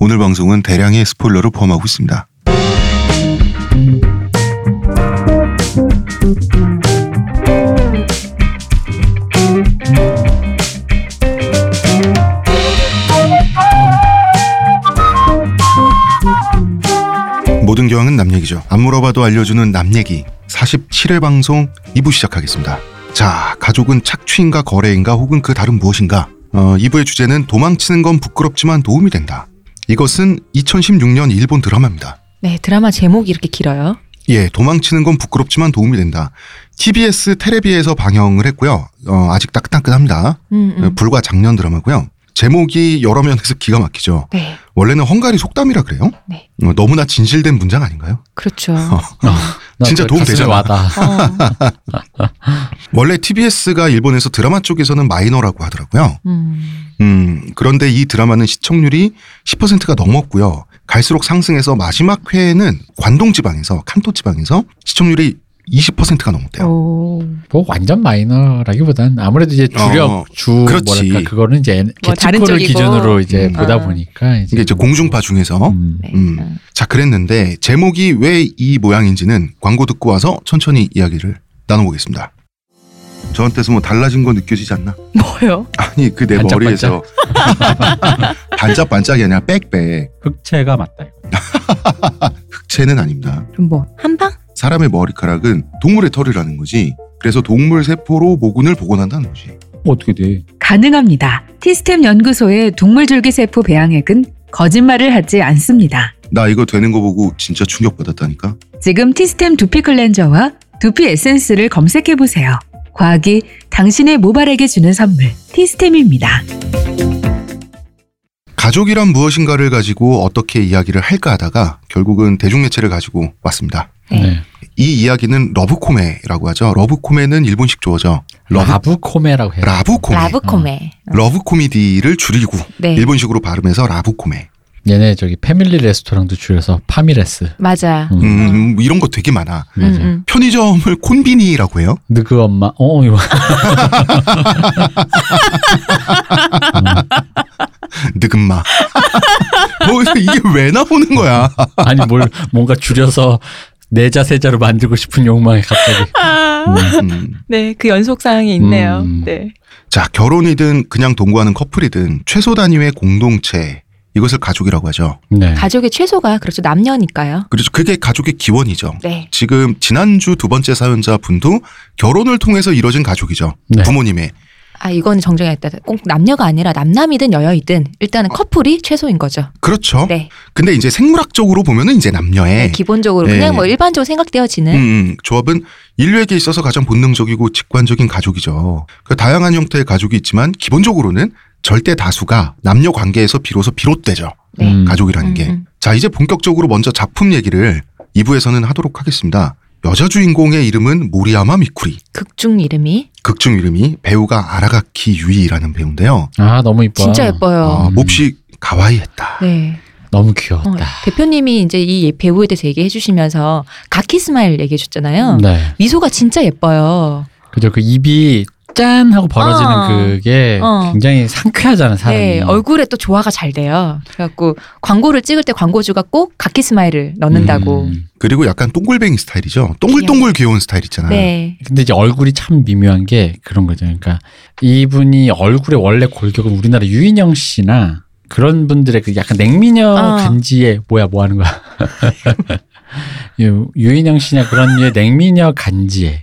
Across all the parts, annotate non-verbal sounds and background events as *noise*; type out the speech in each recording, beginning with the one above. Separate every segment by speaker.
Speaker 1: 오늘 방송은 대량의 스포일러를 포함하고 있습니다. 모든 교황은 남 얘기죠. 안 물어봐도 알려주는 남 얘기. 47회 방송 2부 시작하겠습니다. 자, 가족은 착취인가 거래인가 혹은 그 다른 무엇인가? 어, 2부의 주제는 도망치는 건 부끄럽지만 도움이 된다. 이것은 2016년 일본 드라마입니다.
Speaker 2: 네, 드라마 제목이 이렇게 길어요.
Speaker 1: 예, 도망치는 건 부끄럽지만 도움이 된다. TBS 테레비에서 방영을 했고요. 어, 아직 따끈따끈합니다.
Speaker 2: 음, 음.
Speaker 1: 불과 작년 드라마고요. 제목이 여러 면에서 기가 막히죠.
Speaker 2: 네,
Speaker 1: 원래는 헝가리 속담이라 그래요.
Speaker 2: 네.
Speaker 1: 어, 너무나 진실된 문장 아닌가요?
Speaker 2: 그렇죠.
Speaker 1: 어.
Speaker 3: 나
Speaker 1: 진짜
Speaker 3: 그
Speaker 1: 도움
Speaker 3: 가슴에
Speaker 1: 되잖아.
Speaker 3: 와닿아.
Speaker 2: 어,
Speaker 1: 원래 TBS가 일본에서 드라마 쪽에서는 마이너라고 하더라고요.
Speaker 2: 음,
Speaker 1: 음, 그런데 이 드라마는 시청률이 10%가 넘었고요. 갈수록 상승해서 마지막 회에는 관동 지방에서 칸토 지방에서 시청률이 20%가 넘었대요.
Speaker 2: 오,
Speaker 3: 뭐 완전 마이너라기보단 아무래도 이제 주력
Speaker 1: 어,
Speaker 3: 주
Speaker 1: 그렇지.
Speaker 3: 뭐랄까 그거는 이제
Speaker 2: 뭐 다른
Speaker 3: 개츠코를
Speaker 2: 쪽이고.
Speaker 3: 기준으로 이제
Speaker 2: 음.
Speaker 3: 보다
Speaker 2: 아.
Speaker 3: 보니까 이제
Speaker 1: 이게 이제 공중파 중에서
Speaker 3: 음.
Speaker 2: 네.
Speaker 1: 음.
Speaker 2: 음.
Speaker 1: 자 그랬는데 제목이 왜 이 모양인지는 광고 듣고 와서 천천히 이야기를 나눠보겠습니다. 저한테서 뭐 달라진 거 느껴지지 않나?
Speaker 2: 뭐요?
Speaker 1: 아니 그 내
Speaker 3: 반짝반짝.
Speaker 1: 머리에서 *laughs* 반짝반짝이 아니라 빽빽
Speaker 4: 흑채가 맞다.
Speaker 3: 어,
Speaker 4: 이거.
Speaker 1: 흑채는 아닙니다.
Speaker 2: 그럼 뭐 한방?
Speaker 1: 사람의 머리카락은 동물의 털이라는 거지. 그래서 동물 세포로 모근을 복원한다는 거지.
Speaker 4: 어떻게 돼?
Speaker 5: 가능합니다. 티스템 연구소의 동물줄기세포 배양액은 거짓말을 하지 않습니다.
Speaker 1: 나 이거 되는 거 보고 진짜 충격받았다니까.
Speaker 5: 지금 티스템 두피 클렌저와 두피 에센스를 검색해보세요. 과학이 당신의 모발에게 주는 선물, 티스템입니다.
Speaker 1: 가족이란 무엇인가를 가지고 어떻게 이야기를 할까 하다가 결국은 대중매체를 가지고 왔습니다.
Speaker 2: 네.
Speaker 3: 네.
Speaker 1: 이 이야기는 러브코메라고 하죠. 러브코메는 일본식 조어죠. 러브,
Speaker 3: 라브코메라고 해요.
Speaker 1: 라브코메. 예.
Speaker 2: 라브코메.
Speaker 1: 러브코미디를 줄이고
Speaker 2: 네,
Speaker 1: 어. 일본식으로 발음해서 라브코메.
Speaker 3: 얘네 저기 패밀리 레스토랑도 줄여서 파미레스.
Speaker 2: 맞아.
Speaker 3: 음.
Speaker 1: 음, 뭐 이런 거 되게 많아.
Speaker 2: 음, 음.
Speaker 1: 편의점을 콘비니라고 해요.
Speaker 3: 느그 엄마. 어 이거 *laughs*
Speaker 1: 느금마. *laughs* 뭐 이게 왜 나오는 거야?
Speaker 3: 아니 뭘 뭔가 줄여서 내자 세자로 만들고 싶은 욕망이
Speaker 2: *laughs*
Speaker 3: 갑자기.
Speaker 2: 아,
Speaker 1: 음.
Speaker 2: 네, 그 연속 사항이 있네요.
Speaker 3: 음.
Speaker 2: 네,
Speaker 1: 자, 결혼이든 그냥 동거하는 커플이든 최소 단위의 공동체 이것을 가족이라고 하죠.
Speaker 3: 네.
Speaker 2: 가족의 최소가 그렇죠 남녀니까요.
Speaker 1: 그렇죠. 그게 가족의 기원이죠.
Speaker 2: 네,
Speaker 1: 지금 지난주 두 번째 사연자 분도 결혼을 통해서 이뤄진 가족이죠.
Speaker 3: 네.
Speaker 1: 부모님의
Speaker 2: 아 이건 정정했다. 꼭 남녀가 아니라 남남이든 여여이든 일단은 커플이 최소인 거죠.
Speaker 1: 그렇죠.
Speaker 2: 네,
Speaker 1: 근데 이제 생물학적으로 보면은 이제 남녀의
Speaker 2: 기본적으로 그냥
Speaker 1: 네.
Speaker 2: 뭐 일반적으로 생각되어지는.
Speaker 1: 예. 음, 음, 조합은 인류에게 있어서 가장 본능적이고 직관적인 가족이죠. 그 다양한 형태의 가족이 있지만 기본적으로는 절대 다수가 남녀 관계에서 비로소 비롯되죠.
Speaker 2: 네.
Speaker 3: 음.
Speaker 1: 가족이라는
Speaker 2: 음,
Speaker 1: 게.
Speaker 2: 음.
Speaker 1: 자, 이제 본격적으로 먼저 작품 얘기를 2부에서는 하도록 하겠습니다. 여자 주인공의 이름은 모리야마 미쿠리.
Speaker 2: 극중 이름이
Speaker 1: 극중 이름이 배우가 아라가키 유이라는 배우인데요.
Speaker 3: 아 너무 이뻐.
Speaker 2: 진짜 예뻐요.
Speaker 1: 아,
Speaker 3: 음.
Speaker 1: 몹시 가와이했다.
Speaker 2: 어. 네.
Speaker 3: 너무
Speaker 2: 어,
Speaker 3: 귀여웠다.
Speaker 2: 대표님이 이제 이 예, 배우에 대해서 얘기해 주시면서 가키 스마일 얘기해 줬잖아요.
Speaker 3: 네.
Speaker 2: 미소가 진짜 예뻐요.
Speaker 3: 그죠 그 입이 짠 하고 벌어지는
Speaker 2: 어.
Speaker 3: 그게
Speaker 2: 어.
Speaker 3: 굉장히 상쾌하잖아 사람이.
Speaker 2: 네, 얼굴에 또 조화가 잘 돼요. 그래갖고 광고를 찍을 때 광고주가 꼭 가키 스마일을 넣는다고.
Speaker 3: 음.
Speaker 1: 그리고 약간 동글뱅이 스타일이죠. 동글동글 귀여운 스타일 있잖아요.
Speaker 2: 예. 네.
Speaker 3: 근데 이제 얼굴이 참 미묘한 게 그런 거죠. 그러니까 이분이 얼굴의 원래 골격은 우리나라 유인영 씨나 그런 분들의 그 약간 냉미녀
Speaker 2: 어.
Speaker 3: 간지에 뭐야 뭐 하는 거야. *laughs* 유- 유인영 씨나 그런 류의 냉미녀 간지에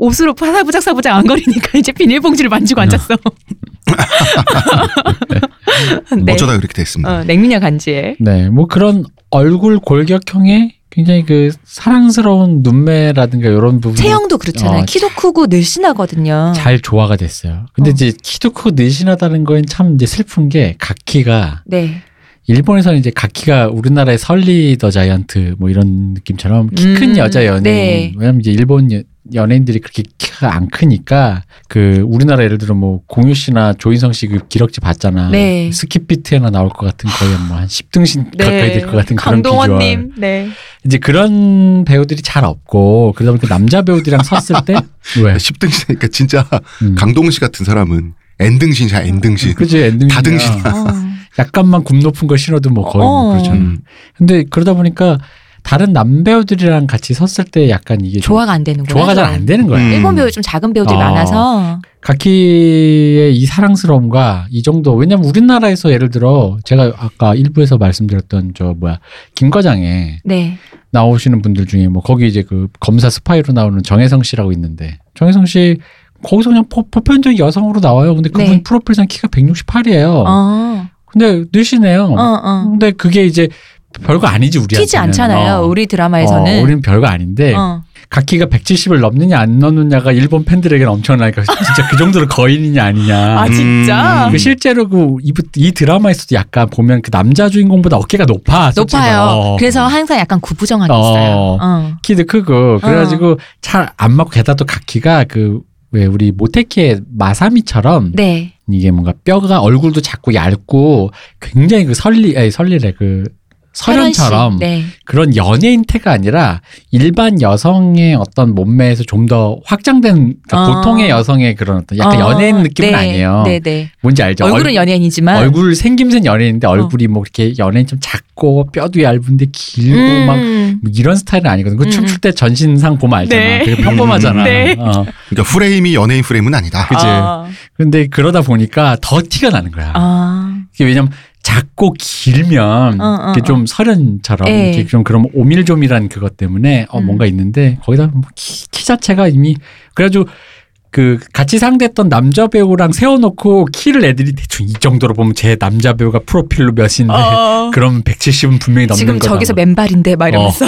Speaker 5: 옷으로 사부작사부작 안 거리니까 이제 비닐봉지를 만지고
Speaker 3: 앉았어.
Speaker 2: 네.
Speaker 1: 어쩌다 그렇게 됐습니다.
Speaker 2: 어, 냉미녀 간지에.
Speaker 3: 네, 뭐 그런 얼굴 골격형의 굉장히 그 사랑스러운 눈매라든가 이런 부분
Speaker 2: 체형도 그렇잖아요.
Speaker 3: 어,
Speaker 2: 키도 크고 늘씬하거든요.
Speaker 3: 잘 조화가 됐어요. 근데
Speaker 2: 어.
Speaker 3: 이제 키도 크고 늘씬하다는 거엔 참 이제 슬픈 게 가키가
Speaker 2: 네.
Speaker 3: 일본에서는 이제 가키가 우리나라의 설리 더 자이언트 뭐 이런 느낌처럼 키 큰
Speaker 2: 음,
Speaker 3: 여자 연예인
Speaker 2: 네.
Speaker 3: 왜냐면 이제 일본 여- 연예인들이 그렇게 키가 안 크니까 그 우리나라 예를 들어 뭐 공유 씨나 조인성 씨 그 기럭지 봤잖아
Speaker 2: 네.
Speaker 3: 스킵비트 하나 나올 것 같은 거의 뭐한 10등신 네. 가까이 될 것 같은 그런 비주얼
Speaker 2: 강동원님. 네.
Speaker 3: 이제 그런 배우들이 잘 없고 그러다 보니까 남자 배우들이랑
Speaker 1: *laughs*
Speaker 3: 섰을 때 왜?
Speaker 1: 네. 아, 10등신이니까 진짜
Speaker 3: 음.
Speaker 1: 아, 강동원 씨 같은 사람은 N등신이야, N등신.
Speaker 3: 그치 엔딩
Speaker 1: 다등신.
Speaker 2: 어.
Speaker 3: 약간만 굽 높은 걸 신어도 뭐 거의 뭐
Speaker 2: 어.
Speaker 3: 그렇잖아요.
Speaker 1: 음,
Speaker 3: 근데 그러다 보니까 다른 남배우들이랑 같이 섰을 때 약간 이게 좀
Speaker 2: *laughs* 조화가 안 되는구나.
Speaker 3: 조화가 잘 안 되는 거예요.
Speaker 1: 음.
Speaker 2: 일본 배우 좀 작은 배우들이
Speaker 3: 아.
Speaker 2: 많아서
Speaker 3: 가키의 이 사랑스러움과 이 정도 왜냐면 우리나라에서 예를 들어 제가 아까 일부에서 말씀드렸던 저 뭐야 김과장에
Speaker 2: 네.
Speaker 3: 나오시는 분들 중에 뭐 거기 이제 그 검사 스파이로 나오는 정혜성 씨라고 있는데 정혜성 씨 거기서 그냥 보- 보편적인 여성으로 나와요. 근데 그분
Speaker 2: 네.
Speaker 3: 프로필상 키가 168이에요.
Speaker 2: 어.
Speaker 3: 근데 느시네요.
Speaker 2: 어, 어.
Speaker 3: 근데 그게 이제 별거 아니지 우리한테
Speaker 2: 튀지 않잖아요. 우리 드라마에서는.
Speaker 3: 어, 우린 별거 아닌데
Speaker 2: 어.
Speaker 3: 각기가 170을 넘느냐 안 넘느냐가 일본 팬들에게는 엄청나니까 *laughs* 진짜 그 정도로 거인이냐 아니냐.
Speaker 2: 아 진짜.
Speaker 1: 음.
Speaker 3: 그 실제로 그 이, 이 드라마에서도 약간 보면 그 남자 주인공보다 어깨가 높아. 솔직히
Speaker 2: 높아요.
Speaker 3: 말하면. 어.
Speaker 2: 그래서 항상 약간 구부정하게
Speaker 3: 어.
Speaker 2: 있어요. 어.
Speaker 3: 키도 크고 그래가지고 잘 안 맞고 게다가 또 각기가 그 왜 우리 모테키의 마사미처럼
Speaker 2: 네.
Speaker 3: 이게 뭔가 뼈가 얼굴도 작고 얇고 굉장히 그 설리 아니 설리래 그
Speaker 2: 혈연 씨.
Speaker 3: 설현처럼
Speaker 2: 네.
Speaker 3: 그런 연예인태가 아니라 일반 여성의 어떤 몸매에서 좀 더 확장된 그러니까
Speaker 2: 어.
Speaker 3: 보통의 여성의 그런 어떤 약간
Speaker 2: 어,
Speaker 3: 연예인 느낌은
Speaker 2: 네,
Speaker 3: 아니에요.
Speaker 2: 네, 네.
Speaker 3: 뭔지 알죠?
Speaker 2: 얼굴은 연예인이지만 어.
Speaker 3: 얼굴 생김새는 연예인인데 얼굴이 뭐 이렇게 연예인 좀 작고 뼈도 얇은데 길고 막
Speaker 2: 음.
Speaker 3: 뭐 이런 스타일은 아니거든. 그
Speaker 2: 음.
Speaker 3: 춤출 때 전신상 보면 알잖아.
Speaker 2: 네.
Speaker 3: 되게 평범하잖아.
Speaker 2: 음. 네.
Speaker 3: 어.
Speaker 1: 그러니까 프레임이 연예인 프레임은 아니다.
Speaker 3: 그치.
Speaker 2: 아.
Speaker 3: 근데 그러다 보니까 더 티가 나는 거야.
Speaker 2: 아.
Speaker 3: 이게 왜냐면 작고 길면
Speaker 2: 어, 어,
Speaker 3: 이게 좀 설현처럼
Speaker 2: 예.
Speaker 3: 이렇게 좀 그런 오밀조밀한 그것 때문에 어,
Speaker 2: 음.
Speaker 3: 뭔가 있는데 거기다 뭐 키, 키 자체가 이미 그래가지고 그 같이 상대했던 남자 배우랑 세워놓고 키를 애들이 대충 이 정도로 보면 제 남자 배우가 프로필로 몇인데
Speaker 2: 어.
Speaker 3: 네. *laughs* 그럼 170은 분명히 넘는
Speaker 2: 지금
Speaker 3: 거다.
Speaker 2: 저기서 맨발인데 막 이러면서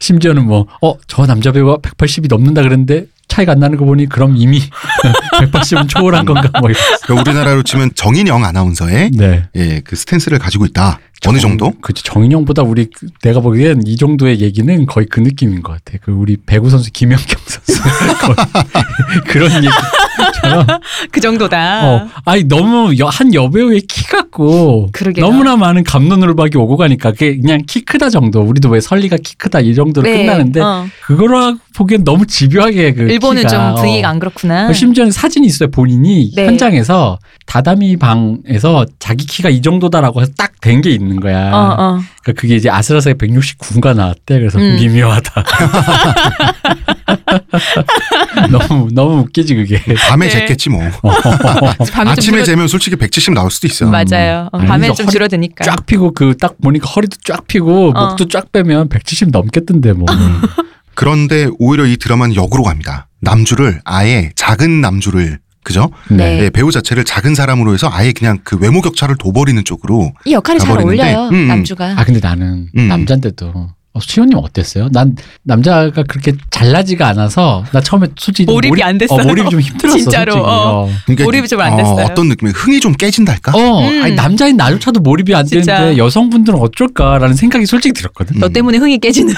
Speaker 3: 심지어는 뭐, 어, 저 남자 배우가 180이 넘는다 그랬는데 차이가 안 나는 거 보니 그럼 이미 *laughs* 180은 초월한 건가 뭐 이런.
Speaker 1: 그러니까 우리나라로 치면 정인영 아나운서의
Speaker 3: 네.
Speaker 1: 예, 그 스탠스를 가지고 있다. 어느 정도?
Speaker 3: 그치. 정인영보다 우리, 그- 내가 보기엔 이 정도의 얘기는 거의 그 느낌인 것 같아. 그 우리 배구 선수 김연경 선수. *laughs* 거의 *laughs* 그런 얘기처럼.
Speaker 2: *laughs* 그 정도다.
Speaker 3: 어. 아니, 너무 여- 한 여배우의 키 같고.
Speaker 2: 그러게요.
Speaker 3: 너무나 많은 감론을박이 오고 가니까 그게 그냥 키 크다 정도. 우리도 왜 설리가 키 크다 이 정도로
Speaker 2: 네.
Speaker 3: 끝나는데.
Speaker 2: 어.
Speaker 3: 그거로 보기엔 너무 집요하게 그
Speaker 2: 일본은
Speaker 3: 키가,
Speaker 2: 좀 분위기가
Speaker 3: 어.
Speaker 2: 안 그렇구나.
Speaker 3: 심지어는 사진이 있어요. 본인이
Speaker 2: 네.
Speaker 3: 현장에서 다다미 방에서 자기 키가 이 정도다라고 해서 딱 된 게 있는 거야.
Speaker 2: 어, 어.
Speaker 3: 그러니까 그게 이제 아슬아슬하게 169가 나왔대. 그래서
Speaker 2: 음. *laughs*
Speaker 3: 미묘하다. 너무 너무 웃기지 그게.
Speaker 1: 밤에
Speaker 2: 네.
Speaker 1: 쟀겠지 뭐.
Speaker 2: 밤에 좀
Speaker 1: 아침에
Speaker 2: 줄어-
Speaker 1: 재면 솔직히 170 나올 수도 있어요.
Speaker 2: 맞아요. 어,
Speaker 3: 아니,
Speaker 2: 밤에
Speaker 3: 이거
Speaker 2: 좀
Speaker 3: 허리
Speaker 2: 줄어드니까.
Speaker 3: 쫙 피고 그 딱 보니까 허리도 쫙 피고
Speaker 2: 어.
Speaker 3: 목도 쫙 빼면 170 넘겠던데 뭐.
Speaker 1: 그런데 오히려 이 드라마는 역으로 갑니다. 남주를 아예 작은 남주를 그죠?
Speaker 2: 네.
Speaker 1: 예, 배우 자체를 작은 사람으로 해서 아예 그냥 그 외모 격차를 둬버리는 쪽으로
Speaker 2: 이 역할이 잘
Speaker 1: 가버리는데,
Speaker 2: 어울려요.
Speaker 1: 음, 음.
Speaker 2: 남주가.
Speaker 3: 아 근데 나는
Speaker 1: 음.
Speaker 3: 남잔데도 어, 수현님 어땠어요? 난 남자가 그렇게 잘나지가 않아서 나 처음에 솔직히 좀
Speaker 2: 몰입이
Speaker 3: 몰입-
Speaker 2: 안 됐어요.
Speaker 3: 어, 몰입이 좀 힘들었어.
Speaker 2: 진짜로,
Speaker 3: 솔직히.
Speaker 2: 어.
Speaker 3: 어.
Speaker 1: 그러니까
Speaker 2: 몰입이 좀안
Speaker 1: 어,
Speaker 2: 됐어요.
Speaker 1: 어떤 느낌이 흥이 좀 깨진달까?
Speaker 3: 어,
Speaker 2: 음.
Speaker 3: 아니, 남자인 나조차도 몰입이 안
Speaker 2: 진짜.
Speaker 3: 되는데 여성분들은 어쩔까라는 생각이 솔직히 들었거든.
Speaker 1: 음.
Speaker 2: 너 때문에 흥이 깨지는.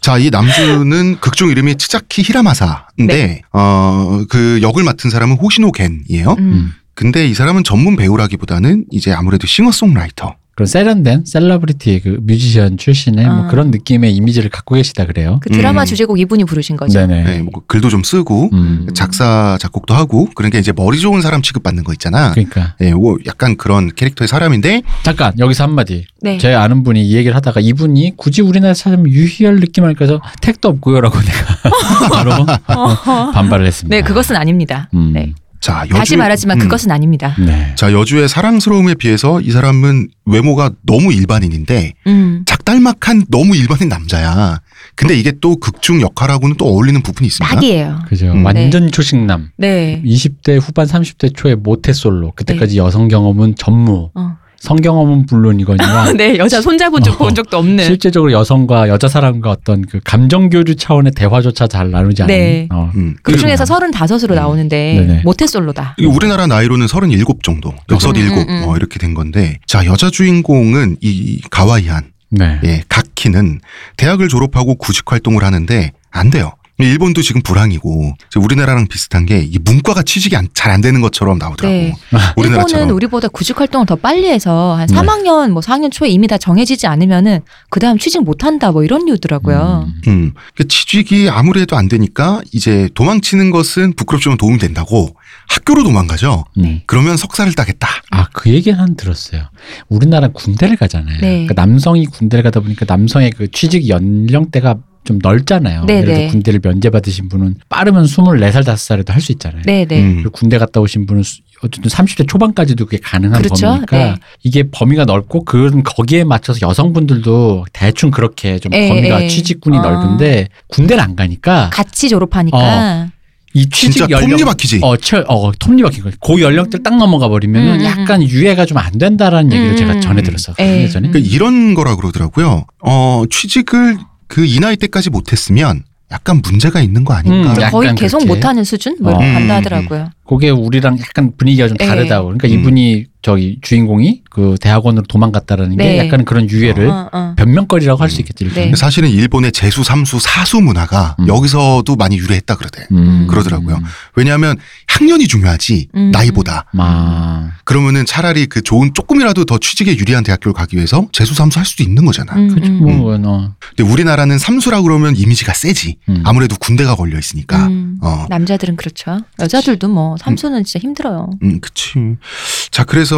Speaker 1: 자, 이 남주는 *laughs* 극중 이름이 치자키 히라마사인데 어, 그 역을 맡은 사람은 호시노 겐이에요.
Speaker 2: 네. 음.
Speaker 1: 근데 이 사람은 전문 배우라기보다는 이제 아무래도 싱어송라이터.
Speaker 3: 그런 세련된 셀러브리티 그 뮤지션 출신의 뭐
Speaker 2: 아.
Speaker 3: 그런 느낌의 이미지를 갖고 계시다 그래요.
Speaker 2: 그 드라마
Speaker 1: 음.
Speaker 2: 주제곡 이분이 부르신 거죠.
Speaker 3: 네네.
Speaker 1: 네, 뭐 글도 좀 쓰고
Speaker 3: 음.
Speaker 1: 작사 작곡도 하고 그러니까 이제 머리 좋은 사람 취급받는 거 있잖아.
Speaker 3: 그러니까
Speaker 1: 예, 뭐 약간 그런 캐릭터의 사람인데
Speaker 3: 잠깐 여기서 한마디.
Speaker 2: 네.
Speaker 3: 제 아는 분이 이 얘기를 하다가 이분이 굳이 우리나라에서 찾으면 유희열 느낌 아닐까 해서 택도 없고요라고 내가 *laughs* 바로
Speaker 2: *laughs* 어허.
Speaker 3: 반발을 했습니다.
Speaker 2: 네, 그것은 아닙니다.
Speaker 3: 음.
Speaker 2: 네.
Speaker 1: 자, 여주
Speaker 2: 다시 말하지만
Speaker 1: 음.
Speaker 2: 그것은 아닙니다.
Speaker 3: 네.
Speaker 1: 자, 여주의 사랑스러움에 비해서 이 사람은 외모가 너무 일반인인데
Speaker 2: 음.
Speaker 1: 작달막한 너무 일반인 남자야.
Speaker 2: 어?
Speaker 1: 근데 이게 또 극중 역할하고는 또 어울리는 부분이 있습니다.
Speaker 2: 딱이에요.
Speaker 3: 그죠.
Speaker 1: 음.
Speaker 3: 완전 초식남.
Speaker 2: 네.
Speaker 3: 20대 후반 30대 초에 모태솔로. 그때까지 여성 경험은 전무.
Speaker 2: 어. *laughs*
Speaker 3: 성경험은 물론이거니와
Speaker 2: 네, 여자 손잡은 적 본
Speaker 3: 어.
Speaker 2: 적도 없는.
Speaker 3: 실제적으로 여성과 여자 사람과 어떤 그 감정 교류 차원의 대화조차 잘 나누지 않는.
Speaker 2: 네.
Speaker 3: 어.
Speaker 1: 음.
Speaker 2: 그 중에서
Speaker 3: 음.
Speaker 2: 35으로
Speaker 3: 네.
Speaker 2: 나오는데
Speaker 3: 네네.
Speaker 2: 모태솔로다.
Speaker 1: 이게 우리나라 나이로는 37 정도, 6,
Speaker 2: 음,
Speaker 1: 7,
Speaker 2: 음, 음.
Speaker 1: 뭐 이렇게 된 건데, 자, 여자 주인공은 이 가와이한,
Speaker 3: 네.
Speaker 1: 예, 가키는 대학을 졸업하고 구직 활동을 하는데, 안 돼요. 일본도 지금 불황이고 이제 우리나라랑 비슷한 게 이 문과가 취직이 잘 안 되는 것처럼 나오더라고.
Speaker 2: 네. 일본은
Speaker 1: 우리나라처럼.
Speaker 2: 우리보다 구직 활동을 더 빨리 해서 한
Speaker 3: 네.
Speaker 2: 3학년 뭐 4학년 초에 이미 다 정해지지 않으면은 그다음 취직 못 한다 뭐 이런 이유더라고요.
Speaker 3: 음.
Speaker 1: 음, 그 취직이 아무래도 안 되니까 이제 도망치는 것은 부끄럽지만 도움이 된다고 학교로 도망가죠.
Speaker 3: 네.
Speaker 1: 그러면 석사를 따겠다.
Speaker 3: 아, 그 얘기는 한 들었어요. 우리나라 군대를 가잖아요.
Speaker 2: 네.
Speaker 3: 그러니까 남성이 군대를 가다 보니까 남성의 그 취직 연령대가 좀 넓잖아요.
Speaker 2: 네,
Speaker 3: 예를 들어
Speaker 2: 네.
Speaker 3: 군대를 면제받으신 분은 빠르면 24살, 5살에도 할 수 있잖아요.
Speaker 2: 네, 네.
Speaker 1: 음,
Speaker 3: 그리고 군대 갔다 오신 분은 수- 어쨌든 30대 초반까지도 그게 가능한
Speaker 2: 그렇죠.
Speaker 3: 범위니까
Speaker 2: 네.
Speaker 3: 이게 범위가 넓고 그 거기에 맞춰서 여성분들도 대충 그렇게 좀
Speaker 2: 예,
Speaker 3: 범위가
Speaker 2: 예.
Speaker 3: 취직군이
Speaker 2: 아.
Speaker 3: 넓은데 군대를 안 가니까
Speaker 2: 같이 졸업하니까
Speaker 3: 이 취직
Speaker 1: 진짜
Speaker 3: 연령
Speaker 1: 톱니바퀴지.
Speaker 3: 어, 철, 어, 톱니바퀴 거예요. 그 연령대를 딱 넘어가 버리면
Speaker 2: 음, 음,
Speaker 3: 약간 유해가 좀 안 된다라는 얘기를
Speaker 2: 음,
Speaker 3: 제가
Speaker 2: 음.
Speaker 3: 전해 들었어요.
Speaker 2: 예.
Speaker 3: 예전에.
Speaker 1: 그러니까 이런 거라 그러더라고요. 어, 취직을 그 이 나이 때까지 못했으면 약간 문제가 있는 거 아닌가.
Speaker 3: 음, 약간
Speaker 2: 거의 계속
Speaker 3: 그렇게.
Speaker 2: 못 하는 수준 뭐
Speaker 3: 어.
Speaker 2: 이렇게
Speaker 1: 음,
Speaker 2: 간다 하더라고요.
Speaker 3: 그게 우리랑 약간 분위기가 좀
Speaker 2: 예.
Speaker 3: 다르다고. 그러니까
Speaker 1: 음.
Speaker 3: 이분이 저기 주인공이 그 대학원으로 도망갔다라는 게
Speaker 2: 네.
Speaker 3: 약간 그런 유해를
Speaker 2: 어, 어.
Speaker 3: 변명거리라고 할 수
Speaker 1: 음.
Speaker 3: 있겠죠. 일종의.
Speaker 2: 네.
Speaker 1: 근데 사실은 일본의 재수, 삼수, 사수 문화가
Speaker 3: 음.
Speaker 1: 여기서도 많이 유래했다 그러대.
Speaker 3: 음.
Speaker 1: 그러더라고요. 왜냐하면 학년이 중요하지
Speaker 2: 음.
Speaker 1: 나이보다.
Speaker 3: 아.
Speaker 1: 그러면은 차라리 그 좋은 조금이라도 더 취직에 유리한 대학교를 가기 위해서 재수, 삼수 할 수도 있는 거잖아.
Speaker 2: 음,
Speaker 3: 그죠
Speaker 2: 음.
Speaker 3: 뭐 어.
Speaker 1: 근데 우리나라는 삼수라 그러면 이미지가 세지.
Speaker 3: 음.
Speaker 1: 아무래도 군대가 걸려 있으니까.
Speaker 2: 음.
Speaker 1: 어.
Speaker 2: 남자들은 그렇죠. 여자들도 뭐 삼수는 진짜 힘들어요.
Speaker 1: 음, 그치. 자, 그래서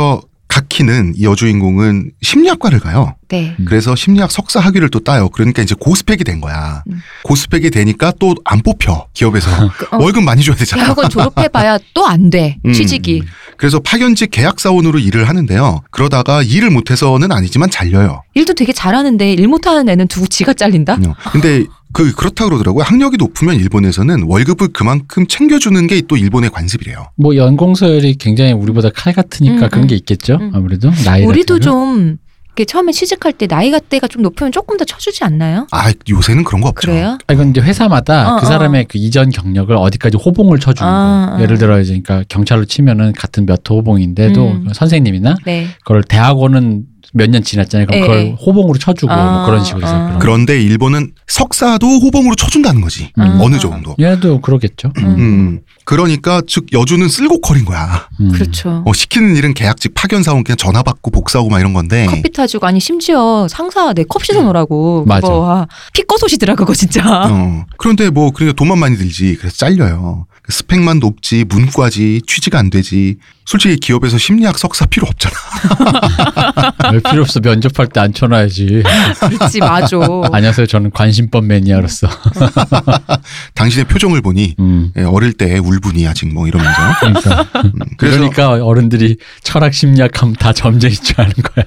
Speaker 1: 가키는 이 여주인공은 심리학과를 가요.
Speaker 2: 네.
Speaker 1: 그래서 심리학 석사 학위를 또 따요. 그러니까 이제 고스펙이 된 거야.
Speaker 2: 음.
Speaker 1: 고스펙이 되니까 또 안 뽑혀. 기업에서.
Speaker 2: 그, *laughs* 어,
Speaker 1: 월급 많이 줘야 되잖아.
Speaker 2: 대학원 졸업해봐야 또 안 돼.
Speaker 1: 음.
Speaker 2: 취직이.
Speaker 1: 그래서 파견직 계약사원으로 일을 하는데요. 그러다가 일을 못해서는 아니지만 잘려요.
Speaker 2: 일도 되게 잘하는데 일 못하는 애는 두고 지가
Speaker 3: 음,
Speaker 2: 잘린다?
Speaker 1: 어. 근데 그 그렇다 그러더라고요. 학력이 높으면 일본에서는 월급을 그만큼 챙겨주는 게 또 일본의 관습이래요.
Speaker 3: 뭐 연공서열이 굉장히 우리보다 칼 같으니까
Speaker 2: 음,
Speaker 3: 그런 게
Speaker 2: 음.
Speaker 3: 있겠죠.
Speaker 2: 음.
Speaker 3: 아무래도 나이
Speaker 2: 우리도
Speaker 3: 같은 거.
Speaker 2: 좀 이렇게 처음에 취직할 때 나이가 때가 좀 높으면 조금 더 쳐주지 않나요?
Speaker 1: 아 요새는 그런 거 없죠.
Speaker 2: 그래요?
Speaker 3: 아, 이건 이제 회사마다
Speaker 2: 어,
Speaker 3: 그
Speaker 2: 어.
Speaker 3: 사람의 그 이전 경력을 어디까지 호봉을 쳐주는
Speaker 2: 아,
Speaker 3: 거.
Speaker 2: 아.
Speaker 3: 예를 들어 이제 그러니까 경찰로 치면은 같은 몇 호봉인데도
Speaker 2: 음.
Speaker 3: 선생님이나
Speaker 2: 네.
Speaker 3: 그걸 대학원은 몇 년 지났잖아요. 그럼
Speaker 2: 예,
Speaker 3: 그걸
Speaker 2: 예.
Speaker 3: 호봉으로 쳐주고 뭐
Speaker 2: 아,
Speaker 3: 그런 식으로 해서
Speaker 2: 아.
Speaker 3: 그런. 거.
Speaker 1: 그런데 일본은 석사도 호봉으로 쳐준다는 거지.
Speaker 3: 음.
Speaker 1: 어느
Speaker 2: 아.
Speaker 1: 정도.
Speaker 3: 얘도 그러겠죠.
Speaker 2: 음.
Speaker 1: 음. 그러니까 즉 여주는 쓸고퀄인 거야.
Speaker 3: 음.
Speaker 2: 그렇죠.
Speaker 1: 어, 시키는 일은 계약직 파견 사원 그냥 전화 받고 복사하고 막 이런
Speaker 3: 네.
Speaker 1: 건데.
Speaker 2: 커피 타주고 아니 심지어 상사 내 컵 씻어놓으라고
Speaker 3: 음. 맞아.
Speaker 2: 그거 와, 피꺼소시더라 그거 진짜 *laughs*
Speaker 1: 어. 그런데 뭐 그러니까 돈만 많이 들지. 그래서 잘려요. 스펙만 높지 문과지 취직 안 되지. 솔직히 기업에서 심리학 석사 필요 없잖아. *laughs*
Speaker 3: 별 필요 없어 면접할 때 안
Speaker 2: *laughs*
Speaker 3: 쳐놔야지.
Speaker 2: 그렇지
Speaker 3: *laughs*
Speaker 2: 맞아
Speaker 3: 안녕하세요. 저는 관심법 매니아로서.
Speaker 1: 당신의 표정을 보니
Speaker 3: 음.
Speaker 1: 예, 어릴 때 울분이 아직 뭐 이러면서.
Speaker 3: 그러니까.
Speaker 1: 음, 그래서
Speaker 3: 그러니까 어른들이 철학 심리학하면 다 점쟁인 줄 아는
Speaker 1: *laughs*
Speaker 3: 거야.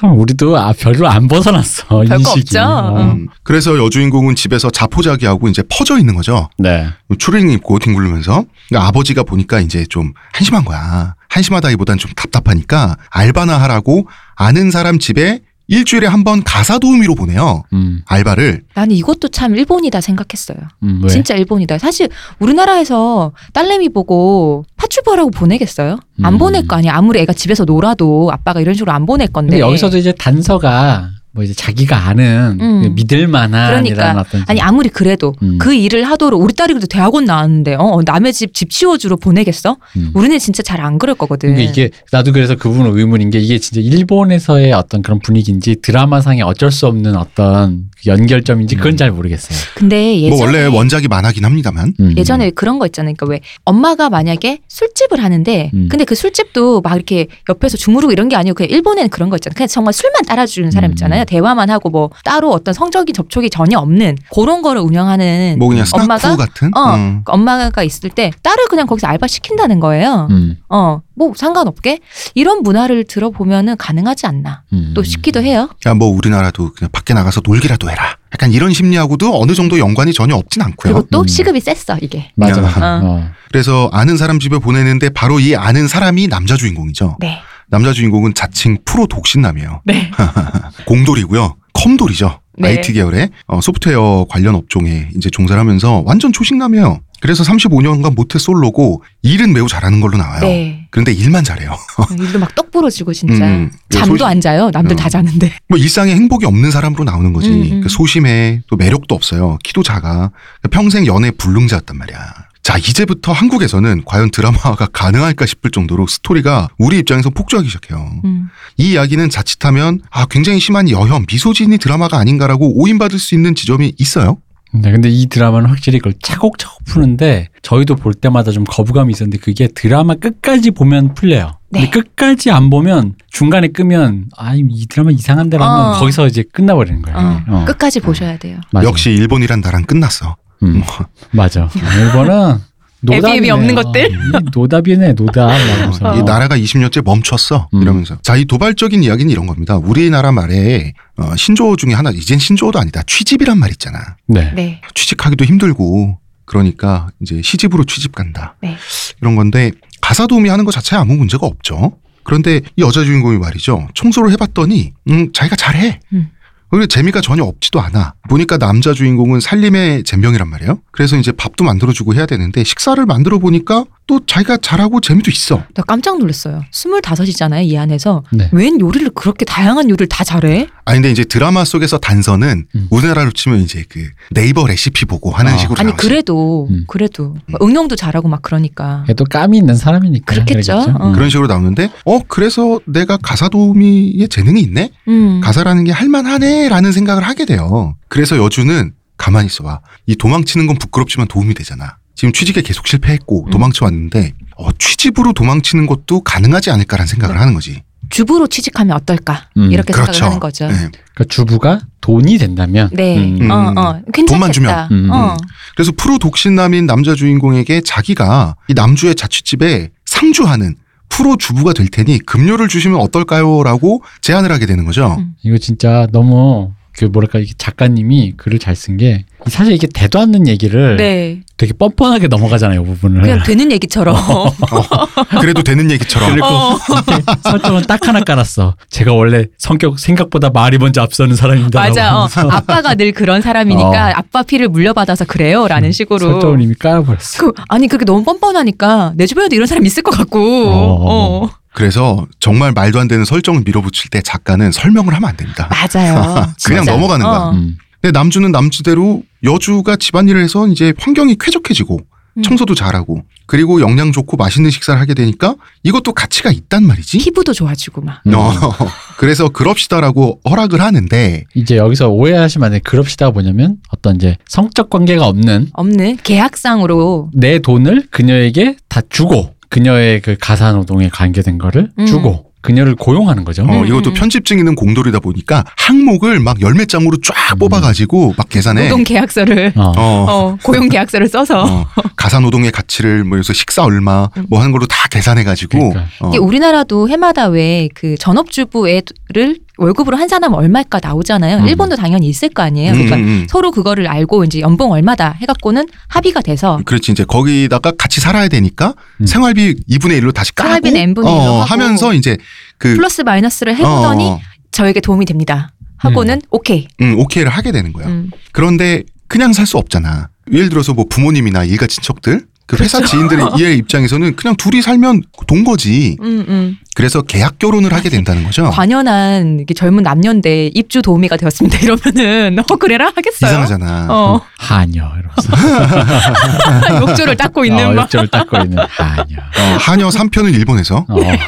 Speaker 3: 참 우리도 아, 별로 안 벗어났어
Speaker 2: 별거
Speaker 3: 인식이.
Speaker 2: 없죠?
Speaker 3: 어.
Speaker 1: 음, 그래서 여주인공은 집에서 자포자기하고 이제 퍼져 있는 거죠.
Speaker 3: 네.
Speaker 1: 추리닝 입고 뒹굴면서 아버지가 보니까 이제 좀 한심한 거야. 한심하다기보단 좀 답답하니까 알바나 하라고 아는 사람 집에 일주일에 한 번 가사 도우미로 보내요.
Speaker 3: 음,
Speaker 1: 알바를
Speaker 2: 나는 이것도 참 일본이다 생각했어요
Speaker 3: 음, 왜?
Speaker 2: 진짜 일본이다 사실 우리나라에서 딸내미 보고 파출부하라고 보내겠어요 안
Speaker 3: 음.
Speaker 2: 보낼 거 아니야 아무리 애가 집에서 놀아도 아빠가 이런 식으로 안 보낼 건데
Speaker 3: 근데 여기서도 이제 단서가 뭐 이제 자기가 아는
Speaker 2: 음.
Speaker 3: 그 믿을 만한
Speaker 2: 그러니까.
Speaker 3: 이라는 어떤
Speaker 2: 아니 아무리 그래도
Speaker 3: 음.
Speaker 2: 그 일을 하도록 우리 딸이 그래도 대학원 나왔는데 어 남의 집 집 치워주러 보내겠어
Speaker 3: 음.
Speaker 2: 우리는 진짜 잘 안 그럴 거거든
Speaker 3: 근데 이게 나도 그래서 그 부분 의문인 게 이게 진짜 일본에서의 어떤 그런 분위기인지 드라마상의 어쩔 수 없는 어떤 연결점인지
Speaker 1: 음.
Speaker 3: 그건 잘 모르겠어요.
Speaker 2: 근데 예전에
Speaker 1: 뭐 원래 원작이 만화긴 합니다만
Speaker 3: 음.
Speaker 2: 예전에 왜 그런 거 있잖아요. 그러니까 왜 엄마가 만약에 술집을 하는데
Speaker 3: 음.
Speaker 2: 근데 그 술집도 막 이렇게 옆에서 주무르고 이런 게 아니고 그냥 일본에는 그런 거 있잖아요. 그냥 정말 술만 따라주는 사람
Speaker 3: 음.
Speaker 2: 있잖아요. 대화만 하고 뭐 따로 어떤 성적인 접촉이 전혀 없는 그런 거를 운영하는
Speaker 1: 뭐 그냥 스나프
Speaker 2: 엄마가?
Speaker 1: 같은
Speaker 2: 어.
Speaker 1: 음.
Speaker 2: 그 엄마가 있을 때 딸을 그냥 거기서 알바 시킨다는 거예요.
Speaker 3: 음,
Speaker 2: 어, 뭐 상관없게 이런 문화를 들어보면은 가능하지 않나
Speaker 3: 음.
Speaker 2: 또 싶기도 해요.
Speaker 1: 야, 뭐 우리나라도 그냥 밖에 나가서 놀기라도 해라. 약간 이런 심리하고도 어느 정도 연관이 전혀 없진
Speaker 2: 그리고
Speaker 1: 않고요.
Speaker 2: 또
Speaker 3: 음.
Speaker 2: 시급이 셌어 이게.
Speaker 3: 맞아.
Speaker 2: 어.
Speaker 3: 어.
Speaker 1: 그래서 아는 사람 집에 보내는데 바로 이 아는 사람이 남자 주인공이죠.
Speaker 2: 네.
Speaker 1: 남자 주인공은 자칭 프로 독신남이에요.
Speaker 2: 네.
Speaker 1: 공돌이고요. 컴돌이죠.
Speaker 2: 네.
Speaker 1: IT 계열의 어, 소프트웨어 관련 업종에 이제 종사를 하면서 완전 초식남이에요. 그래서 35년간 모태 솔로고 일은 매우 잘하는 걸로 나와요.
Speaker 2: 네.
Speaker 1: 그런데 일만 잘해요.
Speaker 2: 일도 막 똑부러지고 *laughs* 진짜.
Speaker 1: 음,
Speaker 2: 잠도
Speaker 1: 소심-
Speaker 2: 안 자요. 남들
Speaker 1: 음.
Speaker 2: 다 자는데.
Speaker 1: 뭐 일상에 행복이 없는 사람으로 나오는 거지.
Speaker 2: 음, 음.
Speaker 1: 그러니까 소심해, 또 매력도 없어요. 키도 작아. 그러니까 평생 연애 불능자였단 말이야. 자, 이제부터 한국에서는 과연 드라마화가 *laughs* 가능할까 싶을 정도로 스토리가 우리 입장에서 폭주하기 시작해요.
Speaker 2: 음.
Speaker 1: 이 이야기는 자칫하면 아, 굉장히 심한 여혐, 미소진이 드라마가 아닌가라고 오인받을 수 있는 지점이 있어요.
Speaker 3: 네, 근데 이 드라마는 확실히 그걸 차곡차곡 푸는데 저희도 볼 때마다 좀 거부감이 있었는데 그게 드라마 끝까지 보면 풀려요.
Speaker 2: 네.
Speaker 3: 근데 끝까지 안 보면 중간에 끄면 아 이 드라마 이상한데라면
Speaker 2: 어.
Speaker 3: 거기서 이제 끝나버리는 거예요.
Speaker 2: 어,
Speaker 3: 어,
Speaker 2: 끝까지 보셔야 돼요.
Speaker 3: 맞아.
Speaker 1: 역시 일본이란 나라는 끝났어. 뭐,
Speaker 3: 음, 맞아.
Speaker 2: *laughs*
Speaker 3: 일본은 노답이네.
Speaker 2: 애비애비 없는 것들.
Speaker 3: 이 노답이네
Speaker 2: *laughs*
Speaker 3: 노답.
Speaker 1: 어, 이 나라가 20년째 멈췄어
Speaker 3: 음.
Speaker 1: 이러면서 자 이 도발적인 이야기는 이런 겁니다 우리나라 말에 어, 신조어 중에 하나 이젠 신조어도 아니다 취집이란 말 있잖아
Speaker 3: 네.
Speaker 2: 네.
Speaker 1: 취직하기도 힘들고 그러니까 이제 시집으로 취집 간다
Speaker 2: 네.
Speaker 1: 이런 건데 가사 도우미 하는 것 자체에 아무 문제가 없죠 그런데 이 여자 주인공이 말이죠 청소를 해봤더니 음 자기가 잘해
Speaker 2: 음.
Speaker 1: 그리고 재미가 전혀 없지도 않아 보니까 남자 주인공은 살림의 잼병이란 말이에요 그래서 이제 밥도 만들어주고 해야 되는데 식사를 만들어 보니까 또 자기가 잘하고 재미도 있어
Speaker 2: 나 깜짝 놀랐어요. 25이잖아요, 이 안에서.
Speaker 3: 네.
Speaker 2: 웬 요리를 그렇게 다양한 요리를 다 잘해?
Speaker 1: 아 근데 이제 드라마 속에서 단서는
Speaker 3: 음.
Speaker 1: 우리나라로 치면 이제 그 네이버 레시피 보고 하는
Speaker 3: 아.
Speaker 1: 식으로
Speaker 2: 아니,
Speaker 1: 나오지.
Speaker 2: 그래도,
Speaker 3: 음.
Speaker 2: 그래도. 막 응용도 잘하고 막 그러니까.
Speaker 3: 걔도 까미 있는 사람이니까.
Speaker 2: 그렇겠죠.
Speaker 3: 음.
Speaker 2: 어.
Speaker 1: 그런 식으로 나오는데 어 그래서 내가 가사 도우미에 재능이 있네
Speaker 2: 음.
Speaker 1: 가사라는 게 할만하네라는 생각을 하게 돼요. 그래서 여주는 가만히 있어봐 이 도망치는 건 부끄럽지만 도움이 되잖아. 지금 취직에 계속 실패했고
Speaker 2: 음.
Speaker 1: 도망쳐 왔는데 어, 취직으로 도망치는 것도 가능하지 않을까라는 생각을 하는 거지.
Speaker 2: 주부로 취직하면 어떨까?
Speaker 3: 음,
Speaker 2: 이렇게
Speaker 1: 그렇죠.
Speaker 2: 생각을 하는 거죠.
Speaker 1: 네.
Speaker 3: 그러니까 주부가 돈이 된다면.
Speaker 2: 네.
Speaker 3: 음.
Speaker 2: 어, 어. 괜찮겠다.
Speaker 1: 돈만 주면.
Speaker 3: 음,
Speaker 2: 어.
Speaker 1: 그래서 프로 독신남인 남자 주인공에게 자기가 이 남주의 자취집에 상주하는 프로 주부가 될 테니 급료를 주시면 어떨까요라고 제안을 하게 되는 거죠.
Speaker 2: 음.
Speaker 3: 이거 진짜 너무 그 뭐랄까 이게 작가님이 글을 잘 쓴 게 사실 이게 대도 않는 얘기를
Speaker 2: 네.
Speaker 3: 되게 뻔뻔하게 넘어가잖아요, 이 부분을.
Speaker 2: 그냥 되는 얘기처럼. *laughs* 어.
Speaker 1: 그래도 되는 얘기처럼
Speaker 3: 그리고 이렇게 *laughs* 설정은 딱 하나 깔았어. 제가 원래 성격 생각보다 말이 먼저 앞서는 사람입니다.
Speaker 2: 맞아. 어. 아빠가 늘 그런 사람이니까
Speaker 3: 어.
Speaker 2: 아빠 피를 물려받아서 그래요.
Speaker 1: 음,
Speaker 2: 라는 식으로.
Speaker 3: 설정을 이미 깔아버렸어.
Speaker 2: 그, 아니, 그게 너무 뻔뻔하니까 내 주변에도 이런 사람 있을 것 같고.
Speaker 3: 어.
Speaker 2: 어.
Speaker 1: 그래서 정말 말도 안 되는 설정을 밀어붙일 때 작가는 설명을 하면 안 됩니다.
Speaker 2: 맞아요.
Speaker 1: *laughs* 그냥
Speaker 2: 진짜.
Speaker 1: 넘어가는 거야.
Speaker 2: 어.
Speaker 3: 음.
Speaker 1: 근데 남주는 남주대로 여주가 집안일을 해서 이제 환경이 쾌적해지고
Speaker 2: 음.
Speaker 1: 청소도 잘하고 그리고 영양 좋고 맛있는 식사를 하게 되니까 이것도 가치가 있단 말이지.
Speaker 2: 피부도 좋아지고 막.
Speaker 3: 음.
Speaker 1: 어, *laughs* 그래서 그럽시다라고 허락을 하는데
Speaker 3: 이제 여기서 오해하시면 안 돼. 그럽시다가 뭐냐면 어떤 이제 성적 관계가 없는
Speaker 2: 없는 계약상으로
Speaker 3: 내 돈을 그녀에게 다 주고 그녀의 그 가사노동에 관계된 거를
Speaker 2: 음.
Speaker 3: 주고 그녀를 고용하는 거죠.
Speaker 1: 어,
Speaker 2: 음,
Speaker 1: 이것도
Speaker 2: 음.
Speaker 1: 편집증 있는 공돌이다 보니까 항목을 막 열몇 장으로 쫙
Speaker 3: 음.
Speaker 1: 뽑아가지고 막 계산해.
Speaker 2: 노동 계약서를
Speaker 3: 어.
Speaker 1: 어,
Speaker 2: 어, 고용 계약서를 써서
Speaker 1: 어, 가사 노동의 가치를 뭐 해서 식사 얼마 뭐 하는 걸로 다 계산해가지고
Speaker 3: 그러니까.
Speaker 1: 어,
Speaker 2: 음. 이게 우리나라도 해마다 왜 그 전업주부를 월급으로 환산하면 얼마일까 나오잖아요.
Speaker 3: 음.
Speaker 2: 일본도 당연히 있을 거 아니에요.
Speaker 1: 음,
Speaker 2: 그러니까
Speaker 1: 음,
Speaker 2: 서로 그거를 알고 이제 연봉 얼마다 해갖고는 합의가 돼서
Speaker 1: 음. 그렇지 이제 거기다가 같이 살아야 되니까
Speaker 3: 음.
Speaker 1: 생활비 2분의 1로 다시 까고
Speaker 2: 생활비는 n 분의 1로
Speaker 1: 어,
Speaker 2: 하고.
Speaker 1: 하면서 이제 그
Speaker 2: 플러스 마이너스를 해보더니
Speaker 1: 어,
Speaker 2: 저에게 도움이 됩니다. 하고는 오케이.
Speaker 1: 음, 오케이를 하게 되는 거야.
Speaker 2: 음.
Speaker 1: 그런데 그냥 살 수 없잖아. 예를 들어서 뭐 부모님이나 일가 친척들 그 회사
Speaker 2: 그렇죠.
Speaker 1: 지인들의
Speaker 2: *laughs*
Speaker 1: 얘 입장에서는 그냥 둘이 살면 돈 거지.
Speaker 2: 음, 음.
Speaker 1: 그래서 계약 결혼을 하게 된다는 거죠.
Speaker 2: *laughs* 관연한 이게 젊은 남녀인데 입주 도우미가 되었습니다. *laughs* 이러면은 어 그래라 하겠어요.
Speaker 1: 이상하잖아.
Speaker 2: 어
Speaker 3: 음. 하녀 이러면서
Speaker 2: 욕조를 닦고 있는
Speaker 1: 아,
Speaker 3: 어,
Speaker 2: 막.
Speaker 3: 욕조를 닦고 있는 하녀.
Speaker 1: 어, 한여 3편은 일본에서.
Speaker 3: 어, 네.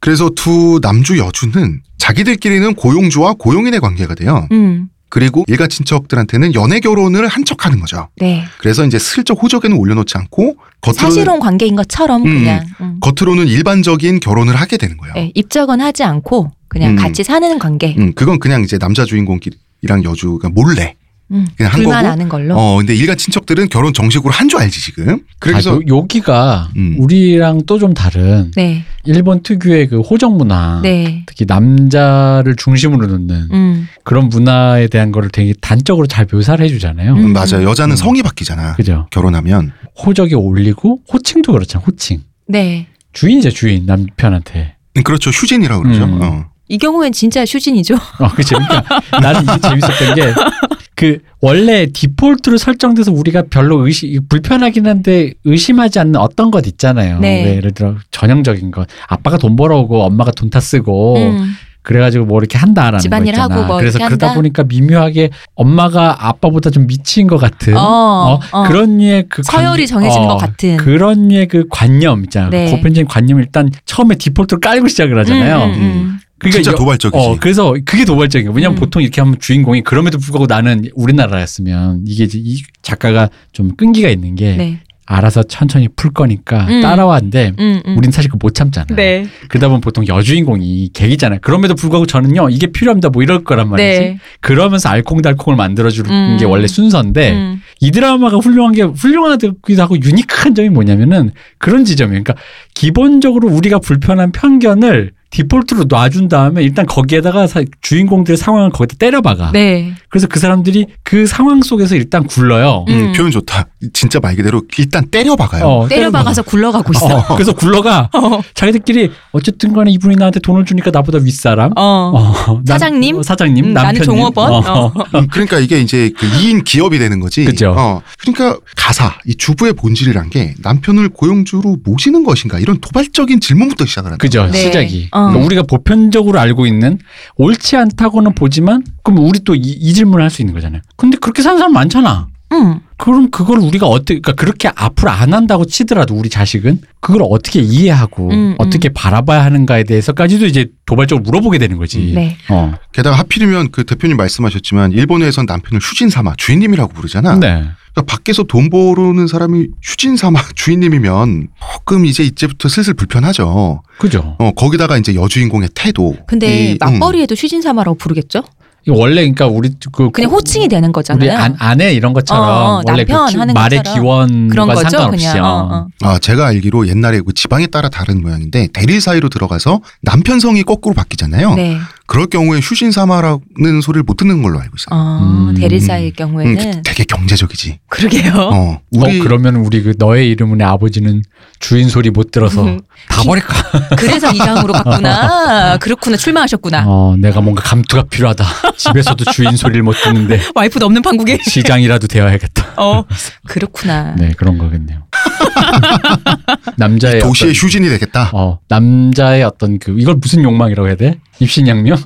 Speaker 1: 그래서 두 남주 여주는 자기들끼리는 고용주와 고용인의 관계가 돼요.
Speaker 2: 음.
Speaker 1: 그리고 일가 친척들한테는 연애 결혼을 한 척하는 거죠.
Speaker 2: 네.
Speaker 1: 그래서 이제 슬쩍 호적에는 올려놓지 않고 겉으로는,
Speaker 2: 사실혼 관계인 것처럼
Speaker 1: 음,
Speaker 2: 그냥 음.
Speaker 1: 겉으로는 일반적인 결혼을 하게 되는 거예요.
Speaker 2: 네, 입적은 하지 않고 그냥
Speaker 1: 음.
Speaker 2: 같이 사는 관계.
Speaker 1: 음, 그건 그냥 이제 남자 주인공이랑 여주가 몰래
Speaker 2: 음.
Speaker 1: 그냥 한
Speaker 2: 둘만
Speaker 1: 거고.
Speaker 2: 아는 걸로.
Speaker 1: 어, 근데 일가 친척들은 결혼 정식으로 한 줄 알지 지금.
Speaker 3: 아,
Speaker 1: 그래서
Speaker 3: 요- 여기가
Speaker 1: 음.
Speaker 3: 우리랑 또 좀 다른
Speaker 2: 네,
Speaker 3: 일본 특유의 그 호적 문화
Speaker 1: 아.
Speaker 2: 네.
Speaker 3: 특히 남자를 중심으로 놓는
Speaker 2: 음.
Speaker 3: 그런 문화에 대한 거를 되게 단적으로 잘 묘사를 해주잖아요.
Speaker 2: 음.
Speaker 1: 음, 맞아요. 여자는
Speaker 3: 음.
Speaker 1: 성이 바뀌잖아.
Speaker 3: 그죠?
Speaker 1: 결혼하면
Speaker 3: 호적이 올리고 호칭도 그렇잖아. 호칭
Speaker 2: 네.
Speaker 3: 주인이죠 주인 남편한테.
Speaker 1: 음, 그렇죠. 휴진이라고 그러죠.
Speaker 3: 음.
Speaker 1: 어.
Speaker 2: 이 경우엔 진짜 휴진이죠.
Speaker 3: *laughs* 어, 그 재밌다. 나는 이게 재밌었던 게 그 원래 디폴트로 설정돼서 우리가 별로 의심 불편하긴 한데 의심하지 않는 어떤 것 있잖아요.
Speaker 2: 네.
Speaker 3: 왜 예를 들어 전형적인 것 아빠가 돈 벌어오고 엄마가 돈 다 쓰고
Speaker 2: 음.
Speaker 3: 그래가지고 뭐 이렇게 한다라는 거
Speaker 2: 집안일
Speaker 3: 있잖아.
Speaker 2: 하고 뭐
Speaker 3: 그래서
Speaker 2: 이렇게
Speaker 3: 그러다
Speaker 2: 한다?
Speaker 3: 보니까 미묘하게 엄마가 아빠보다 좀 미친 것 같은
Speaker 2: 어,
Speaker 3: 어,
Speaker 2: 어.
Speaker 3: 그런 류의 그 관-
Speaker 2: 서열이 정해진
Speaker 3: 어,
Speaker 2: 것 같은.
Speaker 3: 그런 류의 그 관념 있잖아.
Speaker 2: 네.
Speaker 3: 보편적인 관념 일단 처음에 디폴트로 깔고 시작을 하잖아요.
Speaker 2: 음, 음,
Speaker 3: 그러니까
Speaker 1: 진짜
Speaker 3: 여-
Speaker 1: 도발적이지.
Speaker 3: 어, 그래서 그게 도발적인 거예요. 왜냐면
Speaker 2: 음.
Speaker 3: 보통 이렇게 하면 주인공이 그럼에도 불구하고 나는 우리나라였으면 이게 이제 이 작가가 좀 끈기가 있는 게
Speaker 2: 음. 네.
Speaker 3: 알아서 천천히 풀 거니까
Speaker 2: 음.
Speaker 3: 따라와는데
Speaker 2: 음, 음.
Speaker 3: 우린 사실 그거 못 참잖아.
Speaker 2: 네.
Speaker 3: 그러다 보면 보통 여주인공이 계기잖아요. 그럼에도 불구하고 저는요, 이게 필요합니다. 뭐 이럴 거란 말이지.
Speaker 2: 네.
Speaker 3: 그러면서 알콩달콩을 만들어주는
Speaker 2: 음.
Speaker 3: 게 원래 순서인데
Speaker 2: 음.
Speaker 3: 이 드라마가 훌륭한 게 훌륭하기도 하고 유니크한 점이 뭐냐면은 그런 지점이에요. 그러니까 기본적으로 우리가 불편한 편견을 디폴트로 놔준 다음에 일단 거기에다가 사- 주인공들의 상황을 거기다 때려박아.
Speaker 2: 네.
Speaker 3: 그래서 그 사람들이 그 상황 속에서 일단 굴러요.
Speaker 1: 음,
Speaker 2: 음.
Speaker 1: 표현 좋다. 진짜 말 그대로 일단 때려박아요.
Speaker 3: 어,
Speaker 2: 때려박아서 굴러가고 있어.
Speaker 3: 어, 그래서 굴러가 자기들끼리 어쨌든 간에 이분이 나한테 돈을 주니까 나보다 윗사람.
Speaker 2: 어.
Speaker 3: 어, 남-
Speaker 2: 사장님?
Speaker 3: 어, 사장님,
Speaker 2: 음, 나는
Speaker 3: 남편님.
Speaker 2: 종업원.
Speaker 3: 어.
Speaker 2: 어.
Speaker 1: 음, 그러니까 이게 이제 그 2인 기업이 되는 거지.
Speaker 3: 그죠.
Speaker 1: 어, 그러니까 가사, 이 주부의 본질이란 게 남편을 고용주로 모시는 것인가 이런 도발적인 질문부터 시작을 한다.
Speaker 3: 그죠
Speaker 2: 네.
Speaker 3: 시작이
Speaker 2: 어.
Speaker 3: 그러니까 우리가 보편적으로 알고 있는 옳지 않다고는 보지만 그럼 우리 또 이 질문을 할 수 있는 거잖아요 근데 그렇게 사는 사람 많잖아
Speaker 2: 음.
Speaker 3: 그럼 그걸 우리가 어떻게 그러니까 그렇게 앞으로 안 한다고 치더라도 우리 자식은 그걸 어떻게 이해하고
Speaker 2: 음, 음.
Speaker 3: 어떻게 바라봐야 하는가에 대해서까지도 이제 도발적으로 물어보게 되는 거지
Speaker 2: 네.
Speaker 3: 어.
Speaker 1: 게다가 하필이면 그 대표님 말씀하셨지만 일본에선 남편을 휴진 삼아 주인님이라고 부르잖아.
Speaker 3: 네.
Speaker 1: 그러니까 밖에서 돈 벌어오는 사람이 휴진 삼아 *laughs* 주인님이면 조금 이제 이제부터 슬슬 불편하죠.
Speaker 3: 그죠
Speaker 1: 어, 거기다가 이제 여주인공의 태도.
Speaker 2: 근데
Speaker 3: 음.
Speaker 1: 이, 음.
Speaker 2: 맞벌이에도 휴진 삼아라고 부르겠죠?
Speaker 3: 이거 원래 그러니까 우리 그
Speaker 2: 그냥 호칭이 되는
Speaker 3: 우리
Speaker 2: 거잖아요.
Speaker 3: 안, 아내 이런 것처럼
Speaker 2: 어, 어,
Speaker 3: 원래 그
Speaker 2: 남편
Speaker 3: 기-
Speaker 2: 하는
Speaker 3: 말의
Speaker 2: 것처럼 그런
Speaker 3: 기원과
Speaker 2: 거죠,
Speaker 3: 상관없이
Speaker 2: 그냥. 어, 어.
Speaker 1: 음. 아, 제가 알기로 옛날에 그 지방에 따라 다른 모양인데 대리 사이로 들어가서 남편 성이 거꾸로 바뀌잖아요.
Speaker 2: 네.
Speaker 1: 그럴 경우에 휴신 삼아라는 소리를 못 듣는 걸로 알고 있어요.
Speaker 2: 어,
Speaker 3: 음.
Speaker 2: 대리사일
Speaker 1: 음,
Speaker 2: 경우에는
Speaker 1: 되게 경제적이지.
Speaker 2: 그러게요.
Speaker 1: 어, 우리
Speaker 3: 어, 그러면 우리 그 너의 이름은 내 아버지는 주인 소리 못 들어서
Speaker 2: 음.
Speaker 3: 다 버릴까?
Speaker 2: 그래서 이장으로
Speaker 3: *laughs*
Speaker 2: 갔구나. 그렇구나. 출마하셨구나.
Speaker 3: 어, 내가 뭔가 감투가
Speaker 1: *laughs*
Speaker 3: 필요하다. 집에서도 주인 소리를 못 듣는데
Speaker 2: 와이프도 없는
Speaker 3: *laughs*
Speaker 2: 판국에.
Speaker 3: 시장이라도 되어야겠다.
Speaker 2: 어. 그렇구나.
Speaker 3: 네, 그런 거겠네요. *laughs* 남자의
Speaker 1: 도시의
Speaker 3: 어떤,
Speaker 1: 휴진이 되겠다.
Speaker 3: 어, 남자의 어떤 그 이걸 무슨 욕망이라고 해야 돼? 입신양명?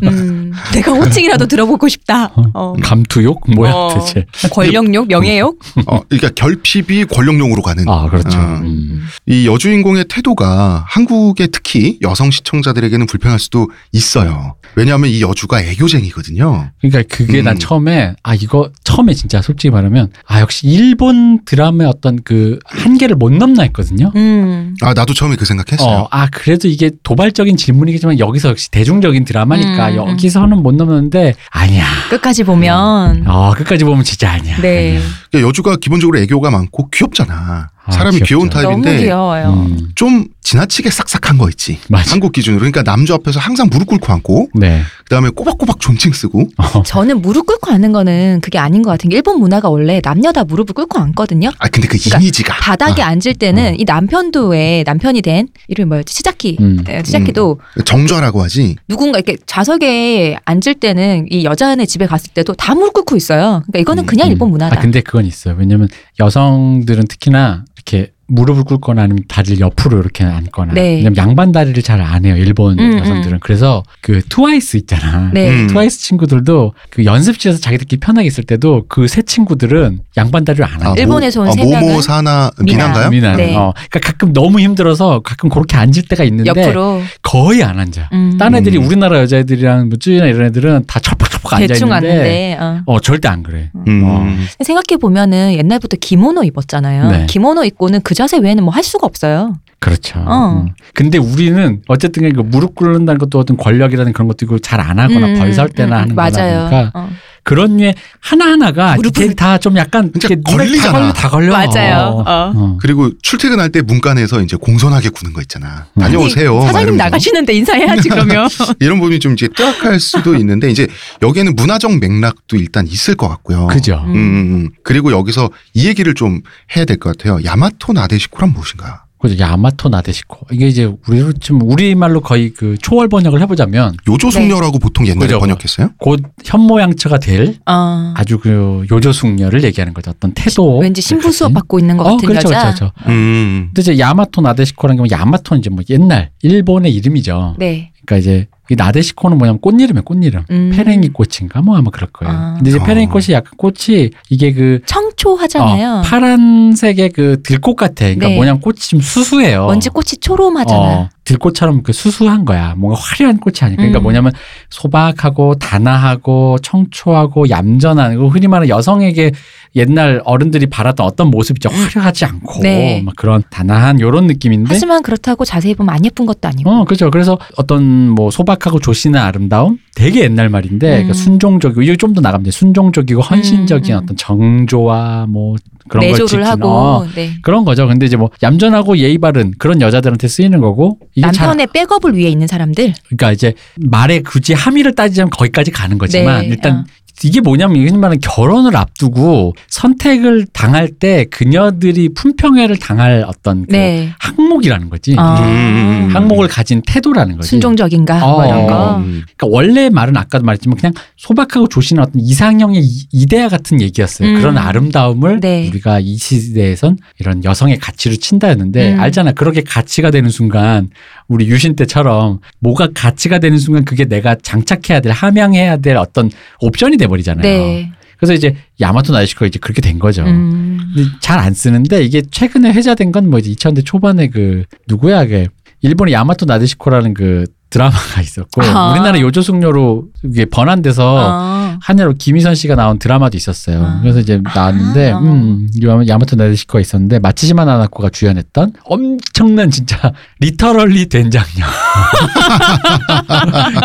Speaker 3: 네.
Speaker 2: 음, 내가 호칭이라도 들어보고 싶다. 어.
Speaker 3: 감투욕? 뭐야
Speaker 2: 어.
Speaker 3: 대체?
Speaker 2: 권력욕, 명예욕.
Speaker 1: 어, 그러니까 결핍이 권력용으로 가는
Speaker 3: 아, 그렇죠.
Speaker 1: 어.
Speaker 3: 음.
Speaker 1: 이 여주인공의 태도가 한국의 특히 여성 시청자들에게는 불편할 수도 있어요. 왜냐하면 이 여주가 애교쟁이거든요.
Speaker 3: 그러니까 그게 난
Speaker 1: 음.
Speaker 3: 처음에 아 이거 처음에 진짜 솔직히 말하면 아 역시 일본 드라마의 어떤 그 한계를 못 넘나 했거든요.
Speaker 2: 음.
Speaker 1: 아 나도 처음에 그 생각했어요.
Speaker 3: 어, 아, 그래도 이게 도발적인 질문이겠지만 여기서 역시 대중적인 드라마니까
Speaker 2: 음, 음.
Speaker 3: 여기서는 못 넘었는데 아니야.
Speaker 2: 끝까지 보면.
Speaker 3: 어, 끝까지 보면 진짜 아니야.
Speaker 2: 네.
Speaker 3: 아니야.
Speaker 1: 그러니까 여주가 기본적으로 애교가 많고 귀엽잖아.
Speaker 3: 아,
Speaker 1: 사람이 귀여운
Speaker 3: 귀엽죠.
Speaker 2: 너무
Speaker 1: 타입인데
Speaker 2: 귀여워요.
Speaker 3: 음,
Speaker 1: 좀 지나치게 싹싹한 거 있지.
Speaker 3: 맞아.
Speaker 1: 한국 기준으로 그러니까 남자 앞에서 항상 무릎 꿇고 앉고
Speaker 3: 네.
Speaker 1: 그다음에 꼬박꼬박 존칭 쓰고
Speaker 3: 어.
Speaker 2: 저는 무릎 꿇고 앉는 거는 그게 아닌 것 같은 게 일본 문화가 원래 남녀 다 무릎을 꿇고 앉거든요.
Speaker 1: 아 근데 그
Speaker 2: 그러니까
Speaker 1: 이미지가
Speaker 2: 바닥에 앉을 때는
Speaker 3: 어.
Speaker 2: 이 남편도 왜 남편이 된 이름이 뭐였지? 치자키.
Speaker 3: 음.
Speaker 2: 네, 치자키도
Speaker 1: 정좌라고 하지.
Speaker 2: 누군가 이렇게 좌석에 앉을 때는 이 여자네 집에 갔을 때도 다 무릎 꿇고 있어요. 그러니까 이거는
Speaker 1: 음,
Speaker 2: 그냥
Speaker 3: 음.
Speaker 2: 일본 문화다.
Speaker 3: 아, 근데 그건 있어요. 왜냐면 여성들은 특히나 이렇게 무릎을 꿇거나 아니면 다리를 옆으로 이렇게 앉거나.
Speaker 2: 네.
Speaker 3: 왜냐면 양반 다리를 잘 안 해요. 일본
Speaker 2: 음,
Speaker 3: 여성들은. 그래서 그 트와이스 있잖아. 그
Speaker 2: 네.
Speaker 1: 음.
Speaker 3: 트와이스 친구들도 그 연습실에서 자기들끼리 편하게 있을 때도 그 세 친구들은 양반 다리를 안 해요.
Speaker 1: 아,
Speaker 2: 일본에서 온
Speaker 1: 모- 아,
Speaker 2: 세
Speaker 1: 모모
Speaker 2: 명은
Speaker 1: 사나
Speaker 2: 미나.
Speaker 1: 미나인가요?
Speaker 3: 미나는.
Speaker 2: 네.
Speaker 3: 어, 그러니까 가끔 너무 힘들어서 가끔 그렇게 앉을 때가 있는데
Speaker 2: 옆으로.
Speaker 3: 거의 안 앉아.
Speaker 2: 음,
Speaker 3: 딴 애들이
Speaker 1: 음.
Speaker 3: 우리나라 여자애들이랑 뭐 쭈이나 이런 애들은 다 철pak철pak 앉아
Speaker 2: 대충
Speaker 3: 있는데
Speaker 2: 앉는데. 어.
Speaker 3: 어 절대 안 그래.
Speaker 1: 음.
Speaker 3: 어.
Speaker 2: 생각해 보면은 옛날부터 기모노 입었잖아요.
Speaker 3: 네.
Speaker 2: 기모노 입고는 그 자세 외에는 뭐 할 수가 없어요.
Speaker 3: 그렇죠.
Speaker 2: 어.
Speaker 3: 음. 근데 우리는 어쨌든 간에 그 무릎 꿇는다는 것도 어떤 권력이라는 그런 것도 있고 잘 안 하거나
Speaker 2: 음,
Speaker 3: 벌살
Speaker 2: 음,
Speaker 3: 때나
Speaker 2: 음,
Speaker 3: 하는 거다
Speaker 2: 맞아요.
Speaker 3: 보니까
Speaker 2: 어.
Speaker 3: 그런 류의 하나하나가
Speaker 2: 무릎을-
Speaker 3: 디테일이 다 좀 약간
Speaker 1: 진짜
Speaker 3: 이렇게 눈에
Speaker 1: 걸리잖아.
Speaker 3: 다 걸려. 다 걸려.
Speaker 2: 맞아요. 어.
Speaker 3: 어.
Speaker 1: 그리고 출퇴근할 때 문간에서 이제 공손하게 구는 거 있잖아.
Speaker 3: 음.
Speaker 1: 다녀오세요. 막
Speaker 2: 네, 사장님
Speaker 1: 이러면서.
Speaker 2: 나가시는데
Speaker 3: *laughs*
Speaker 2: 인사해야지 그러면.
Speaker 1: 이런 부분이 좀 이제 뚜약할 수도 있는데 이제 여기에는 문화적 맥락도 일단 있을 것 같고요.
Speaker 3: 그죠.
Speaker 2: 음.
Speaker 1: 음, 음, 음. 그리고 여기서 이 얘기를 좀 해야 될 것 같아요. 야마토 나데시코란 무엇인가?
Speaker 3: 그 그리고 야마토 나데시코 이게 이제 우리로 좀 우리 말로 거의 그 초월 번역을 해보자면
Speaker 1: 요조숙녀라고
Speaker 2: 네.
Speaker 1: 보통 옛날에
Speaker 3: 그죠.
Speaker 1: 번역했어요?
Speaker 3: 곧 현모양처가 될
Speaker 2: 어.
Speaker 3: 아주 그 요조숙녀를 얘기하는 거죠. 어떤 태도
Speaker 2: 왠지 신부 수업
Speaker 3: 같은.
Speaker 2: 받고 있는 것
Speaker 3: 어,
Speaker 2: 같은
Speaker 3: 그렇죠,
Speaker 2: 여자.
Speaker 3: 그렇죠, 그렇죠.
Speaker 1: 음.
Speaker 3: 근데 이제 야마토 나데시코라는 경우 야마토는 이제 뭐 옛날 일본의 이름이죠.
Speaker 2: 네.
Speaker 3: 그러니까 이제 이 나데시코는 뭐냐면 꽃이름이에요, 꽃이름.
Speaker 2: 음.
Speaker 3: 페랭이 꽃인가 뭐 아마 그럴 거예요.
Speaker 2: 아.
Speaker 3: 근데 이제 페랭이
Speaker 1: 어.
Speaker 3: 꽃이 약간 꽃이 이게 그
Speaker 2: 청초하잖아요.
Speaker 3: 어, 파란색의 그 들꽃 같아. 그러니까
Speaker 2: 네.
Speaker 3: 뭐냐면 꽃이 좀 수수해요.
Speaker 2: 먼지 꽃이 초롬하잖아.
Speaker 3: 어, 들꽃처럼 그 수수한 거야. 뭔가 화려한 꽃이 아니야. 그러니까
Speaker 2: 음.
Speaker 3: 뭐냐면 소박하고 단아하고 청초하고 얌전한 그 흔히 말하는 여성에게 옛날 어른들이 바랐던 어떤 모습이죠. 화려하지 않고
Speaker 2: 네.
Speaker 3: 막 그런 단아한 요런 느낌인데
Speaker 2: 하지만 그렇다고 자세히 보면 안 예쁜 것도 아니고.
Speaker 3: 어, 그렇죠. 그래서 어떤 뭐 소박하고 조신한 아름다움, 되게 옛날 말인데 그러니까
Speaker 2: 음.
Speaker 3: 순종적이고 이게 좀 더 나갑니다. 순종적이고 헌신적인
Speaker 2: 음, 음.
Speaker 3: 어떤 정조와 뭐 그런 걸 지키는
Speaker 2: 내조를 하고
Speaker 3: 어,
Speaker 2: 네.
Speaker 3: 그런 거죠. 근데 이제 뭐 얌전하고 예의 바른 그런 여자들한테 쓰이는 거고 이게 잘
Speaker 2: 남편의 백업을 위해 있는 사람들.
Speaker 3: 그러니까 이제 말에 굳이 함의를 따지자면 거기까지 가는 거지만
Speaker 2: 네,
Speaker 3: 일단
Speaker 2: 어.
Speaker 3: 이게 뭐냐면 이게 말은 결혼을 앞두고 선택을 당할 때 그녀들이 품평회를 당할 어떤 그
Speaker 2: 네.
Speaker 3: 항목이라는 거지.
Speaker 2: 아.
Speaker 1: 음.
Speaker 3: 항목을 가진 태도라는 거지.
Speaker 2: 순종적인가 뭐
Speaker 3: 그 어.
Speaker 2: 이런 거.
Speaker 1: 음.
Speaker 3: 그러니까 원래 말은 아까도 말했지만 그냥 소박하고 조신한 어떤 이상형의 이- 이데아 같은 얘기였어요.
Speaker 2: 음.
Speaker 3: 그런 아름다움을
Speaker 2: 네.
Speaker 3: 우리가 이 시대에선 이런 여성의 가치로 친다였는데
Speaker 2: 음.
Speaker 3: 알잖아. 그렇게 가치가 되는 순간 우리 유신 때처럼 뭐가 가치가 되는 순간 그게 내가 장착해야 될 함양해야 될 어떤 옵션이 돼 버리잖아요.
Speaker 2: 네.
Speaker 3: 그래서 이제 야마토 나이시코가 이제 그렇게 된 거죠.
Speaker 2: 음.
Speaker 3: 잘 안 쓰는데 이게 최근에 회자된 건 뭐 이제 2000대 초반에 그 누구야 그 일본의 야마토 나데시코라는 그 드라마가 *laughs* 있었고
Speaker 2: 아.
Speaker 3: 우리나라 요조숙녀로 이게 번안돼서
Speaker 2: 어.
Speaker 3: 한예로 김희선 씨가 나온 드라마도 있었어요.
Speaker 2: 아.
Speaker 3: 그래서 이제 나왔는데
Speaker 2: 아.
Speaker 3: 음, 이 야마- 야마토 나데시코가 있었는데 마치시마 나나코가 주연했던 엄청난 진짜 *laughs* 리터럴리 된장녀. *laughs*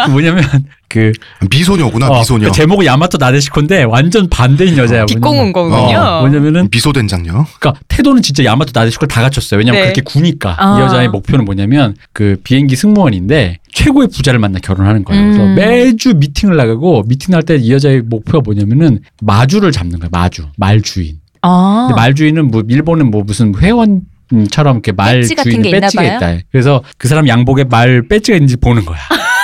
Speaker 3: 그 뭐냐면 그
Speaker 1: 미소녀구나
Speaker 3: 어,
Speaker 1: 미소녀.
Speaker 3: 그 제목은 야마토 나데시코인데 완전 반대인 여자야.
Speaker 2: 뒷공은
Speaker 3: 뭐
Speaker 2: 거군요.
Speaker 1: 어,
Speaker 3: 뭐냐면은
Speaker 1: 미소된장녀.
Speaker 3: 그러니까 태도는 진짜 야마토 나데시코를 다 갖췄어요. 왜냐면
Speaker 2: 네.
Speaker 3: 그렇게 구니까
Speaker 2: 아.
Speaker 3: 이 여자의 목표는 뭐냐면 그 비행기 승무원인데 최고의 부자를 만나 결혼하는 거예요. 그래서
Speaker 2: 음.
Speaker 3: 매주 미팅을 나가고 미팅 할 때 이 여자의 목표가 뭐냐면은 마주를 잡는 거예요. 마주 말 주인.
Speaker 2: 아.
Speaker 3: 근데 말 주인은 뭐 일본은 뭐 무슨 회원 처럼 이렇게 말
Speaker 2: 배지 같은
Speaker 3: 주인
Speaker 2: 게 있나
Speaker 3: 배지가
Speaker 2: 봐요?
Speaker 3: 있다. 그래서 그 사람 양복에 말 배지가 있는지 보는
Speaker 2: *laughs*
Speaker 3: 거야.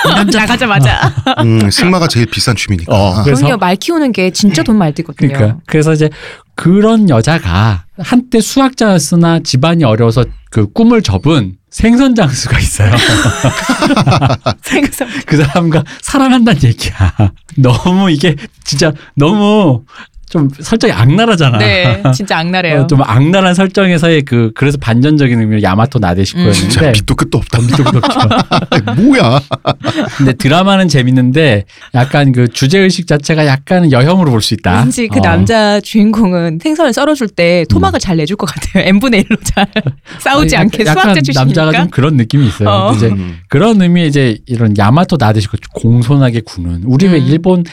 Speaker 2: 어. 나가자마자.
Speaker 1: 음, 승마가 제일 비싼 취미니까. 아,
Speaker 3: 어, 그래서
Speaker 2: 그럼요. 말 키우는 게 진짜 돈 많이 들거든요.
Speaker 3: 그러니까 그래서 이제 그런 여자가 한때 수학자였으나 집안이 어려워서 그 꿈을 접은 생선 장수가 있어요.
Speaker 2: *laughs* 생선.
Speaker 3: 그 사람과 사랑한다는 얘기야. *laughs* 너무 이게 진짜 너무 좀 설정이 악랄하잖아.
Speaker 2: 네, 진짜 악랄해요.
Speaker 3: *laughs* 어, 좀 악랄한 설정에서의 그 그래서 반전적인 의미로 야마토
Speaker 2: 음.
Speaker 1: 진짜 *laughs*
Speaker 3: 나데시코였는데
Speaker 1: 빛도 끝도 없다.
Speaker 3: 좀
Speaker 1: *laughs*
Speaker 3: 그렇죠.
Speaker 1: 뭐야?
Speaker 3: 근데 드라마는 재밌는데 약간 그 주제 의식 자체가 약간 여혐으로 볼 수 있다.
Speaker 2: 왠지 그
Speaker 3: 어.
Speaker 2: 남자 주인공은 생선을 썰어줄 때 토막을 잘 내줄 것 같아요. *laughs* n분의 1로 잘 싸우지
Speaker 3: 아니,
Speaker 2: 않게
Speaker 3: 네. 약간
Speaker 2: 수학자 출신이니까.
Speaker 3: 남자가 좀 그런 느낌이 있어요.
Speaker 2: 어.
Speaker 3: 이제
Speaker 1: 음.
Speaker 3: 그런 의미에 이제 이런 야마토 나데시코 공손하게 구는 우리 왜
Speaker 2: 음.
Speaker 3: 일본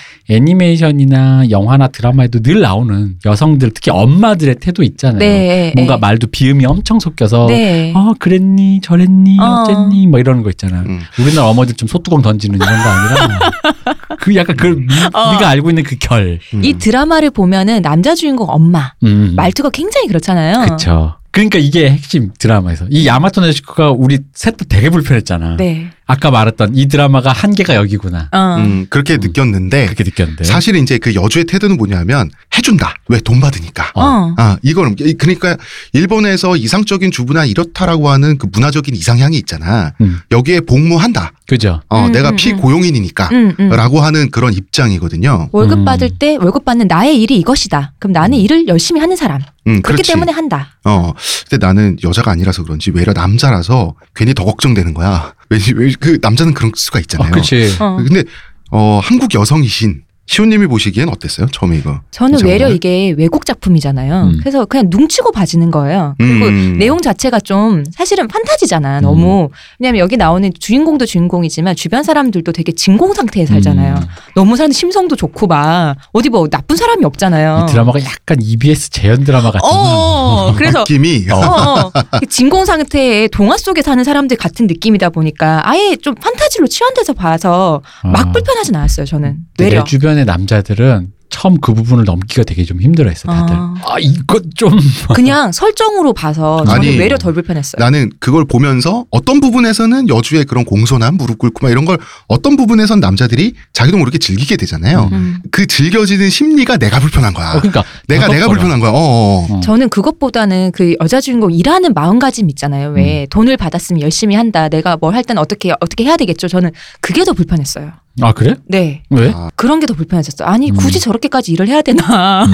Speaker 3: 애니메이션이나 영화나 드라마에도 늘 나오는 여성들 특히 엄마들의 태도 있잖아요.
Speaker 2: 네,
Speaker 3: 뭔가
Speaker 2: 네.
Speaker 3: 말도 비음이 엄청 섞여서
Speaker 2: 네.
Speaker 3: 어 그랬니 저랬니
Speaker 2: 어.
Speaker 3: 어쨌니 뭐 이러는 거 있잖아.
Speaker 1: 음.
Speaker 3: 우리나라 어머니들 좀 소뚜껑 던지는 이런
Speaker 2: *laughs*
Speaker 3: 거 아니라 그 약간 그 미-
Speaker 2: 어.
Speaker 3: 우리가 알고 있는 그 결.
Speaker 2: 이
Speaker 1: 음.
Speaker 2: 드라마를 보면은 남자 주인공 엄마
Speaker 3: 음.
Speaker 2: 말투가 어. 굉장히 그렇잖아요.
Speaker 3: 그쵸. 그러니까 이게 핵심 드라마에서 이 야마토 나데시코가 우리 셋다 되게 불편했잖아.
Speaker 2: 네.
Speaker 3: 아까 말했던 이 드라마가 한계가 여기구나.
Speaker 2: 어.
Speaker 1: 음, 그렇게 느꼈는데
Speaker 3: 그렇게 네. 느꼈는데.
Speaker 1: 사실 이제 그 여주의 태도는 뭐냐면 해준다. 왜 돈 받으니까.
Speaker 2: 어.
Speaker 1: 아, 이거는 그러니까 일본에서 이상적인 주부나 이렇다라고 하는 그 문화적인 이상향이 있잖아.
Speaker 3: 음.
Speaker 1: 여기에 복무한다.
Speaker 3: 그죠.
Speaker 1: 어,
Speaker 2: 음,
Speaker 1: 내가
Speaker 2: 음,
Speaker 1: 피고용인이니까.
Speaker 2: 음, 음.
Speaker 1: 라고 하는 그런 입장이거든요.
Speaker 2: 월급
Speaker 3: 음.
Speaker 2: 받을 때 월급 받는 나의 일이 이것이다. 그럼 나는 일을 열심히 하는 사람.
Speaker 1: 음,
Speaker 2: 그렇기
Speaker 1: 그렇지.
Speaker 2: 때문에 한다.
Speaker 1: 어. 근데 나는 여자가 아니라서 그런지 외려 남자라서 괜히 더 걱정되는 거야. 왠지 왠지 그 남자는 그런 수가 있잖아요. 음.
Speaker 3: 아, 그치.
Speaker 2: 어.
Speaker 1: 근데 어, 한국 여성이신 시온님이 보시기엔 어땠어요? 처음에 이거.
Speaker 2: 저는
Speaker 1: 괜찮아요?
Speaker 2: 외려 이게 외국 작품이잖아요.
Speaker 3: 음.
Speaker 2: 그래서 그냥 뭉치고 봐지는 거예요. 그리고
Speaker 1: 음.
Speaker 2: 내용 자체가 좀 사실은 판타지잖아.
Speaker 3: 음.
Speaker 2: 너무 왜냐하면 여기 나오는 주인공도 주인공이지만 주변 사람들도 되게 진공 상태에 살잖아요.
Speaker 3: 음.
Speaker 2: 너무 사람 심성도 좋고 막 어디 뭐 나쁜 사람이 없잖아요.
Speaker 3: 이 드라마가 약간 EBS 재현 드라마 같은.
Speaker 2: 어, 어, 어.
Speaker 3: *laughs*
Speaker 2: 그래서
Speaker 1: 느낌이
Speaker 2: 어, 어. 그 진공 상태에 동화 속에 사는 사람들 같은 느낌이다 보니까 아예 좀 어. 판타지로 치환돼서 봐서 막 불편하진 않았어요. 저는
Speaker 3: 아. 어. 내
Speaker 2: 외려.
Speaker 3: 주변의 남자들은 처음 그 부분을 넘기가 되게 좀 힘들어했어 다들.
Speaker 2: 아.
Speaker 3: 아, 이거 좀
Speaker 2: 그냥 설정으로 봐서 저는
Speaker 1: 아니,
Speaker 2: 외려 덜 불편했어요.
Speaker 1: 나는 그걸 보면서 어떤 부분에서는 여주의 그런 공손함, 무릎 꿇고 막 이런 걸 어떤 부분에선 남자들이 자기도 모르게 즐기게 되잖아요.
Speaker 2: 음.
Speaker 1: 그 즐겨지는 심리가 내가 불편한 거야.
Speaker 3: *laughs* 어, 그러니까
Speaker 1: 아, 내가 내가
Speaker 3: 답답하더라.
Speaker 1: 불편한 거야. 어.
Speaker 3: 어.
Speaker 2: 저는 그것보다는 그 여자 주인공 일하는 마음가짐 있잖아요. 왜 돈을 받았으면 열심히 한다. 내가 뭘 할 땐 어떻게 어떻게 해야 되겠죠. 저는 그게 더 불편했어요.
Speaker 3: 아 그래?
Speaker 2: 네.
Speaker 3: 왜?
Speaker 1: 아,
Speaker 2: 그런 게 더 불편했었어요. 아니
Speaker 3: 음.
Speaker 2: 굳이 저렇게까지 일을 해야 되나? *laughs*
Speaker 3: 음.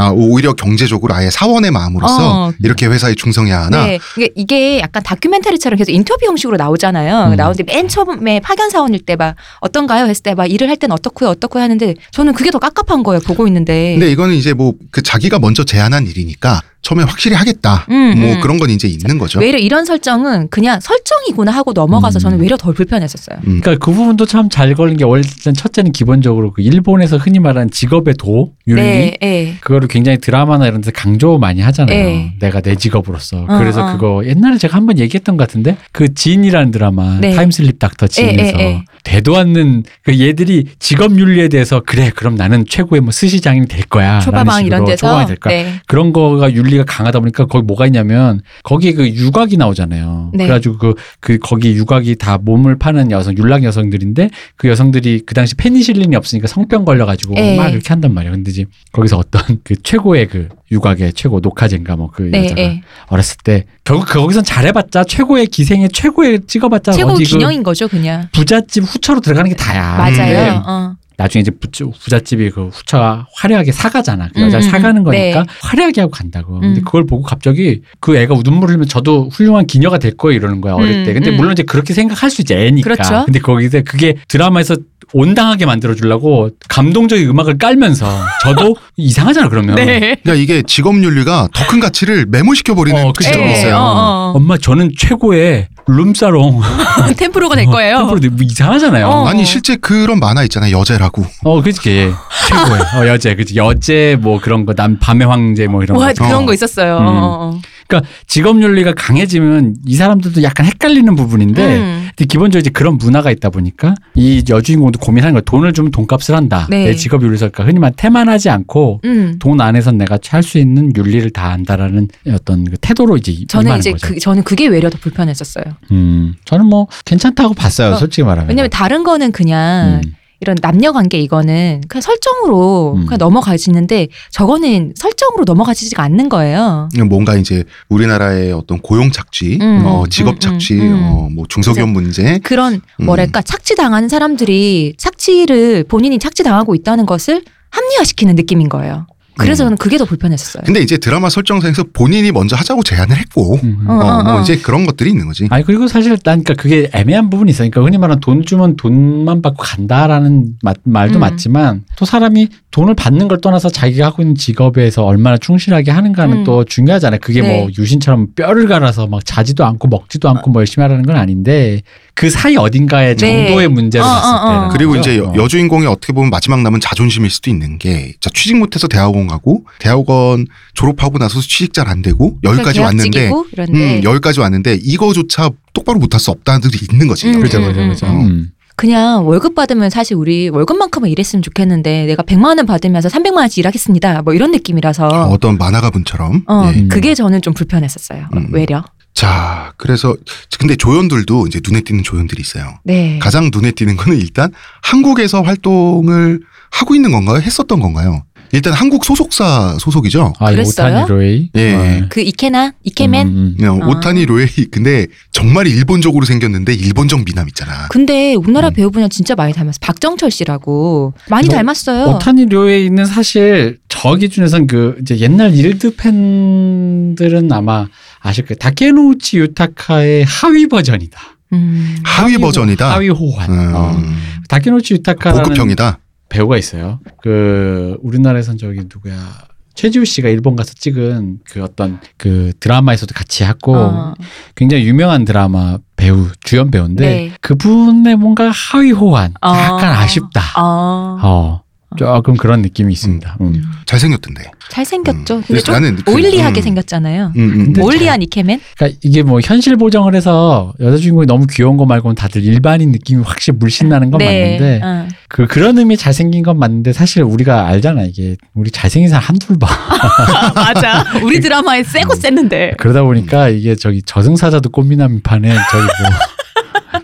Speaker 1: 아, 오히려 경제적으로 아예 사원의 마음으로서
Speaker 2: 어.
Speaker 1: 이렇게 회사에 충성해야 하나.
Speaker 2: 네, 이게, 이게 약간 다큐멘터리처럼 계속 인터뷰 형식으로 나오잖아요.
Speaker 3: 음. 나오는데
Speaker 2: 나오는데 맨 처음에 파견 사원일 때 막 어떤가요 했을 때 막 일을 할 땐 어떻고요 어떻고요 하는데 저는 그게 더 깝깝한 거예요 보고 있는데.
Speaker 1: 근데 이거는 이제 뭐 그 자기가 먼저 제안한 일이니까 처음에 확실히 하겠다.
Speaker 2: 음,
Speaker 1: 뭐
Speaker 2: 음.
Speaker 1: 그런 건 이제 있는 거죠.
Speaker 2: 외려 이런 설정은 그냥 설정이구나 하고 넘어가서
Speaker 3: 음.
Speaker 2: 저는 외려 덜 불편했었어요.
Speaker 1: 음.
Speaker 3: 그러니까 그 부분도 참 잘 걸린 게 원래 일단 첫째는 기본적으로 그 일본에서 흔히 말하는 직업의 도 윤리
Speaker 2: 네, 예.
Speaker 3: 그거를 굉장히 드라마나 이런 데서 강조 많이 하잖아요.
Speaker 2: 네.
Speaker 3: 내가 내 직업으로서.
Speaker 2: 어,
Speaker 3: 그래서
Speaker 2: 어.
Speaker 3: 그거 옛날에 제가 한번 얘기했던 것 같은데 그 진이라는 드라마
Speaker 2: 네. 예.
Speaker 3: 타임슬립 닥터 진에서
Speaker 2: 에, 에, 에.
Speaker 3: 되도 않는 그 얘들이 직업 윤리에 대해서 그래 그럼 나는 최고의 뭐 스시장이 될 거야.
Speaker 2: 초밥왕
Speaker 3: 라는 식으로
Speaker 2: 이런 데서
Speaker 3: 초밥왕이 될 거야.
Speaker 2: 네.
Speaker 3: 그런 거가 윤리가 강하다 보니까 거기 뭐가 있냐면 거기에 그 유곽이 나오잖아요.
Speaker 2: 네.
Speaker 3: 그래가지고 그, 그 거기 유곽이 다 몸을 파는 여성 윤락 여성들인데 그 여성들이 그 당시 페니실린이 없으니까 성병 걸려가지고
Speaker 2: 네.
Speaker 3: 막 이렇게 한단 말이에요. 근데 이제 거기서 어떤 *laughs* 그 최고의 그 유곽의 최고 녹화제인가 뭐 그
Speaker 2: 네,
Speaker 3: 여자가
Speaker 2: 예.
Speaker 3: 어렸을 때 결국 거기선 잘해봤자 최고의 기생에 최고의 찍어봤자
Speaker 2: 최고
Speaker 3: 어디 그
Speaker 2: 기념인 거죠 그냥.
Speaker 3: 부잣집 후처로 들어가는 게 다야. 네.
Speaker 2: 맞아요.
Speaker 3: 근데
Speaker 2: 어.
Speaker 3: 나중에 이제 부츠- 부잣집이 그 후차 화려하게 사가잖아. 그
Speaker 2: 음,
Speaker 3: 여자 를
Speaker 2: 음,
Speaker 3: 사가는
Speaker 2: 음.
Speaker 3: 거니까
Speaker 2: 네.
Speaker 3: 화려하게 하고 간다고. 근데
Speaker 2: 음.
Speaker 3: 그걸 보고 갑자기 그 애가 눈물 흘리면 저도 훌륭한 기녀가 될 거예요 이러는 거야 어릴
Speaker 2: 음,
Speaker 3: 때. 근데
Speaker 2: 음.
Speaker 3: 물론 이제 그렇게 생각할 수 있지 애니까.
Speaker 2: 그렇죠.
Speaker 3: 근데 거기서 그게 드라마에서 온당하게 만들어주려고 감동적인 음악을 깔면서
Speaker 2: *laughs*
Speaker 3: 저도 이상하잖아 그러면.
Speaker 2: 네.
Speaker 1: 그러니까 이게 직업 윤리가 더 큰 가치를 매몰시켜 버리는
Speaker 3: 어,
Speaker 1: 시점이
Speaker 3: 그쵸.
Speaker 2: 예,
Speaker 1: 있어요.
Speaker 2: 어, 어.
Speaker 3: 엄마 저는 최고의 룸사롱
Speaker 2: 템프로가 될
Speaker 3: *laughs*
Speaker 2: 거예요.
Speaker 3: 어. 템플로 뭐 이상하잖아요.
Speaker 2: 어.
Speaker 1: 아니 실제 그런 만화 있잖아요. 여제라고.
Speaker 3: 어, 그치. 최고의 어, 여제, 그치. 여제 뭐 그런 거, 난 밤의 황제 뭐 이런
Speaker 2: 와
Speaker 3: 거.
Speaker 2: 그런
Speaker 1: 어.
Speaker 2: 거 있었어요.
Speaker 3: 음.
Speaker 2: 어, 어, 어.
Speaker 3: 그러니까 직업 윤리가 강해지면 이 사람들도 약간 헷갈리는 부분인데
Speaker 2: 음.
Speaker 3: 근데 기본적으로 이제 그런 문화가 있다 보니까 이 여주인공도 고민하는 거야. 돈을 주면 돈값을 한다.
Speaker 2: 네.
Speaker 3: 내 직업 윤리설까 그러니까 흔히 말 태만 하지 않고
Speaker 2: 음.
Speaker 3: 돈 안에서 내가 할 수 있는 윤리를 다 안다라는 어떤 그 태도로 이제
Speaker 2: 저는
Speaker 3: 임하는
Speaker 2: 이제
Speaker 3: 거죠.
Speaker 2: 그, 저는 그게 외려 더 불편했었어요.
Speaker 3: 음, 저는 뭐 괜찮다고 봤어요,
Speaker 2: 어,
Speaker 3: 솔직히 말하면.
Speaker 2: 왜냐면 다른 거는 그냥
Speaker 3: 음.
Speaker 2: 이런 남녀 관계 이거는 그냥 설정으로
Speaker 3: 음.
Speaker 2: 그냥 넘어가지는데 저거는 설정으로 넘어가지지가 않는 거예요.
Speaker 1: 뭔가 이제 우리나라의 어떤 고용 착취,
Speaker 2: 음,
Speaker 1: 어,
Speaker 2: 음, 음,
Speaker 1: 직업 착취,
Speaker 2: 음, 음.
Speaker 1: 어, 뭐 중소기업 문제.
Speaker 2: 그런
Speaker 1: 음.
Speaker 2: 뭐랄까 착취 당하는 사람들이 착취를 본인이 착취 당하고 있다는 것을 합리화시키는 느낌인 거예요. 그래서
Speaker 1: 음.
Speaker 2: 저는 그게 더 불편했었어요.
Speaker 1: 근데 이제 드라마 설정상에서 본인이 먼저 하자고 제안을 했고,
Speaker 3: 음.
Speaker 2: 어,
Speaker 1: 어, 뭐
Speaker 2: 어, 어.
Speaker 1: 이제 그런 것들이 있는 거지.
Speaker 3: 아니 그리고 사실 난 그러니까 그게 애매한 부분이 있어요. 그러니까 흔히 말하는 돈 주면 돈만 받고 간다라는 마-
Speaker 2: 음.
Speaker 3: 말도 맞지만 또 사람이 돈을 받는 걸 떠나서 자기가 하고 있는 직업에서 얼마나 충실하게 하는가는
Speaker 2: 음.
Speaker 3: 또 중요하잖아요. 그게 뭐
Speaker 2: 네.
Speaker 3: 유신처럼 뼈를 갈아서 막 자지도 않고 먹지도 않고 뭐 열심히 하라는 건 아닌데 그 사이 어딘가의
Speaker 2: 네.
Speaker 3: 정도의 문제로
Speaker 2: 어,
Speaker 3: 봤을 그렇죠.
Speaker 2: 어, 어.
Speaker 3: 때
Speaker 1: 그리고 이제 여, 주인공이 어떻게 보면 마지막 남은 자존심일 수도 있는 게, 자, 취직 못해서 대학원 가고, 대학원 졸업하고 나서 취직 잘 안 되고, 여기까지 왔는데,
Speaker 2: 그러니까 계약직이고 네. 이런데
Speaker 1: 음, 여기까지 왔는데, 이거조차 똑바로 못할 수 없다는 들이 있는 거지.
Speaker 2: 음,
Speaker 3: 그렇죠, 그죠
Speaker 2: 그죠,
Speaker 3: 그죠
Speaker 2: 그죠,
Speaker 3: 그죠.
Speaker 2: 그죠. 그냥 월급 받으면 사실 우리 월급만큼은 일했으면 좋겠는데 내가 100만 원 받으면서 300만 원씩 일하겠습니다. 뭐 이런 느낌이라서
Speaker 3: 아.
Speaker 2: 어,
Speaker 1: 어떤 만화가분처럼. 예.
Speaker 3: 음.
Speaker 2: 그게 저는 좀 불편했었어요.
Speaker 1: 음.
Speaker 2: 외려.
Speaker 1: 자, 그래서, 근데 조연들도 이제 눈에 띄는 조연들이 있어요.
Speaker 2: 네.
Speaker 1: 가장 눈에 띄는 거는 일단 한국에서 활동을 하고 있는 건가요? 했었던 건가요? 일단 한국 소속사 소속이죠.
Speaker 3: 아, 이
Speaker 2: 그랬어요?
Speaker 3: 오타니 로이.
Speaker 1: 예.
Speaker 3: 어.
Speaker 2: 그 이케나 이케맨.
Speaker 3: 음, 음.
Speaker 1: 그냥
Speaker 2: 아.
Speaker 1: 어, 오타니 로에이 근데 정말 일본적으로 생겼는데 일본적 미남 있잖아.
Speaker 2: 근데 우리나라
Speaker 1: 음. 뭐,
Speaker 2: 배우분이랑 진짜 많이 닮았어. 요 박정철 씨라고 많이
Speaker 3: 너-
Speaker 2: 닮았어요.
Speaker 3: 오타니 료에 있는 사실 저 기준에선 그 이제 옛날 일드 팬들은 아마 아실 거예요. 다케노우치 유타카의 하위 버전이다.
Speaker 2: 음.
Speaker 1: 하위 버전이다.
Speaker 3: 하위 호환.
Speaker 1: 음,
Speaker 3: 어. 그러니까 다케노우치 유타카라는
Speaker 1: 보급형이다.
Speaker 3: 배우가 있어요. 그 우리나라에선 저기 누구야? 최지우 씨가 일본 가서 찍은 그 어떤 그 드라마에서도 같이 하고
Speaker 2: 어.
Speaker 3: 굉장히 유명한 드라마 배우 주연 배우인데
Speaker 2: 네.
Speaker 3: 그분의 뭔가 하위 호환
Speaker 2: 어.
Speaker 3: 약간 아쉽다.
Speaker 2: 어.
Speaker 3: 어. 조금 그런 느낌이 있습니다. 음.
Speaker 2: 음.
Speaker 1: 잘생겼던데.
Speaker 2: 잘생겼죠.
Speaker 1: 음.
Speaker 2: 근데
Speaker 1: 그래서
Speaker 2: 좀
Speaker 1: 나는 그-
Speaker 2: 오일리하게
Speaker 1: 음.
Speaker 2: 생겼잖아요.
Speaker 1: 음, 음.
Speaker 3: 근데
Speaker 2: 오일리한 이케맨?
Speaker 3: 그러니까 이게 뭐 현실 보정을 해서 여자 주인공이 너무 귀여운 거 말고는 다들 일반인 느낌이 확실히 물씬 나는 건 맞는데
Speaker 2: 어.
Speaker 3: 그 그런 의미 잘생긴 건 맞는데 사실 우리가 알잖아 이게 우리 잘생긴 사람 한둘 봐
Speaker 2: *laughs* 맞아. *laughs* 우리 드라마에 쎄고 쎘는데.
Speaker 3: 그러다 보니까 이게 저기 저승사자도 꽃미남 판에 저기 뭐 *laughs*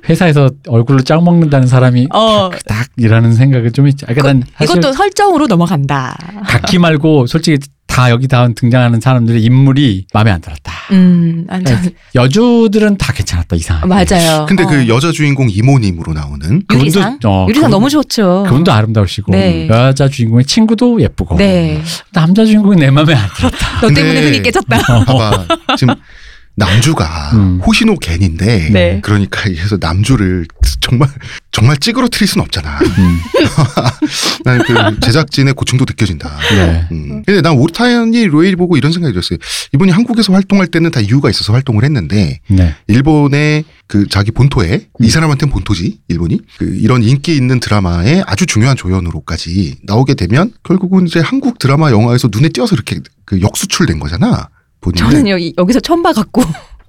Speaker 3: 회사에서 얼굴로 짝 먹는다는 사람이
Speaker 2: 어.
Speaker 3: 딱이라는 생각은 좀 있지. 그러니까 난 사실
Speaker 2: 이것도 설정으로 넘어간다.
Speaker 3: 각기 말고 솔직히 다 여기 다 등장하는 사람들의 인물이 마음에 안 들었다.
Speaker 2: 음, 완전
Speaker 3: 여주들은 다 괜찮았다 이상.
Speaker 2: 맞아요.
Speaker 1: 네. 근데
Speaker 2: 어.
Speaker 1: 그 여자 어, 주인공 이모님으로 나오는
Speaker 2: 유리상? 유리상 너무 좋죠.
Speaker 3: 그분도 아름다우시고
Speaker 2: 어. 네.
Speaker 3: 여자 주인공의 친구도 예쁘고
Speaker 2: 네.
Speaker 3: 남자 주인공이 내 마음에 안 들어.
Speaker 2: 너
Speaker 1: 근데- 음,
Speaker 2: 때문에 흥이 깨졌다.
Speaker 1: 봐봐
Speaker 2: *laughs*
Speaker 1: 지금 남주가
Speaker 3: 음.
Speaker 1: 호시노 겐인데
Speaker 2: 네.
Speaker 1: 그러니까 그래서 남주를 정말 정말 찌그러뜨릴 순 없잖아.
Speaker 3: 음.
Speaker 1: *laughs* 나는 그 제작진의 고충도 느껴진다.
Speaker 3: 네.
Speaker 1: 음. 근데 난 오타니 로에일 보고 이런 생각이 들었어요. 이분이 한국에서 활동할 때는 다 이유가 있어서 활동을 했는데
Speaker 3: 네.
Speaker 1: 일본의 그 자기 본토에
Speaker 3: 음.
Speaker 1: 이 사람한테는 본토지 일본이 그 이런 인기 있는 드라마에 아주 중요한 조연으로까지 나오게 되면 결국은 이제 한국 드라마 영화에서 눈에 띄어서 이렇게 그 역수출된 거잖아. 본인은
Speaker 2: 저는 여기, 여기서 처음 봐갖고.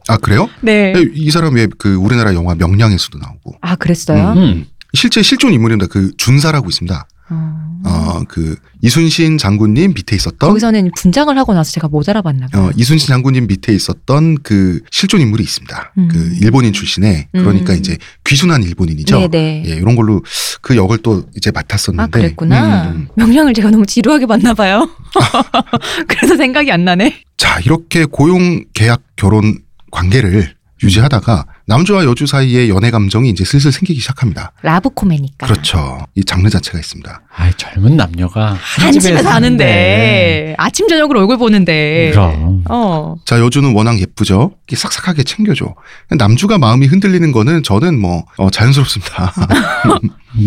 Speaker 1: 아 그래요?
Speaker 2: *laughs* 네.
Speaker 1: 이 사람 왜 그 우리나라 영화 명량에서도 나오고
Speaker 2: 아, 그랬어요?
Speaker 3: 음.
Speaker 1: 실제 실존 인물입니다. 그 준사라고 있습니다.
Speaker 2: 어.
Speaker 1: 어 그 이순신 장군님 밑에 있었던
Speaker 2: 거기서는 분장을 하고 나서 제가 못 알아봤나 봐요.
Speaker 1: 어, 이순신 장군님 밑에 있었던 그 실존 인물이 있습니다.
Speaker 2: 음.
Speaker 1: 그 일본인 출신의 그러니까
Speaker 2: 음.
Speaker 1: 이제 귀순한 일본인이죠.
Speaker 2: 네네.
Speaker 1: 예, 이런 걸로 그 역을 또 이제 맡았었는데.
Speaker 2: 아, 그랬구나.
Speaker 1: 음, 음.
Speaker 2: 명량을 제가 너무 지루하게 봤나
Speaker 1: *laughs*
Speaker 2: 봐요. *laughs* 그래서 생각이 안 나네.
Speaker 1: 자, 이렇게 고용 계약 결혼 관계를 유지하다가 남주와 여주 사이에 연애 감정이 이제 슬슬 생기기 시작합니다.
Speaker 2: 라브코메니까.
Speaker 1: 그렇죠. 이 장르 자체가 있습니다.
Speaker 3: 아 젊은 남녀가 한,
Speaker 2: 한 집에
Speaker 3: 사는데.
Speaker 2: 사는데 아침 저녁으로 얼굴
Speaker 1: 음,
Speaker 2: 보는데.
Speaker 3: 그럼.
Speaker 2: 어.
Speaker 1: 자, 여주는 워낙 예쁘죠. 이렇게 싹싹하게 챙겨줘. 남주가 마음이 흔들리는 거는 저는 뭐 어,
Speaker 2: *laughs*
Speaker 1: 자연스럽습니다.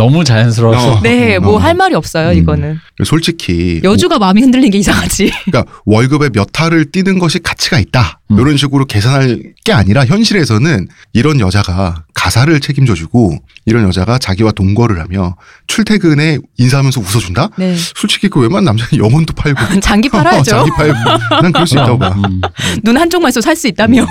Speaker 3: 너무 자연스러워서
Speaker 1: 어.
Speaker 2: 네, 뭐 할 말이 없어요,
Speaker 3: 음.
Speaker 2: 이거는.
Speaker 1: 솔직히
Speaker 2: 여주가 마음이 흔들린 게 이상하지.
Speaker 1: 그러니까 월급의 몇 타를 뛰는 것이 가치가 있다.
Speaker 3: 음.
Speaker 1: 이런 식으로 계산할 게 아니라 현실에서는 이런 여자가 가사를 책임져주고 이런 여자가 자기와 동거를 하며 출퇴근에 인사하면서 웃어준다.
Speaker 2: *laughs* 네. 어,
Speaker 1: 솔직히 그 웬만한 남자는 영혼도 팔고
Speaker 2: *laughs* 장기 *laughs* 팔아야죠.
Speaker 1: 자기 팔고 난 그럴 수 있다고 봐.
Speaker 3: 음.
Speaker 2: 눈 한쪽만 있어 살 수 있다며.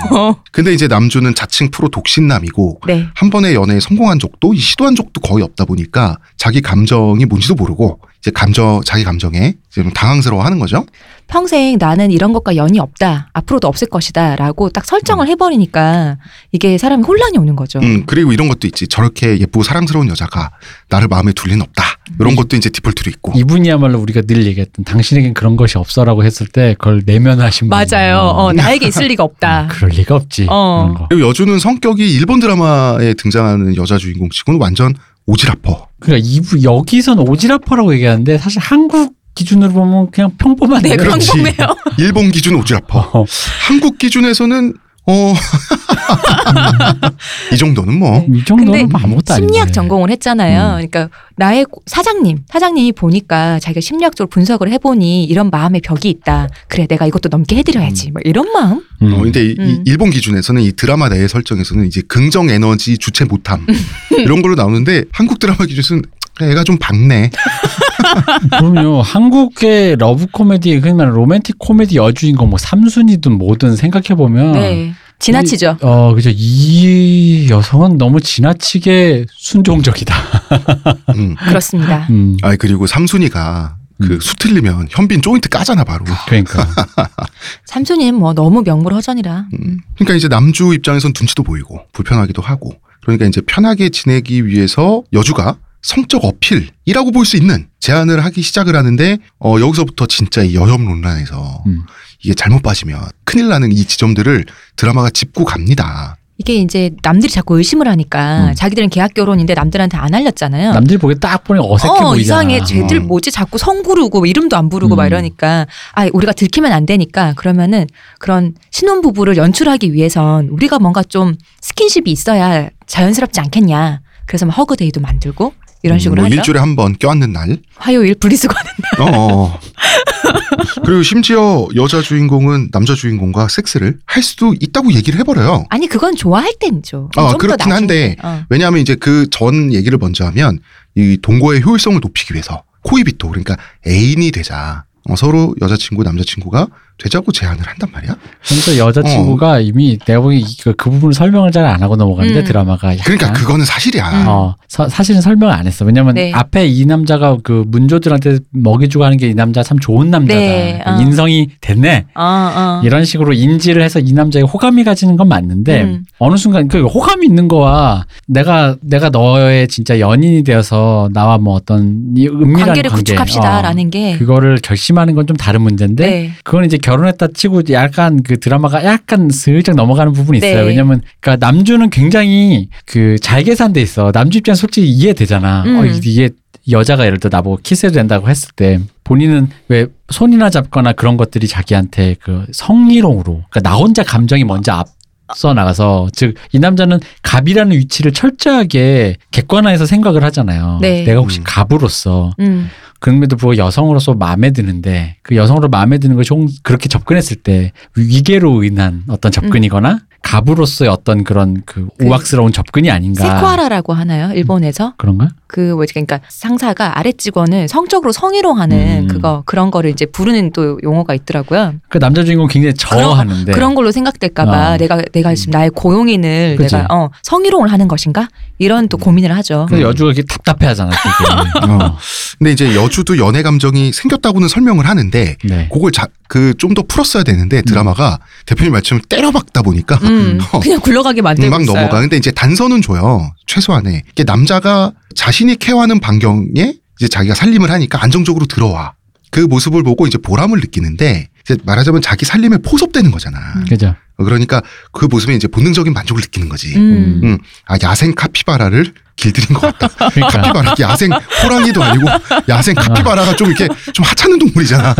Speaker 1: 근데 이제 남주는 자칭 프로 독신남이고
Speaker 2: *laughs* 네.
Speaker 1: 한 번의 연애에 성공한 적도 이 시도한 적도 거의 없다 보니까 자기 감정이 뭔지도 모르고 이제 감정 자기 감정에 이제 좀 당황스러워하는 거죠.
Speaker 2: 평생 나는 이런 것과 연이 없다. 앞으로도 없을 것이다. 라고 딱 설정을 해버리니까 이게 사람이 혼란이 오는 거죠.
Speaker 1: 음, 그리고 이런 것도 있지. 저렇게 예쁘고 사랑스러운 여자가 나를 마음에 둘 리는 없다. 이런 것도 이제 디폴트로 있고.
Speaker 3: 이분이야말로 우리가 늘 얘기했던 당신에겐 그런 것이 없어라고 했을 때 그걸 내면하신 분
Speaker 2: 맞아요. 어, 나에게 있을 리가 없다.
Speaker 3: 그럴 리가 없지.
Speaker 2: 어.
Speaker 3: 그런 거.
Speaker 1: 그리고 여주는 성격이 일본 드라마에 등장하는 여자 주인공 치고는 완전
Speaker 3: *laughs*
Speaker 1: 오지라퍼.
Speaker 3: 그러니까 이분 여기선 오지라퍼라고 얘기하는데 사실 한국 기준으로 보면 그냥 평범한
Speaker 2: 네,
Speaker 3: 애예요.
Speaker 2: 그런
Speaker 1: 그렇지.
Speaker 2: *laughs* 거네요.
Speaker 1: 일본 기준 오지라퍼.
Speaker 3: 어.
Speaker 1: 한국 기준에서는 어. *laughs* 이 정도는 뭐.
Speaker 3: 이 정도는
Speaker 2: 근데
Speaker 3: 뭐 아무것도 아닌데.
Speaker 2: 심리학 전공을 했잖아요.
Speaker 3: 음.
Speaker 2: 그러니까 나의 고- 사장님, 사장님이 보니까 자기가 심리학적으로 분석을 해보니 이런 마음의 벽이 있다. 그래, 내가 이것도 넘게 해드려야지. 막 이런 마음?
Speaker 3: 음.
Speaker 1: 어, 근데 이- 이
Speaker 2: 음.
Speaker 1: 일본 기준에서는 이 드라마 내 설정에서는 이제 긍정 에너지 주체 못함 이런 걸로 나오는데 한국 드라마 기준은 애가 좀 밝네.
Speaker 3: 그럼요. 한국의 러브 코미디, 흔히 말하는 로맨틱 코미디 여주인공 뭐 삼순이든 뭐든 생각해 보면
Speaker 2: 네. 지나치죠.
Speaker 3: 어, 그죠. 이 여성은 너무 지나치게 순종적이다.
Speaker 1: 음.
Speaker 2: 그렇습니다.
Speaker 3: 음.
Speaker 1: 아 그리고 삼순이가 그
Speaker 3: 음.
Speaker 1: 수 틀리면 현빈 조인트 까잖아 바로.
Speaker 3: 그러니까
Speaker 2: *laughs* 삼순이는 뭐 너무 명물허전이라.
Speaker 1: 음. 그러니까 이제 남주 입장에선 눈치도 보이고 불편하기도 하고 그러니까 이제 편하게 지내기 위해서 여주가 성적 어필이라고 볼 수 있는 제안을 하기 시작을 하는데 어 여기서부터 진짜 이 여혐 논란에서
Speaker 3: 음.
Speaker 1: 이게 잘못 빠지면 큰일 나는 이 지점들을 드라마가 짚고 갑니다.
Speaker 2: 이게 이제 남들이 자꾸 의심을 하니까
Speaker 3: 음.
Speaker 2: 자기들은 계약 결혼인데 남들한테 안 알렸잖아요.
Speaker 3: 남들 보기 딱 보니 어색해 뭐
Speaker 2: 어,
Speaker 3: 보이잖아.
Speaker 2: 이상해. 쟤들
Speaker 1: 어.
Speaker 2: 뭐지? 자꾸 성 부르고 이름도 안 부르고 막
Speaker 3: 음.
Speaker 2: 이러니까 아, 우리가 들키면 안 되니까 그러면은 그런 신혼 부부를 연출하기 위해선 우리가 뭔가 좀 스킨십이 있어야 자연스럽지 않겠냐. 그래서 막 허그데이도 만들고 이런 식으로
Speaker 1: 뭐
Speaker 2: 하죠.
Speaker 1: 일주일에 한 번 껴안는 날.
Speaker 2: 화요일 분리수거는
Speaker 1: 어,
Speaker 2: *laughs*
Speaker 1: 어. 그리고 심지어 여자 주인공은 남자 주인공과 섹스를 할 수도 있다고 얘기를 해버려요.
Speaker 2: 아니 그건 좋아할 때죠.
Speaker 1: 아,
Speaker 2: 좀더
Speaker 1: 그렇긴
Speaker 2: 나중에.
Speaker 1: 한데.
Speaker 2: 어.
Speaker 1: 왜냐하면 이제 그 전 얘기를 먼저 하면 이 동거의 효율성을 높이기 위해서 코이비토 그러니까 애인이 되자 어, 서로 여자친구 남자친구가 되자고 제안을 한단 말이야.
Speaker 3: 그래서 여자친구가
Speaker 1: 어.
Speaker 3: 이미 내가 보기엔 이- 그, 그 부분을 설명을 잘 안 하고 넘어갔는데
Speaker 2: 음.
Speaker 3: 드라마가 약간
Speaker 1: 그러니까 그거는 사실이야.
Speaker 2: 음.
Speaker 3: 어, 사, 사실은 설명을 안 했어. 왜냐면
Speaker 2: 네.
Speaker 3: 앞에 이 남자가 그 문조들한테 먹여주고 하는 게 이 남자 참 좋은 남자다. 그러니까
Speaker 2: 네, 어.
Speaker 3: 인성이 됐네.
Speaker 2: 어, 어.
Speaker 3: 이런 식으로 인지를 해서 이 남자에게 호감이 가지는 건 맞는데
Speaker 2: 음.
Speaker 3: 어느 순간 그 호감이 있는 거와 내가 내가 너의 진짜 연인이 되어서 나와 뭐 어떤 이 은밀한
Speaker 2: 관계를
Speaker 3: 관계, 어,
Speaker 2: 구축합시다라는 게
Speaker 3: 그거를 결심하는 건 좀 다른 문제인데
Speaker 2: 네.
Speaker 3: 그건 이제 결혼했다 치고 이제 약간 그 드라마가 약간 슬쩍 넘어가는 부분이
Speaker 2: 네.
Speaker 3: 있어요. 왜냐면 그러니까 남주는 굉장히 그 잘 계산돼 있어. 남주 입장 솔직히 이해되잖아.
Speaker 2: 음.
Speaker 3: 어, 이- 이게 여자가 예를 들어 나보고 키스해도 된다고 했을 때 본인은 왜 손이나 잡거나 그런 것들이 자기한테 그 성희롱으로 그러니까 나 혼자 감정이 먼저 앞서 나가서 즉 이 남자는 갑이라는 위치를 철저하게 객관화해서 생각을 하잖아요.
Speaker 2: 네.
Speaker 3: 내가 혹시
Speaker 1: 음.
Speaker 3: 갑으로서
Speaker 2: 음.
Speaker 3: 그럼에도 불구하고 여성으로서 마음에 드는데 그 여성으로 마음에 드는 걸 조금 그렇게 접근했을 때 위계로 인한 어떤 접근이거나 갑으로서의 어떤 그런 그
Speaker 2: 음. 그
Speaker 3: 오악스러운 접근이 아닌가
Speaker 2: 세쿠아라라고 하나요? 일본에서
Speaker 3: 그런가?
Speaker 2: 그 뭐지 그러니까 상사가 아래 직원을 성적으로 성희롱하는
Speaker 3: 음.
Speaker 2: 그거 그런 거를 이제 부르는 또 용어가 있더라고요.
Speaker 1: 네.
Speaker 3: 그 남자 주인공 굉장히 저하는데
Speaker 2: 그런 걸로 생각될까봐
Speaker 1: 아.
Speaker 3: 어.
Speaker 2: 내가 내가 지금 나의 고용인을
Speaker 3: 그치.
Speaker 2: 내가 어, 성희롱을 하는 것인가 이런 또 고민을 하죠.
Speaker 3: 그래서 여주가 이렇게 답답해하잖아.
Speaker 2: *laughs*
Speaker 3: 되게. 어.
Speaker 1: 근데 이제 여주도 연애 감정이 생겼다고는 설명을 하는데
Speaker 3: 네.
Speaker 1: 그걸 그 좀 더 풀었어야 되는데 드라마가 대표님 말씀을 때려박다 보니까
Speaker 2: 음,
Speaker 1: *laughs* 어,
Speaker 2: 그냥 굴러가게 만들고
Speaker 1: 막
Speaker 2: 있어요.
Speaker 1: 넘어가. 근데 이제 단서는 줘요. 최소한의 이게 남자가 자신이 케어하는 반경에 이제 자기가 살림을 하니까 안정적으로 들어와. 그 모습을 보고 이제 보람을 느끼는데 이제 말하자면 자기 살림에 포섭되는 거잖아.
Speaker 2: 음.
Speaker 3: 그죠.
Speaker 1: 어, 그러니까 그 모습에 이제 본능적인 만족을 느끼는 거지.
Speaker 2: 음.
Speaker 1: 음. 아 야생 카피바라를 길들인 것 같다.
Speaker 2: 아.
Speaker 3: 그러니까
Speaker 1: 카피바라 야생 호랑이도 아니고 야생 카피바라가 좀 이렇게 좀 하찮은 동물이잖아.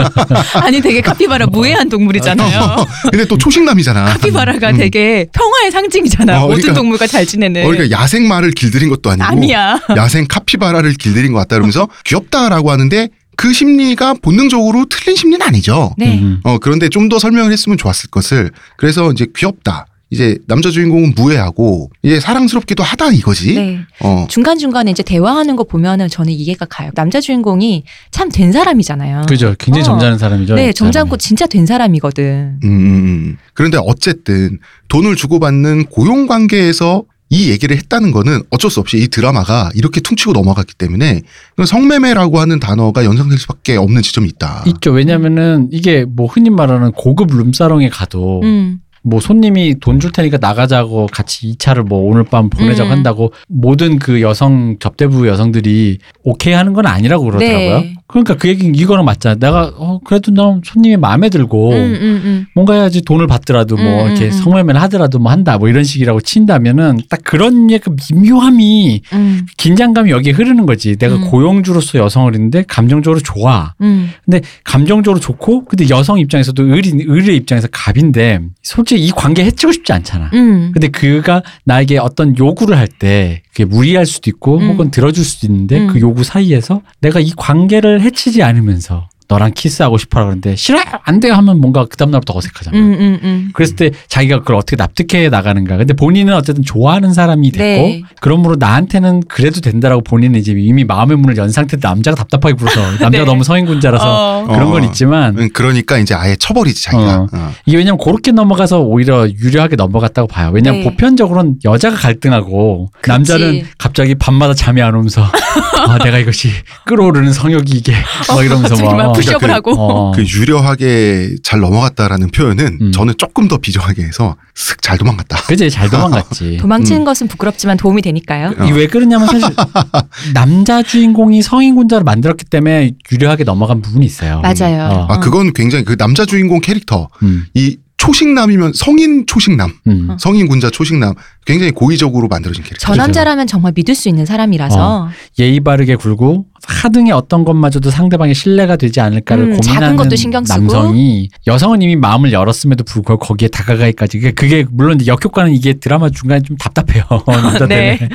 Speaker 2: 아니 되게
Speaker 1: *laughs*
Speaker 2: 카피바라 무해한 동물이잖아요.
Speaker 1: 근데 또 초식남이잖아.
Speaker 2: *laughs* 카피바라가
Speaker 1: 어. 음.
Speaker 2: 되게 평화의 상징이잖아.
Speaker 1: 어,
Speaker 2: 모든
Speaker 1: 그러니까- 음.
Speaker 2: 동물과 잘 지내는.
Speaker 1: 어, 그러니까 야생 말을 길들인 것도 아니고
Speaker 2: 아니야.
Speaker 1: 야생 카피바라를 길들인 것 같다 그러면서 귀엽다라고 하는데 그 심리가 본능적으로 틀린 심리는 아니죠.
Speaker 2: 네.
Speaker 3: 음.
Speaker 1: 어 그런데 좀 더 설명을 했으면 좋았을 것을 그래서 이제 귀엽다. 이제 남자 주인공은 무해하고 이제 사랑스럽기도 하다 이거지.
Speaker 2: 네.
Speaker 1: 어.
Speaker 2: 중간중간에 이제 대화하는 거 보면은 저는 이해가 가요. 남자 주인공이 참 된 사람이잖아요.
Speaker 3: 그죠. 굉장히
Speaker 2: 어.
Speaker 3: 점잖은 사람이죠.
Speaker 2: 네,
Speaker 3: 이
Speaker 2: 점잖고 진짜 된 사람이거든.
Speaker 1: 음, 음, 음. 그런데 어쨌든 돈을 주고받는 고용 관계에서 이 얘기를 했다는 거는 어쩔 수 없이 이 드라마가 이렇게 퉁치고 넘어갔기 때문에 이건 성매매라고 하는 단어가 연상될 수밖에 없는 지점이 있다.
Speaker 3: 있죠. 왜냐면은 이게 뭐 흔히 말하는 고급 룸사롱에 가도
Speaker 2: 음.
Speaker 3: 뭐 손님이 돈 줄 테니까 나가자고 같이 이 차를 뭐 오늘 밤 보내자고
Speaker 2: 음.
Speaker 3: 한다고 모든 그 여성 접대부 여성들이 오케이 하는 건 아니라고 그러더라고요.
Speaker 2: 네.
Speaker 3: 그러니까 그 얘기 이거랑 맞잖아. 내가 어 그래도 난 손님이 마음에 들고
Speaker 2: 음, 음, 음.
Speaker 3: 뭔가 해야지 돈을 받더라도 뭐
Speaker 2: 음,
Speaker 3: 이렇게
Speaker 2: 음, 음.
Speaker 3: 성매매를 하더라도 뭐 한다 뭐 이런 식이라고 친다면은 딱 그런 약간 미묘함이
Speaker 2: 음.
Speaker 3: 긴장감이 여기에 흐르는 거지. 내가
Speaker 2: 음.
Speaker 3: 고용주로서 여성을 있는데 감정적으로 좋아.
Speaker 2: 음.
Speaker 3: 근데 감정적으로 좋고 근데 여성 입장에서도 의리 의리의 입장에서 갑인데 솔직히 이 관계 해치고 싶지 않잖아.
Speaker 2: 음.
Speaker 3: 근데 그가 나에게 어떤 요구를 할 때 그게 무리할 수도 있고
Speaker 2: 음.
Speaker 3: 혹은 들어줄 수도 있는데
Speaker 2: 음.
Speaker 3: 그 요구 사이에서 내가 이 관계를 해치지 않으면서 너랑 키스하고 싶어라 그러는데 싫어 안 돼요 하면 뭔가 그 다음날부터 어색하잖아.
Speaker 2: 음, 음, 음.
Speaker 3: 그랬을 때 자기가 그걸 어떻게 납득해 나가는가. 근데 본인은 어쨌든 좋아하는 사람이 됐고
Speaker 2: 네.
Speaker 3: 그러므로 나한테는 그래도 된다라고 본인은 이제 이미 마음의 문을 연 상태인데 남자가 답답하게
Speaker 2: *laughs*
Speaker 3: 굴어서 남자가
Speaker 2: 네.
Speaker 3: 너무 성인군자라서
Speaker 2: 어.
Speaker 3: 그런 건
Speaker 1: 어.
Speaker 3: 있지만
Speaker 1: 음, 그러니까 이제 아예 쳐버리지 자기가.
Speaker 3: 어.
Speaker 1: 어.
Speaker 3: 이게 왜냐면 그렇게 넘어가서 오히려 유리하게 넘어갔다고 봐요. 왜냐면
Speaker 2: 네.
Speaker 3: 보편적으로는 여자가 갈등하고
Speaker 2: 그치.
Speaker 3: 남자는 갑자기 밤마다 잠이 안
Speaker 2: *laughs*
Speaker 3: 오면서 아 내가 이것이 끌어오르는 성욕이 이게 막 이러면서
Speaker 2: 갑자기 막
Speaker 3: 막
Speaker 2: 푸시업을
Speaker 1: 그러니까
Speaker 2: 하고.
Speaker 3: 어.
Speaker 1: 그 유려하게 잘 넘어갔다라는 표현은
Speaker 3: 음.
Speaker 1: 저는 조금 더 비정하게 해서 슥 잘 도망갔다.
Speaker 3: 그지 잘 도망갔지.
Speaker 2: 도망치는 것은 부끄럽지만 도움이 되니까요.
Speaker 1: *laughs* 어.
Speaker 3: 이 왜 그러냐면 사실 남자 주인공이 성인군자를 만들었기 때문에 유리하게 넘어간 부분이 있어요.
Speaker 2: 맞아요.
Speaker 3: 어.
Speaker 1: 아 그건 굉장히 그 남자 주인공 캐릭터
Speaker 3: 음,
Speaker 1: 이 초식남이면 성인 초식남,
Speaker 3: 음.
Speaker 2: 어.
Speaker 1: 성인 군자 초식남 굉장히 고의적으로 만들어진 캐릭터.
Speaker 2: 저 남자라면 정말 믿을 수 있는 사람이라서
Speaker 3: 예의 바르게 굴고 하등의 어떤 것마저도 상대방의 신뢰가 되지 않을까를
Speaker 2: 음, 작은
Speaker 3: 고민하는
Speaker 2: 것도 신경 쓰고.
Speaker 3: 남성이 여성은 이미 마음을 열었음에도 불구하고 거기에 다가가기까지 그러니까 그게, 그게 물론 이제 역효과는 이게 드라마 중간에
Speaker 2: *laughs*
Speaker 3: 좀 답답해요. *laughs* 남자
Speaker 2: 네.
Speaker 3: 때문에.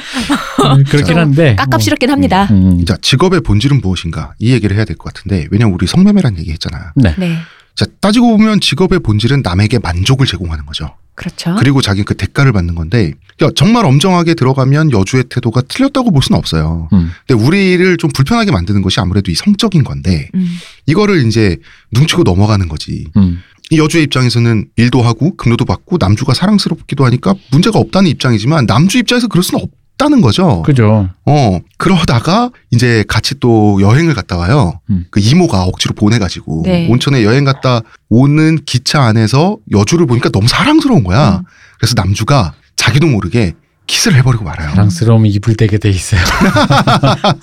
Speaker 3: 음, 그렇긴
Speaker 2: 좀
Speaker 3: 한데
Speaker 2: 깝깝스럽긴 합니다.
Speaker 3: 뭐, 음,
Speaker 1: 자, 직업의 본질은 무엇인가? 이 얘기를 해야 될 것 같은데, 왜냐면 우리 성매매란 얘기 했잖아.
Speaker 3: 네.
Speaker 2: 네.
Speaker 1: 자, 따지고 보면 직업의 본질은 남에게 만족을 제공하는 거죠.
Speaker 3: 아.
Speaker 2: 그렇죠.
Speaker 1: 그리고 자기 그 대가를 받는 건데 그러니까 정말 엄정하게 들어가면 여주의 태도가 틀렸다고 볼 수는 없어요.
Speaker 3: 음.
Speaker 1: 근데 우리를 좀 불편하게 만드는 것이 아무래도 이 성적인 건데
Speaker 2: 음.
Speaker 1: 이거를 이제 눈치고 넘어가는 거지.
Speaker 3: 음.
Speaker 1: 이 여주의 입장에서는 일도 하고 급료도 받고 남주가 사랑스럽기도 하니까 문제가 없다는 입장이지만 남주 입장에서 그럴 수는 없다는 거죠.
Speaker 3: 그죠.
Speaker 1: 어 그러다가 이제 같이 또 여행을 갔다 와요.
Speaker 3: 음.
Speaker 1: 그 이모가 억지로 보내가지고
Speaker 2: 네.
Speaker 1: 온천에 여행 갔다 오는 기차 안에서 여주를 보니까 너무 사랑스러운 거야.
Speaker 2: 음.
Speaker 1: 그래서 남주가 자기도 모르게 키스를 해버리고 말아요.
Speaker 3: 사랑스러움 입을 대게 돼 있어요. *laughs*
Speaker 1: 아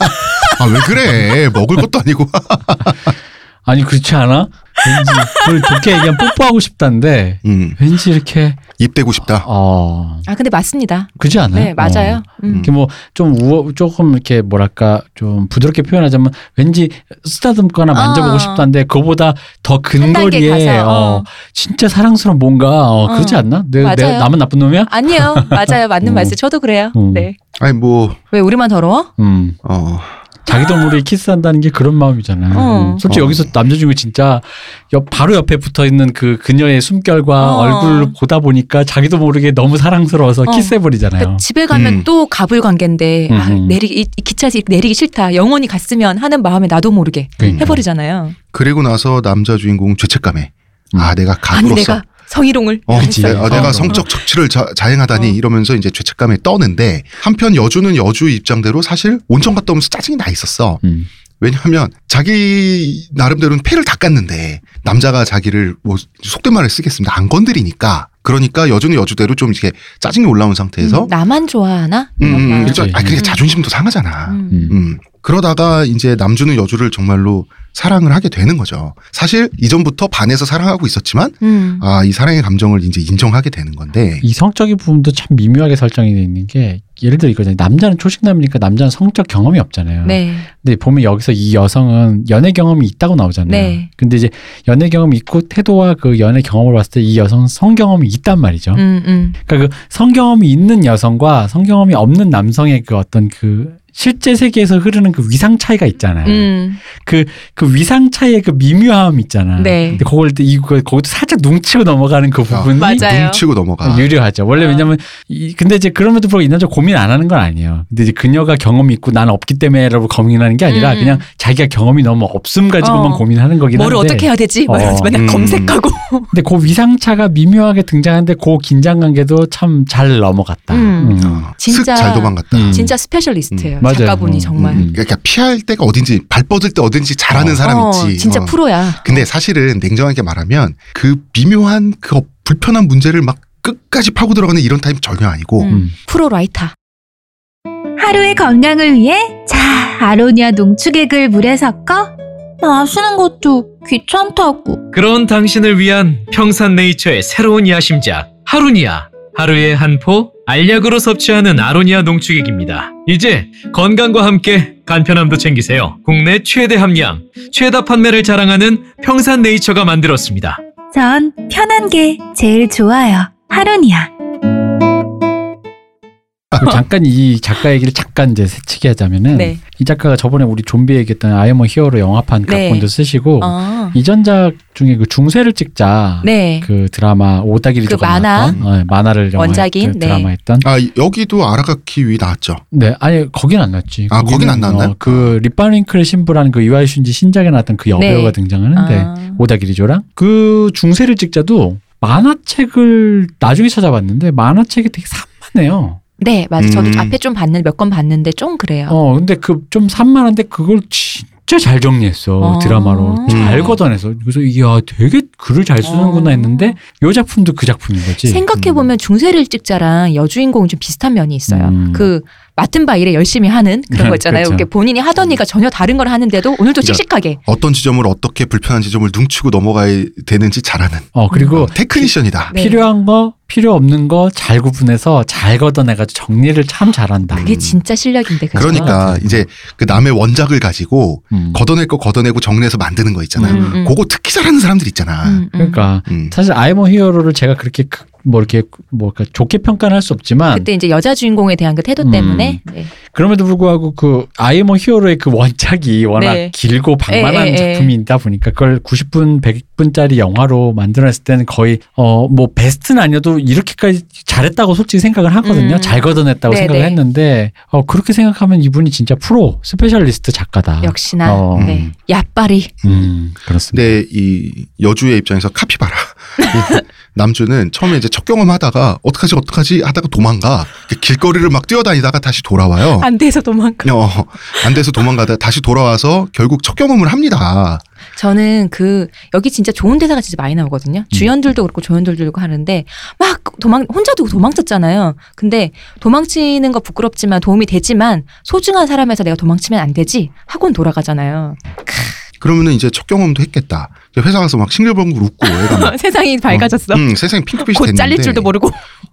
Speaker 1: 왜 그래? 먹을 것도 아니고.
Speaker 3: 아니 그렇지 않아? 왠지 그걸 좋게 얘기하면 뽀뽀하고 싶다는데
Speaker 1: 음,
Speaker 3: 왠지 이렇게
Speaker 1: 입 대고 싶다.
Speaker 3: 어
Speaker 2: 아 근데 맞습니다.
Speaker 3: 그지 않아요?
Speaker 2: 네 맞아요. 음.
Speaker 3: 어.
Speaker 1: 음.
Speaker 3: 이렇게 뭐좀 우어 조금 이렇게 뭐랄까 좀 부드럽게 표현하자면 왠지 쓰다듬거나 만져보고
Speaker 2: 어.
Speaker 3: 싶다는데 그거보다 더
Speaker 2: 한 단계
Speaker 3: 근거리에
Speaker 2: 가서,
Speaker 3: 어,
Speaker 2: 어.
Speaker 3: 진짜 사랑스러운 뭔가 어,
Speaker 2: 어.
Speaker 3: 그러지 않나? 내가, 내가
Speaker 2: 맞아요.
Speaker 3: 남은 나쁜 놈이야?
Speaker 2: 아니요 맞아요 맞는
Speaker 3: 음.
Speaker 2: 말씀 저도 그래요.
Speaker 3: 음.
Speaker 2: 네.
Speaker 1: 아니 뭐
Speaker 2: 왜 우리만 더러워?
Speaker 3: 음
Speaker 1: 어.
Speaker 2: *laughs*
Speaker 3: 자기도 모르게 키스한다는 게 그런 마음이잖아요.
Speaker 2: 어.
Speaker 3: 음. 솔직히
Speaker 1: 어.
Speaker 3: 여기서 남자 중에 진짜 옆, 바로 옆에 붙어 있는 그 그녀의 숨결과
Speaker 2: 어.
Speaker 3: 얼굴을 보다 보니까 자기도 모르게 너무 사랑스러워서
Speaker 2: 어.
Speaker 3: 키스해
Speaker 2: 그러니까
Speaker 3: 버리잖아요.
Speaker 2: 집에 가면
Speaker 1: 음.
Speaker 2: 또 가불 관계인데 아,
Speaker 3: 음, 음.
Speaker 2: 내리 이, 이 기차에서 내리기 싫다. 영원히 갔으면 하는 마음에 나도 모르게
Speaker 3: 그러니까.
Speaker 2: 해버리잖아요.
Speaker 1: 그리고 나서 남자 주인공 죄책감에
Speaker 3: 음.
Speaker 1: 아 내가
Speaker 2: 아니
Speaker 1: 가불었어.
Speaker 2: 내가 성희롱을
Speaker 1: 어,
Speaker 3: 그치.
Speaker 1: 내-
Speaker 2: 했어요.
Speaker 1: 어, 내가
Speaker 3: 어.
Speaker 1: 성적 착취를 자, 행하다니
Speaker 2: 어.
Speaker 1: 이러면서 이제 죄책감에 떠는데 한편 여주는 여주 입장대로 사실 온천 갔다 오면서 짜증이 나 있었어.
Speaker 3: 음.
Speaker 1: 왜냐하면 자기 나름대로는 패를 닦았는데 남자가 자기를 뭐 속된 말을 쓰겠습니다. 안 건드리니까 그러니까 여주는 여주대로 좀 이렇게 짜증이 올라온 상태에서
Speaker 2: 음, 나만 좋아하나?
Speaker 1: 음, 음,
Speaker 2: 이런
Speaker 1: 그렇죠.
Speaker 2: 마음.
Speaker 1: 아 그러니까
Speaker 2: 음.
Speaker 1: 자존심도 상하잖아.
Speaker 2: 음.
Speaker 3: 음.
Speaker 1: 음. 그러다가 이제 남주는 여주를 정말로 사랑을 하게 되는 거죠. 사실 이전부터 반해서 사랑하고 있었지만
Speaker 2: 음.
Speaker 1: 아 이 사랑의 감정을 이제 인정하게 되는 건데
Speaker 3: 이 성적인 부분도 참 미묘하게 설정이 돼 있는 게 예를 들어 이거잖아요. 남자는 초식남이니까 남자는 성적 경험이 없잖아요.
Speaker 2: 네.
Speaker 3: 근데 보면 여기서 이 여성은 연애 경험이 있다고 나오잖아요.
Speaker 2: 네.
Speaker 3: 근데 이제 연애 경험이 있고 태도와 그 연애 경험을 봤을 때 이 여성은 성 경험이 있단 말이죠.
Speaker 2: 음, 음.
Speaker 3: 그러니까 그 성경험이 있는 여성과 성경험이 없는 남성의 그 어떤 그 실제 세계에서 흐르는 그 위상 차이가 있잖아요.
Speaker 2: 음.
Speaker 3: 그 위상 차이의 그 미묘함 있잖아.
Speaker 2: 네.
Speaker 3: 근데 그걸 또 이거 거기도 살짝 뭉치고 넘어가는 그 부분이
Speaker 2: 맞아요.
Speaker 1: 뭉치고 넘어가.
Speaker 3: 유리하죠. 원래
Speaker 2: 어.
Speaker 3: 왜냐면 이 근데 이제 그럼에도 불구하고 이 남자 고민 안 하는 건 아니에요. 근데 이제 그녀가 경험이 있고 나는 없기 때문에라고 고민하는 게 아니라
Speaker 2: 음.
Speaker 3: 그냥 자기가 경험이 너무 없음 가지고만
Speaker 2: 어.
Speaker 3: 고민하는 거긴 한데.
Speaker 2: 뭐를 어떻게 해야 되지? 막
Speaker 3: 어.
Speaker 2: 이러면서 맨날
Speaker 1: 음.
Speaker 2: 검색하고.
Speaker 3: 근데 그 위상차가 미묘하게 등장하는데 그 긴장 관계도 참 잘 넘어갔다.
Speaker 2: 음.
Speaker 3: 음.
Speaker 1: 어,
Speaker 2: 진짜-
Speaker 1: 슥잘 도망갔다.
Speaker 3: 음.
Speaker 2: 진짜 스페셜리스트예요.
Speaker 3: 음, 맞아요.
Speaker 2: 작가분이
Speaker 3: 음,
Speaker 2: 정말.
Speaker 3: 음.
Speaker 1: 그러니까 피할 데가 어딘지 발 뻗을 때 어딘지 잘하는
Speaker 3: 어.
Speaker 1: 사람 있지.
Speaker 2: 진짜
Speaker 1: 어.
Speaker 2: 프로야.
Speaker 1: 근데 사실은 냉정하게 말하면 그 미묘한 그 불편한 문제를 막 끝까지 파고 들어가는 이런 타입 전혀 아니고
Speaker 2: 음. 프로 라이터.
Speaker 4: 하루의 건강을 위해 자 아로니아 농축액을 물에 섞어 마시는 것도 귀찮다고
Speaker 6: 그런 당신을 위한 평산네이처의 새로운 야심작 하루니아 하루에 한 포 알약으로 섭취하는 아로니아 농축액입니다. 이제 건강과 함께 간편함도 챙기세요. 국내 최대 함량, 최다 판매를 자랑하는 평산네이처가 만들었습니다.
Speaker 4: 전 편한 게 제일 좋아요 하루니아
Speaker 3: 그리고 잠깐 이 작가 얘기를 잠깐 이제 새치기 하자면은
Speaker 2: 네.
Speaker 3: 이 작가가 저번에 우리 좀비 얘기했던 아이엠어 히어로 영화판
Speaker 2: 네.
Speaker 3: 각본도 쓰시고
Speaker 2: 어.
Speaker 3: 이전작 중에 그 중세를 찍자
Speaker 2: 네.
Speaker 3: 그 드라마 오다기리
Speaker 2: 그
Speaker 3: 조가
Speaker 2: 만화.
Speaker 3: 나왔던 어, 네, 만화를 영화
Speaker 2: 원작인,
Speaker 3: 그
Speaker 2: 네.
Speaker 3: 드라마 했던
Speaker 1: 아 여기도 아라카키 위 나왔죠.
Speaker 3: 네 아니 거긴 안 났지
Speaker 1: 아, 거긴 안
Speaker 3: 거기는,
Speaker 1: 나왔나요? 아.
Speaker 3: 어, 그 립바링크를 신부라는 그 이와이 슌지 신작에 나왔던 그 여배우가
Speaker 2: 네.
Speaker 3: 등장하는데
Speaker 2: 아.
Speaker 3: 오다기리조랑 그 중세를 찍자도 만화책을 나중에 찾아봤는데 만화책이 되게 산만해요.
Speaker 2: 네, 맞아요. 저도
Speaker 1: 음.
Speaker 2: 앞에 좀 봤는 몇 건 봤는데 좀 그래요.
Speaker 3: 어, 근데 그 좀 산만한데 그걸 진짜 잘 정리했어
Speaker 2: 어.
Speaker 3: 드라마로 잘
Speaker 1: 음.
Speaker 3: 걷어내서 그래서 이야 되게 글을 잘 쓰는구나
Speaker 2: 어.
Speaker 3: 했는데 요 작품도 그 작품인 거지.
Speaker 2: 생각해 보면 중세를 찍자랑 여주인공이 좀 비슷한 면이 있어요.
Speaker 3: 음.
Speaker 2: 그 맡은 바 일에 열심히 하는 그런 거 있잖아요.
Speaker 3: *laughs* 그렇죠.
Speaker 2: 이렇게 본인이 하던 일과 전혀 다른 걸 하는데도 오늘도
Speaker 3: 음.
Speaker 1: 그러니까
Speaker 2: 씩씩하게.
Speaker 1: 어떤 지점을 어떻게 불편한 지점을 뭉치고 넘어가야 되는지 잘하는
Speaker 3: 음. 어 그리고
Speaker 1: 어, 테크니션이다.
Speaker 2: 네.
Speaker 3: 필요한 거 필요 없는 거 잘 구분해서 잘 걷어내가지고 정리를 참 잘한다.
Speaker 2: 그게 진짜 실력인데. 그죠?
Speaker 1: 그러니까
Speaker 3: 음. 그렇죠.
Speaker 1: 이제 그 남의 원작을 가지고
Speaker 3: 음.
Speaker 1: 걷어낼 거 걷어내고 정리해서 만드는 거 있잖아요.
Speaker 2: 음, 음.
Speaker 1: 그거 특히 잘하는 사람들 있잖아.
Speaker 2: 음, 음.
Speaker 3: 그러니까
Speaker 1: 음.
Speaker 3: 사실 아이모 히어로를 제가 그렇게 그- 뭐 이렇게 뭐까 좋게 평가는 할 수 없지만
Speaker 2: 그때 이제 여자 주인공에 대한 그 태도
Speaker 3: 음.
Speaker 2: 때문에 네.
Speaker 3: 그럼에도 불구하고 그 아이머 히어로의 그 원작이 워낙
Speaker 2: 네. 예.
Speaker 3: 길고 방만한
Speaker 2: 에, 에, 에.
Speaker 3: 작품이다 보니까 그걸 90분, 100분짜리 영화로 만들어냈을 때는 거의 어 뭐 베스트는 아니어도 이렇게까지 잘했다고 솔직히 생각을 하거든요.
Speaker 2: 음.
Speaker 3: 잘 걷어냈다고
Speaker 2: 네,
Speaker 3: 생각을
Speaker 2: 네.
Speaker 3: 했는데 어 그렇게 생각하면 이분이 진짜 프로 스페셜리스트 작가다.
Speaker 2: 역시나
Speaker 3: 어,
Speaker 2: 네. 야빠리
Speaker 3: 음, 그렇습니다.
Speaker 1: 근데 이 여주의 입장에서
Speaker 2: *laughs*
Speaker 1: 카피바라 이 남주는 처음에 이제 첫 경험하다가 어떡하지 어떡하지 하다가 도망가 그 길거리를 막 뛰어다니다가 다시 돌아와요.
Speaker 2: 안 돼서 도망가.
Speaker 1: 어, 안 돼서 도망가다 다시 돌아와서 결국 첫 경험을 합니다.
Speaker 2: 저는 그 여기 진짜 좋은 대사가 진짜 많이 나오거든요. 주연들도 그렇고 조연들도 그렇고 하는데 막 도망 혼자 두고 도망쳤잖아요. 근데 도망치는 거 부끄럽지만 도움이 되지만 소중한 사람에서 내가 도망치면 안 되지 하고는 돌아가잖아요.
Speaker 1: 그러면은 이제 첫 경험도 했겠다. 이제 회사 가서 막 싱글벙글 웃고 애가 막
Speaker 2: 세상이 *laughs* 밝아졌어.
Speaker 1: 아. 음, 세상이 핑크빛이
Speaker 2: 곧
Speaker 1: 됐는데
Speaker 2: 잘릴 줄도 모르고.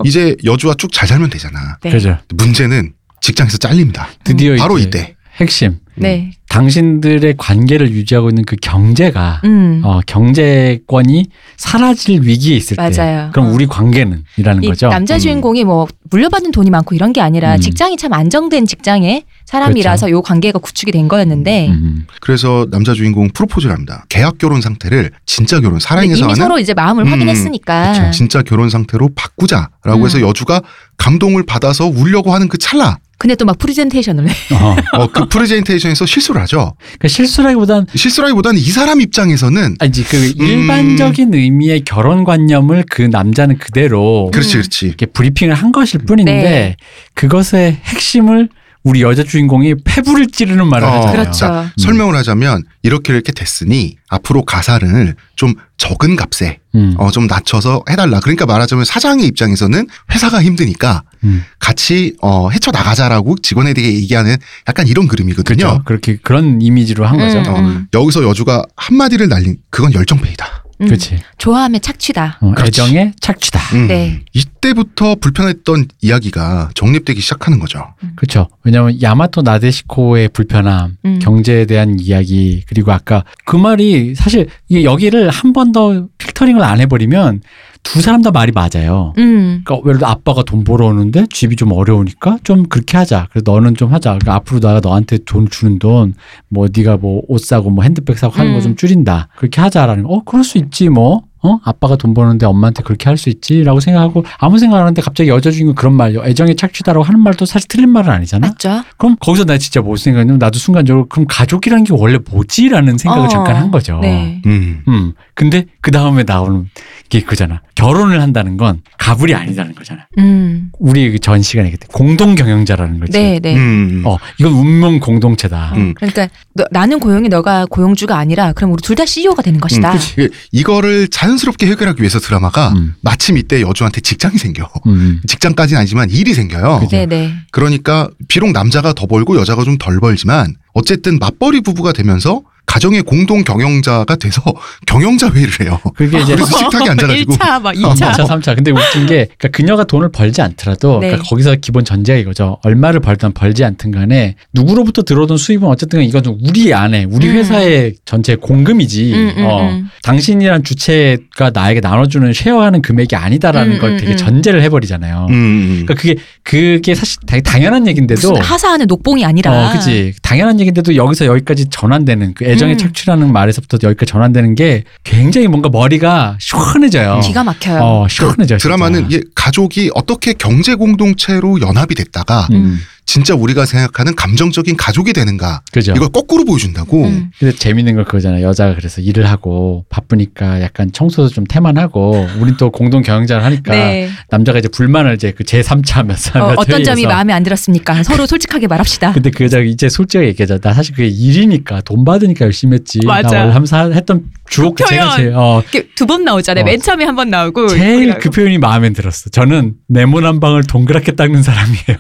Speaker 1: 이제 여주와 쭉 잘 살면 되잖아.
Speaker 2: 네.
Speaker 3: 그죠.
Speaker 1: 문제는 직장에서 잘립니다.
Speaker 3: 드디어
Speaker 1: 음, 바로
Speaker 3: 이제
Speaker 1: 이때.
Speaker 3: 핵심
Speaker 2: 네.
Speaker 3: 당신들의 관계를 유지하고 있는 그 경제가
Speaker 2: 음.
Speaker 3: 어, 경제권이 사라질 위기에 있을
Speaker 2: 맞아요.
Speaker 3: 때 그럼
Speaker 2: 어.
Speaker 3: 우리 관계는이라는
Speaker 2: 이
Speaker 3: 거죠.
Speaker 2: 남자
Speaker 1: 음.
Speaker 2: 주인공이 뭐 물려받은 돈이 많고 이런 게 아니라
Speaker 3: 음.
Speaker 2: 직장이 참 안정된 직장의 사람이라서 요 관계가 구축이 된 거였는데
Speaker 3: 음.
Speaker 1: 그래서 남자 주인공 프로포즈를 합니다. 계약 결혼 상태를 진짜 결혼
Speaker 2: 근데
Speaker 1: 사랑에서
Speaker 2: 이미
Speaker 1: 하는
Speaker 2: 서로 이제 마음을
Speaker 1: 음,
Speaker 2: 확인했으니까
Speaker 1: 그쵸. 진짜 결혼 상태로 바꾸자라고
Speaker 2: 음.
Speaker 1: 해서 여주가 감동을 받아서 울려고 하는 그 찰나
Speaker 2: 근데 또 막 프리젠테이션을 해.
Speaker 3: 어.
Speaker 1: 어,
Speaker 2: *laughs*
Speaker 1: 그 프레젠테이션에서 실수를 하죠.
Speaker 3: 그러니까 실수라기보단
Speaker 1: 실수라기보다는 이 사람 입장에서는
Speaker 2: 음.
Speaker 3: 아니 이제 그
Speaker 1: 음.
Speaker 3: 일반적인 의미의 결혼관념을 그 남자는 그대로
Speaker 1: 그렇지 그렇지.
Speaker 3: 이렇게 브리핑을 한 것일 뿐인데
Speaker 2: 네.
Speaker 3: 그것의 핵심을 우리 여자 주인공이 패부를 찌르는 말을
Speaker 1: 어.
Speaker 3: 하잖아요.
Speaker 1: 그렇죠.
Speaker 2: 그렇죠.
Speaker 1: 설명을 하자면 이렇게 이렇게 됐으니 앞으로 가사를 좀 적은 값에
Speaker 3: 음.
Speaker 1: 어, 좀 낮춰서 해달라. 그러니까 말하자면 사장의 입장에서는 회사가 힘드니까
Speaker 3: 음.
Speaker 1: 같이 어, 헤쳐 나가자라고 직원에게 얘기하는 약간 이런 그림이거든요.
Speaker 3: 그렇죠. 그렇게 그런 이미지로
Speaker 2: 음.
Speaker 3: 한 거죠.
Speaker 1: 어, 여기서 여주가 한마디를 날린 그건 열정페이다.
Speaker 2: 음.
Speaker 3: 그렇지.
Speaker 2: 좋아하면 착취다.
Speaker 3: 어,
Speaker 1: 그렇지.
Speaker 3: 애정의 착취다.
Speaker 1: 음.
Speaker 2: 네.
Speaker 1: 이때부터 불편했던 이야기가 정립되기 시작하는 거죠.
Speaker 3: 그렇죠. 왜냐하면 야마토 나데시코의 불편함,
Speaker 2: 음.
Speaker 3: 경제에 대한 이야기, 그리고 아까 그 말이 사실 이게 여기를 한 번 더 필터링을 안 해버리면 두 사람 다 말이 맞아요.
Speaker 2: 음.
Speaker 3: 그러니까 예를 들어 아빠가 돈 벌어오는데 집이 좀 어려우니까 좀 그렇게 하자. 그래서 너는 좀 하자. 그러니까 앞으로 내가 너한테 돈 주는 돈, 뭐 네가 뭐 옷 사고 뭐 핸드백 사고 하는 거
Speaker 2: 음.
Speaker 3: 좀 줄인다. 그렇게 하자라는. 거. 어, 그럴 수 있지 뭐. 어, 아빠가 돈 버는데 엄마한테 그렇게 할 수 있지라고 생각하고 아무 생각 안 하는데 갑자기 여자 주인공 그런 말, 애정의 착취다라고 하는 말도 사실 틀린 말은 아니잖아.
Speaker 2: 맞죠?
Speaker 3: 그럼 거기서 나 진짜 못 생각했냐면 나도 순간적으로 그럼 가족이란 게 원래 뭐지라는 생각을
Speaker 2: 어.
Speaker 3: 잠깐 한 거죠.
Speaker 2: 네.
Speaker 1: 음.
Speaker 3: 음. 근데 그 다음에 나오는 게 그잖아. 결혼을 한다는 건 가불이 아니라는 거잖아.
Speaker 2: 음.
Speaker 3: 우리 그전 시간에 그때 공동 경영자라는 거지.
Speaker 2: 네, 네.
Speaker 1: 음.
Speaker 3: 어, 이건 운명 공동체다.
Speaker 1: 음.
Speaker 2: 그러니까 너, 나는 고용이 너가 고용주가 아니라 그럼 우리 둘 다 CEO가 되는 것이다.
Speaker 1: 그치. 예, 이거를 자연스럽게 해결하기 위해서 드라마가
Speaker 3: 음.
Speaker 1: 마침 이때 여주한테 직장이 생겨.
Speaker 3: 음.
Speaker 1: 직장까지는 아니지만 일이 생겨요.
Speaker 3: 그죠.
Speaker 2: 네, 네.
Speaker 1: 그러니까 비록 남자가 더 벌고 여자가 좀 덜 벌지만 어쨌든 맞벌이 부부가 되면서 가정의 공동 경영자가 돼서 *laughs* 경영자 회의를 해요.
Speaker 3: 그게 이제 어.
Speaker 1: 그래서
Speaker 2: *laughs*
Speaker 1: 식탁에 앉아가지고
Speaker 2: 1차 막 2차.
Speaker 3: 2차, 3차. 근데 웃긴 게, 그러니까 그녀가 돈을 벌지 않더라도,
Speaker 2: 네.
Speaker 3: 그러니까 거기서 기본 전제가 이거죠. 얼마를 벌든 벌지 않든 간에, 누구로부터 들어오던 수입은 어쨌든 이건 우리 안에, 우리
Speaker 2: 음.
Speaker 3: 회사의 전체 공금이지,
Speaker 2: 음, 음,
Speaker 3: 어,
Speaker 2: 음.
Speaker 3: 당신이란 주체가 나에게 나눠주는 쉐어하는 금액이 아니다라는
Speaker 2: 음,
Speaker 3: 걸
Speaker 2: 음,
Speaker 3: 되게
Speaker 2: 음.
Speaker 3: 전제를 해버리잖아요.
Speaker 1: 음.
Speaker 3: 그러니까 그게, 그게 사실 되게 당연한 얘기인데도,
Speaker 2: 무슨 하사하는 녹봉이 아니라.
Speaker 3: 어, 그지. 당연한 얘기인데도 여기서 여기까지 전환되는 그 애정의
Speaker 2: 음.
Speaker 3: 착취라는 말에서부터 여기까지 전환되는 게 굉장히 뭔가 머리가 시원해져요.
Speaker 2: 기가 막혀요.
Speaker 3: 어, 시원해져요.
Speaker 1: 드라마는 예.
Speaker 3: 진짜.
Speaker 1: 이게 가족이 어떻게 경제 공동체로 연합이 됐다가
Speaker 3: 음,
Speaker 1: 진짜 우리가 생각하는 감정적인 가족이 되는가
Speaker 3: 그죠.
Speaker 1: 이걸 거꾸로 보여준다고
Speaker 2: 음.
Speaker 3: 근데 재밌는 건 그거잖아요. 여자가 그래서 일을 하고 바쁘니까 약간 청소도 좀 태만하고 우린 또 공동 경영자를 하니까
Speaker 2: 네.
Speaker 3: 남자가 이제 불만을 이제 그 제3차 하면서
Speaker 2: 어,
Speaker 3: 하면서
Speaker 2: 어떤 점이
Speaker 3: 회의에서
Speaker 2: 마음에 안 들었습니까? 서로 솔직하게 말합시다.
Speaker 3: 근데 그 여자가 이제 솔직하게 얘기하자. 나 사실 그게 일이니까 돈 받으니까 열심히 했지.
Speaker 2: 맞아.
Speaker 3: 나 원래 항상 했던 주옥
Speaker 2: 그 표현.
Speaker 3: 제가 제, 어,
Speaker 2: 두 번 나오잖아요.
Speaker 3: 어.
Speaker 2: 맨 처음에 한 번 나오고 *laughs*
Speaker 3: 제일 그 표현이 마음에 들었어. 저는 네모난 방을 동그랗게 닦는 사람이에요.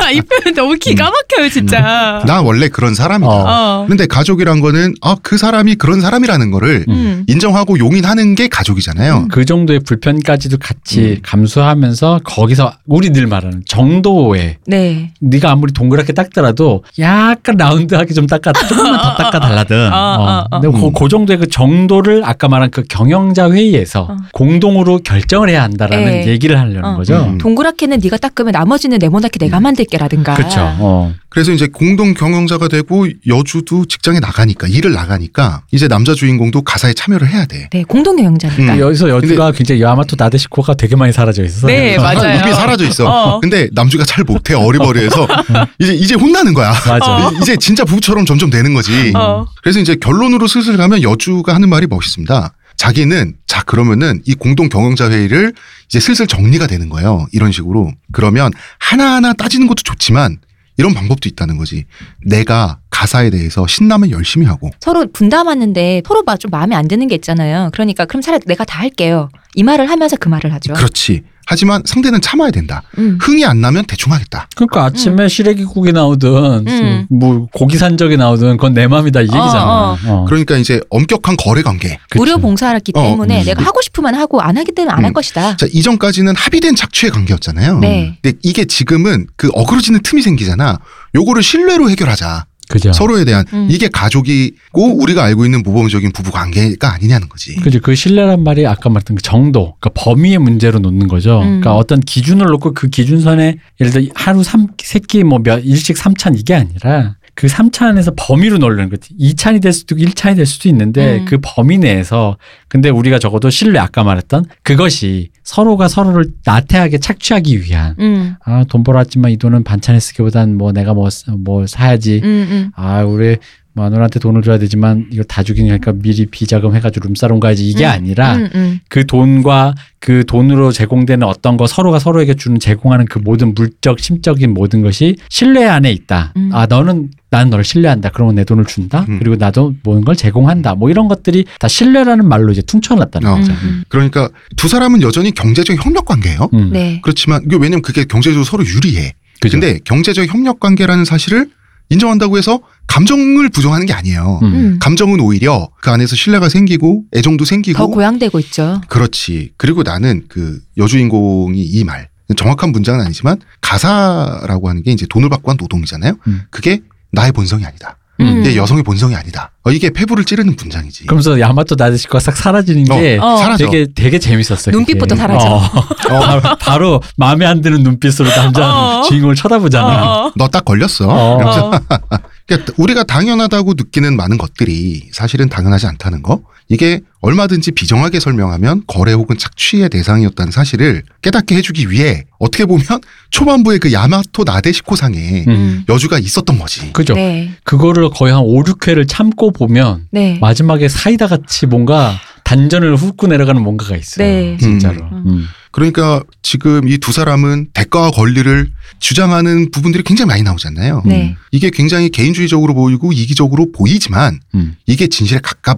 Speaker 2: 아, 이 표현 너무
Speaker 3: 음.
Speaker 2: 기가 막혀요, 진짜.
Speaker 1: 나 원래 그런 사람이다.
Speaker 3: 어.
Speaker 2: 어.
Speaker 1: 근데 가족이란 거는 아 그 사람이 그런 사람이라는 거를
Speaker 2: 음.
Speaker 1: 인정하고 용인하는 게 가족이잖아요.
Speaker 3: *laughs* 그 정도의 불편까지도 같이
Speaker 1: 음.
Speaker 3: 감수하면서 거기서 우리 늘 말하는 정도의
Speaker 2: 네.
Speaker 3: 네가 아무리 동그랗게 닦더라도 약간 라운드하게 좀 닦아 조금만 더 닦아
Speaker 2: *laughs*
Speaker 3: 달라든.
Speaker 2: 어, 어,
Speaker 3: 어,
Speaker 2: 어.
Speaker 3: 근데 그,
Speaker 1: 음.
Speaker 3: 그 정도의 그 정도를 아까 말한 그 경영자 회의에서
Speaker 2: 어.
Speaker 3: 공동으로 결정을 해야 한다라는
Speaker 2: 예.
Speaker 3: 얘기를 하려는
Speaker 2: 어.
Speaker 3: 거죠.
Speaker 1: 음.
Speaker 2: 동그랗게는 네가 닦으면 나머지는 네모나게 내가 만들게라든가.
Speaker 3: 그렇죠. 어.
Speaker 1: 그래서 이제 공동 경영자가 되고 여주도 직장에 나가니까 일을 나가니까 이제 남자 주인공도 가사에 참여를 해야 돼.
Speaker 2: 네, 공동 경영자니까.
Speaker 1: 음.
Speaker 3: 여기서 여주가 굉장히 야마토 나데시코가 되게 많이 사라져 있어서
Speaker 2: 네, 맞아요.
Speaker 1: 이 사라져 있어.
Speaker 2: 어.
Speaker 1: 근데 남주가 잘 못해
Speaker 2: *laughs*
Speaker 1: 어리버리해서 이제 이제 혼나는 거야.
Speaker 3: 맞아.
Speaker 1: 이- 이제 진짜 부부처럼 점점 되는 거지.
Speaker 2: 어.
Speaker 1: 그래서 이제 결론으로 슬슬 가면 여주가 하는 말이 멋있습니다. 자기는 자 그러면은 이 공동 경영자 회의를 이제 슬슬 정리가 되는 거예요. 이런 식으로 그러면 하나하나 따지는 것도 좋지만 이런 방법도 있다는 거지. 내가 가사에 대해서 신나면 열심히 하고
Speaker 2: 서로 분담하는데 서로 막 좀 마음에 안 드는 게 있잖아요. 그러니까 그럼 차라리 내가 다 할게요. 이 말을 하면서 그 말을 하죠.
Speaker 1: 그렇지. 하지만 상대는 참아야 된다.
Speaker 2: 음.
Speaker 1: 흥이 안 나면 대충 하겠다.
Speaker 3: 그러니까 아침에 시래기국이 나오든
Speaker 2: 음.
Speaker 3: 뭐 고기 산적이 나오든 그건 내 맘이다 이 얘기잖아.
Speaker 2: 어,
Speaker 3: 어,
Speaker 1: 그러니까 이제 엄격한 거래 관계.
Speaker 3: 그치.
Speaker 2: 무료 봉사했기
Speaker 1: 어,
Speaker 2: 때문에
Speaker 3: 음.
Speaker 2: 내가 하고 싶으면 하고 안 하기 때문에 안 할
Speaker 1: 음.
Speaker 2: 것이다.
Speaker 1: 자, 이전까지는 합의된 착취의 관계였잖아요.
Speaker 2: 네.
Speaker 1: 근데 이게 지금은 그 어그러지는 틈이 생기잖아. 요거를 신뢰로 해결하자.
Speaker 3: 그죠.
Speaker 1: 서로에 대한
Speaker 2: 음.
Speaker 1: 이게 가족이고 우리가 알고 있는 모범적인 부부 관계가 아니냐는 거지.
Speaker 3: 그죠. 그 신뢰란 말이 아까 말했던 그 정도, 그러니까 범위의 문제로 놓는 거죠.
Speaker 2: 음.
Speaker 3: 그러니까 어떤 기준을 놓고 그 기준선에 예를 들어 하루 삼, 세끼 뭐몇 일식 삼찬 이게 아니라 그 삼찬에서 범위로 놓는 거지. 이찬이될 수도 있고 일찬이될 수도 있는데
Speaker 2: 음.
Speaker 3: 그 범위 내에서 근데 우리가 적어도 신뢰 아까 말했던 그것이 서로가 서로를 나태하게 착취하기 위한
Speaker 2: 음.
Speaker 3: 아, 돈 벌었지만 이 돈은 반찬에 쓰기보단 뭐 내가 뭐, 쓰- 뭐 사야지.
Speaker 2: 음, 음.
Speaker 3: 아, 우리 마누라한테 돈을 줘야 되지만 이거 다 주긴 하니까 미리 비자금 해가지고 룸사롱 가야지. 이게
Speaker 2: 음.
Speaker 3: 아니라
Speaker 2: 음, 음.
Speaker 3: 그 돈과 그 돈으로 제공되는 어떤 거 서로가 서로에게 주는 제공하는 그 모든 물적, 심적인 모든 것이 신뢰 안에 있다.
Speaker 2: 음.
Speaker 3: 아, 너는 나는 너를 신뢰한다. 그러면 내 돈을 준다.
Speaker 1: 음.
Speaker 3: 그리고 나도 모든 걸 제공한다. 뭐 이런 것들이 다 신뢰라는 말로 이제 퉁쳐놨다는
Speaker 1: 어.
Speaker 3: 거죠.
Speaker 2: 음,
Speaker 1: 그러니까 두 사람은 여전히 경제적 협력 관계예요.
Speaker 3: 음.
Speaker 2: 음. 네.
Speaker 1: 그렇지만 이게 왜냐면 그게 경제적으로 서로 유리해.
Speaker 3: 그죠.
Speaker 1: 근데 경제적 협력 관계라는 사실을 인정한다고 해서 감정을 부정하는 게 아니에요.
Speaker 3: 음.
Speaker 2: 음.
Speaker 1: 감정은 오히려 그 안에서 신뢰가 생기고 애정도 생기고
Speaker 2: 더 고양되고 있죠.
Speaker 1: 그렇지. 그리고 나는 그 여주인공이 이 말. 정확한 문장은 아니지만 가사라고 하는 게 이제 돈을 받고 한 노동이잖아요.
Speaker 3: 음.
Speaker 1: 그게 나의 본성이 아니다.
Speaker 3: 음.
Speaker 1: 내 여성의 본성이 아니다. 어, 이게 패부를 찌르는 문장이지.
Speaker 3: 그러면서 야마토 나데시코가 싹 사라지는
Speaker 1: 어,
Speaker 3: 게
Speaker 2: 어.
Speaker 1: 사라져.
Speaker 3: 되게 되게 재밌었어요. 그게.
Speaker 2: 눈빛부터 사라져.
Speaker 3: 어.
Speaker 1: 어,
Speaker 3: *laughs* 바로, 바로 마음에 안 드는 눈빛으로 남자
Speaker 2: 어.
Speaker 3: 주인공을 쳐다보잖아.
Speaker 1: 너 딱 걸렸어.
Speaker 3: 어.
Speaker 1: 이러면서 그러니까 우리가 당연하다고 느끼는 많은 것들이 사실은 당연하지 않다는 거. 이게 얼마든지 비정하게 설명하면 거래 혹은 착취의 대상이었다는 사실을 깨닫게 해주기 위해 어떻게 보면 초반부의 그 야마토 나데시코상에
Speaker 3: 음.
Speaker 1: 여주가 있었던 거지.
Speaker 3: 그죠.
Speaker 2: 네.
Speaker 3: 그거를 거의 한 5, 6회를 참고 보면
Speaker 2: 네.
Speaker 3: 마지막에 사이다 같이 뭔가 단전을 훑고 내려가는 뭔가가 있어요.
Speaker 2: 네.
Speaker 3: 진짜로.
Speaker 2: 음.
Speaker 3: 음.
Speaker 1: 그러니까 지금 이 두 사람은 대가와 권리를 주장하는 부분들이 굉장히 많이 나오잖아요.
Speaker 2: 네.
Speaker 1: 이게 굉장히 개인주의적으로 보이고 이기적으로 보이지만
Speaker 3: 음.
Speaker 1: 이게 진실에 가까운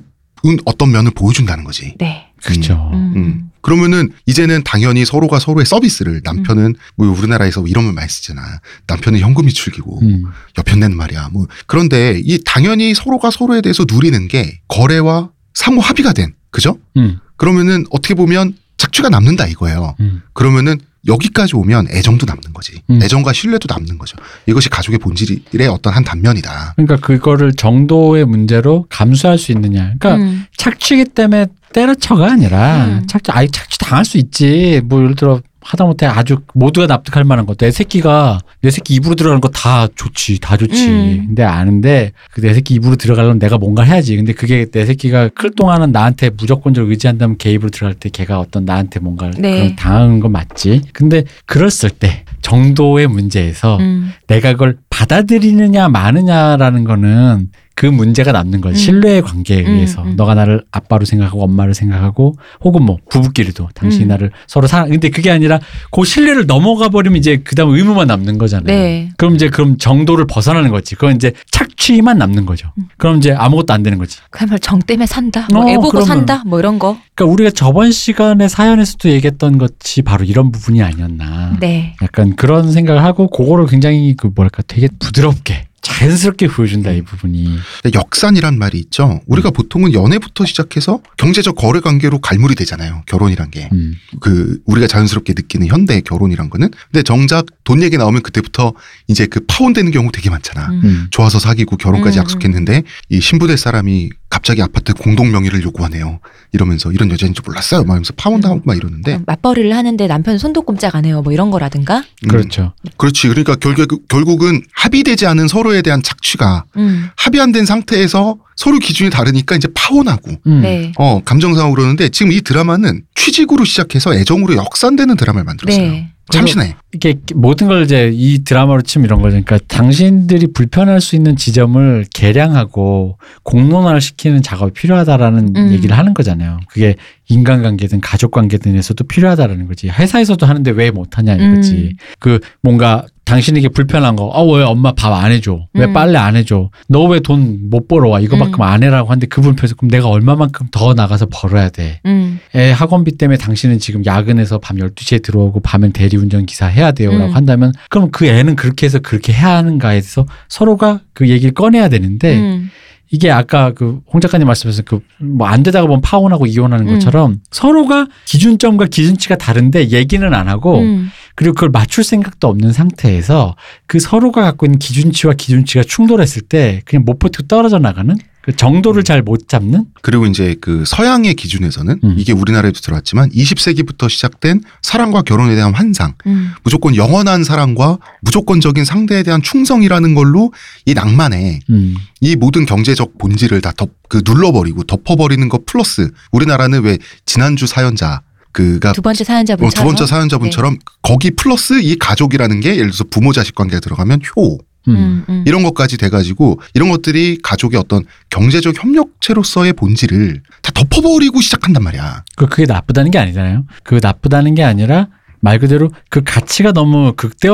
Speaker 1: 어떤 면을 보여준다는 거지.
Speaker 2: 네.
Speaker 3: 그죠.
Speaker 2: 음.
Speaker 1: 음. 그러면은 이제는 당연히 서로가 서로의 서비스를
Speaker 3: 음.
Speaker 1: 남편은 뭐 우리나라에서 이런 말 많이 쓰잖아. 남편은 현금이 출기고
Speaker 3: 음.
Speaker 1: 옆편 내는 말이야. 뭐 그런데 이 당연히 서로가 서로에 대해서 누리는 게 거래와 상호 합의가 된 그죠?
Speaker 3: 음.
Speaker 1: 그러면은 어떻게 보면 착취가 남는다 이거예요.
Speaker 3: 음.
Speaker 1: 그러면은 여기까지 오면 애정도 남는 거지.
Speaker 3: 음.
Speaker 1: 애정과 신뢰도 남는 거죠. 이것이 가족의 본질의 어떤 한 단면이다.
Speaker 3: 그러니까 그거를 정도의 문제로 감수할 수 있느냐. 그러니까
Speaker 2: 음.
Speaker 3: 착취기 때문에 때려쳐가 아니라
Speaker 2: 음.
Speaker 3: 착취 아예 착취 당할 수 있지 뭐 예를 들어 하다못해 아주 모두가 납득할 만한 것내 새끼가 내 새끼 입으로 들어가는 거 다 좋지 다 좋지
Speaker 2: 음.
Speaker 3: 근데 아는데 그 내 새끼 입으로 들어가려면 내가 뭔가 해야지 근데 그게 내 새끼가 클 동안은 나한테 무조건적으로 의지한다면 걔 입으로 들어갈 때 걔가 어떤 나한테 뭔가
Speaker 2: 네.
Speaker 3: 그런 당한 건 맞지 근데 그랬을 때 정도의 문제에서
Speaker 2: 음.
Speaker 3: 내가 그걸 받아들이느냐 마느냐라는 거는 그 문제가 남는 거지
Speaker 2: 음.
Speaker 3: 신뢰의 관계에
Speaker 2: 음,
Speaker 3: 의해서
Speaker 2: 음.
Speaker 3: 너가 나를 아빠로 생각하고 엄마를 생각하고 혹은 뭐 부부끼리도 당신이
Speaker 2: 음.
Speaker 3: 나를 서로 사랑 근데 그게 아니라 그 신뢰를 넘어가 버리면 이제 그다음 의무만 남는 거잖아요.
Speaker 2: 네.
Speaker 3: 그럼 이제 그럼 정도를 벗어나는 거지. 그건 이제 착취만 남는 거죠.
Speaker 2: 음.
Speaker 3: 그럼 이제 아무것도 안 되는 거지.
Speaker 2: 그야말로 정 때문에 산다. 뭐
Speaker 3: 어,
Speaker 2: 애 보고
Speaker 3: 그러면.
Speaker 2: 산다. 뭐 이런 거.
Speaker 3: 그러니까 우리가 저번 시간에 사연에서도 얘기했던 것이 바로 이런 부분이 아니었나.
Speaker 2: 네.
Speaker 3: 약간 그런 생각을 하고 그거를 굉장히 그 뭐랄까 되게 부드럽게 자연스럽게 보여준다 이 부분이
Speaker 1: 근데 역산이란 말이 있죠.
Speaker 3: 음.
Speaker 1: 우리가 보통은 연애부터 시작해서 경제적 거래 관계로 갈물이 되잖아요. 결혼이란 게.
Speaker 3: 음.
Speaker 1: 그 우리가 자연스럽게 느끼는 현대의 결혼이란 거는 근데 정작 돈 얘기 나오면 그때부터 이제 그 파혼되는 경우 되게 많잖아.
Speaker 2: 음.
Speaker 3: 음.
Speaker 1: 좋아서 사귀고 결혼까지
Speaker 2: 음.
Speaker 1: 약속했는데 이 신부 될 사람이 갑자기 아파트 공동 명의를 요구하네요. 이러면서 이런 여자인 줄 몰랐어요. 막 이러면서 파혼당하고 막 이러는데
Speaker 2: 어, 맞벌이를 하는데 남편 손도 꼼짝 안 해요. 뭐 이런 거라든가.
Speaker 1: 음,
Speaker 3: 그렇죠.
Speaker 1: 그렇지. 그러니까 결국 결국은 합의되지 않은 서로에 대한 착취가
Speaker 2: 음.
Speaker 1: 합의 안 된 상태에서 서로 기준이 다르니까 이제 파혼하고
Speaker 3: 음.
Speaker 2: 네.
Speaker 1: 어 감정상으로 그러는데 지금 이 드라마는 취직으로 시작해서 애정으로 역산되는 드라마를 만들었어요.
Speaker 2: 네.
Speaker 1: 참신해.
Speaker 3: 이게 모든 걸 이제 이 드라마로 치면 이런 거죠. 그러니까 당신들이 불편할 수 있는 지점을 개량하고 공론화를 시키는 작업이 필요하다라는
Speaker 2: 음.
Speaker 3: 얘기를 하는 거잖아요. 그게 인간관계든 가족관계든에서도 필요하다라는 거지. 회사에서도 하는데 왜 못하냐 이거지.
Speaker 2: 음.
Speaker 3: 그 뭔가 당신에게 불편한 거, 어, 왜 엄마 밥 안 해줘? 왜
Speaker 2: 음.
Speaker 3: 빨래 안 해줘? 너 왜 돈 못 벌어와? 이거만큼
Speaker 2: 음.
Speaker 3: 안 해라고 하는데 그분 편에서 그럼 내가 얼마만큼 더 나가서 벌어야 돼?
Speaker 2: 음.
Speaker 3: 애 학원비 때문에 당신은 지금 야근해서 밤 12시에 들어오고 밤엔 대리운전 기사 해야 돼요 라고
Speaker 2: 음.
Speaker 3: 한다면 그럼 그 애는 그렇게 해서 그렇게 해야 하는가에 대해서 서로가 그 얘기를 꺼내야 되는데
Speaker 2: 음.
Speaker 3: 이게 아까 그 홍 작가님 말씀하신 그뭐 안 되다가 보면 파혼하고 이혼하는
Speaker 2: 음.
Speaker 3: 것처럼 서로가 기준점과 기준치가 다른데 얘기는 안 하고
Speaker 2: 음.
Speaker 3: 그리고 그걸 맞출 생각도 없는 상태에서 그 서로가 갖고 있는 기준치와 기준치가 충돌했을 때 그냥 못 버티고 떨어져 나가는 그
Speaker 2: 음.
Speaker 3: 정도를 잘 못 잡는
Speaker 1: 그리고 이제 그 서양의 기준에서는
Speaker 3: 음.
Speaker 1: 이게 우리나라에도 들어왔지만 20세기부터 시작된 사랑과 결혼에 대한 환상,
Speaker 2: 음.
Speaker 1: 무조건 영원한 사랑과 무조건적인 상대에 대한 충성이라는 걸로 이 낭만에
Speaker 3: 음.
Speaker 1: 이 모든 경제적 본질을 다 덮, 그 눌러버리고 덮어버리는 것 플러스 우리나라는 왜 지난주 사연자 그가
Speaker 2: 두 네. 번째 사연자분
Speaker 1: 어, 두 번째 사연자분처럼 거기 플러스 이 가족이라는 게 예를 들어서 부모 자식 관계에 들어가면 효
Speaker 3: 음.
Speaker 2: 음. 음.
Speaker 1: 이런 것까지 돼가지고 이런 것들이 가족의 어떤 경제적 협력체로서의 본질을 다 덮어버리고 시작한단 말이야.
Speaker 3: 그 그게 나쁘다는 게 아니잖아요. 그 나쁘다는 게 아니라 말 그대로 그 가치가 너무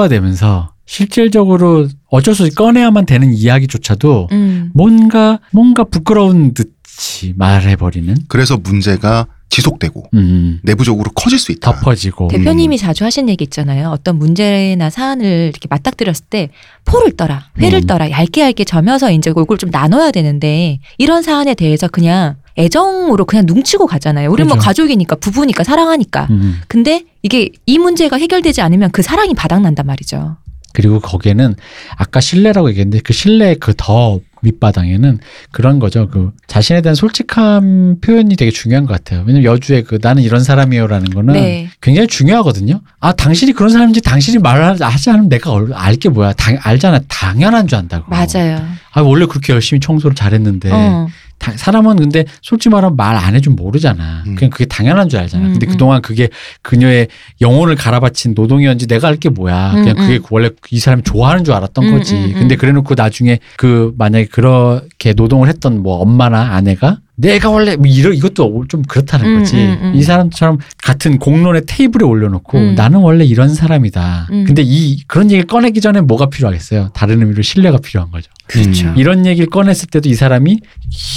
Speaker 3: 극대화되면서 실질적으로 어쩔 수 없이 꺼내야만 되는 이야기조차도
Speaker 2: 음.
Speaker 3: 뭔가 뭔가 부끄러운 듯이 말해버리는
Speaker 1: 그래서 문제가 지속되고
Speaker 3: 음,
Speaker 1: 내부적으로 커질 수 있다.
Speaker 2: 아,
Speaker 3: 덮어지고
Speaker 1: 대-
Speaker 2: 대표님이 자주 하신 얘기 있잖아요. 어떤 문제나 사안을 이렇게 맞닥뜨렸을 때 포를 떠라, 회를
Speaker 3: 음.
Speaker 2: 떠라, 얇게 얇게 점여서 이제 그걸 좀 나눠야 되는데 이런 사안에 대해서 그냥 애정으로 그냥 뭉치고 가잖아요. 우리 뭐
Speaker 3: 그죠.
Speaker 2: 가족이니까 부부니까 사랑하니까.
Speaker 3: 음,
Speaker 2: 근데 이게 이 문제가 해결되지 않으면 그 사랑이 바닥난단 말이죠.
Speaker 3: 그리고 거기에는 아까 신뢰라고 얘기했는데 그 신뢰의 그 더 밑바닥에는 그런 거죠. 그 자신에 대한 솔직한 표현이 되게 중요한 것 같아요. 왜냐면 여주의 그 나는 이런 사람이요라는 거는
Speaker 2: 네.
Speaker 3: 굉장히 중요하거든요. 아, 당신이 그런 사람인지 당신이 말하지 않으면 내가 알 게 뭐야. 당, 알잖아. 당연한 줄 안다고.
Speaker 2: 맞아요.
Speaker 3: 아, 원래 그렇게 열심히 청소를
Speaker 1: 네.
Speaker 3: 잘했는데.
Speaker 2: 어.
Speaker 3: 다- 사람은 근데 솔직히 말하면 말 안 해주면 모르잖아.
Speaker 1: 음.
Speaker 3: 그냥 그게 당연한 줄 알잖아.
Speaker 2: 음,
Speaker 3: 근데
Speaker 2: 음.
Speaker 3: 그동안 그게 그녀의 영혼을 갈아바친 노동이었는지 내가 알 게 뭐야.
Speaker 2: 음,
Speaker 3: 그냥 그게
Speaker 2: 음.
Speaker 3: 원래 이 사람이 좋아하는 줄 알았던
Speaker 2: 음,
Speaker 3: 거지.
Speaker 2: 음, 음.
Speaker 3: 근데 그래놓고 나중에 그 만약에 그렇게 노동을 했던 뭐 엄마나 아내가 내가 원래 뭐 이런 이것도 좀 그렇다는
Speaker 2: 음,
Speaker 3: 거지.
Speaker 2: 음, 음.
Speaker 3: 이 사람처럼 같은 공론의 테이블에 올려놓고
Speaker 2: 음.
Speaker 3: 나는 원래 이런 사람이다.
Speaker 2: 음.
Speaker 3: 근데 이 그런 얘기 꺼내기 전에 뭐가 필요하겠어요? 다른 의미로 신뢰가 필요한 거죠.
Speaker 1: 그렇죠. 음.
Speaker 3: 이런 얘기를 꺼냈을 때도 이 사람이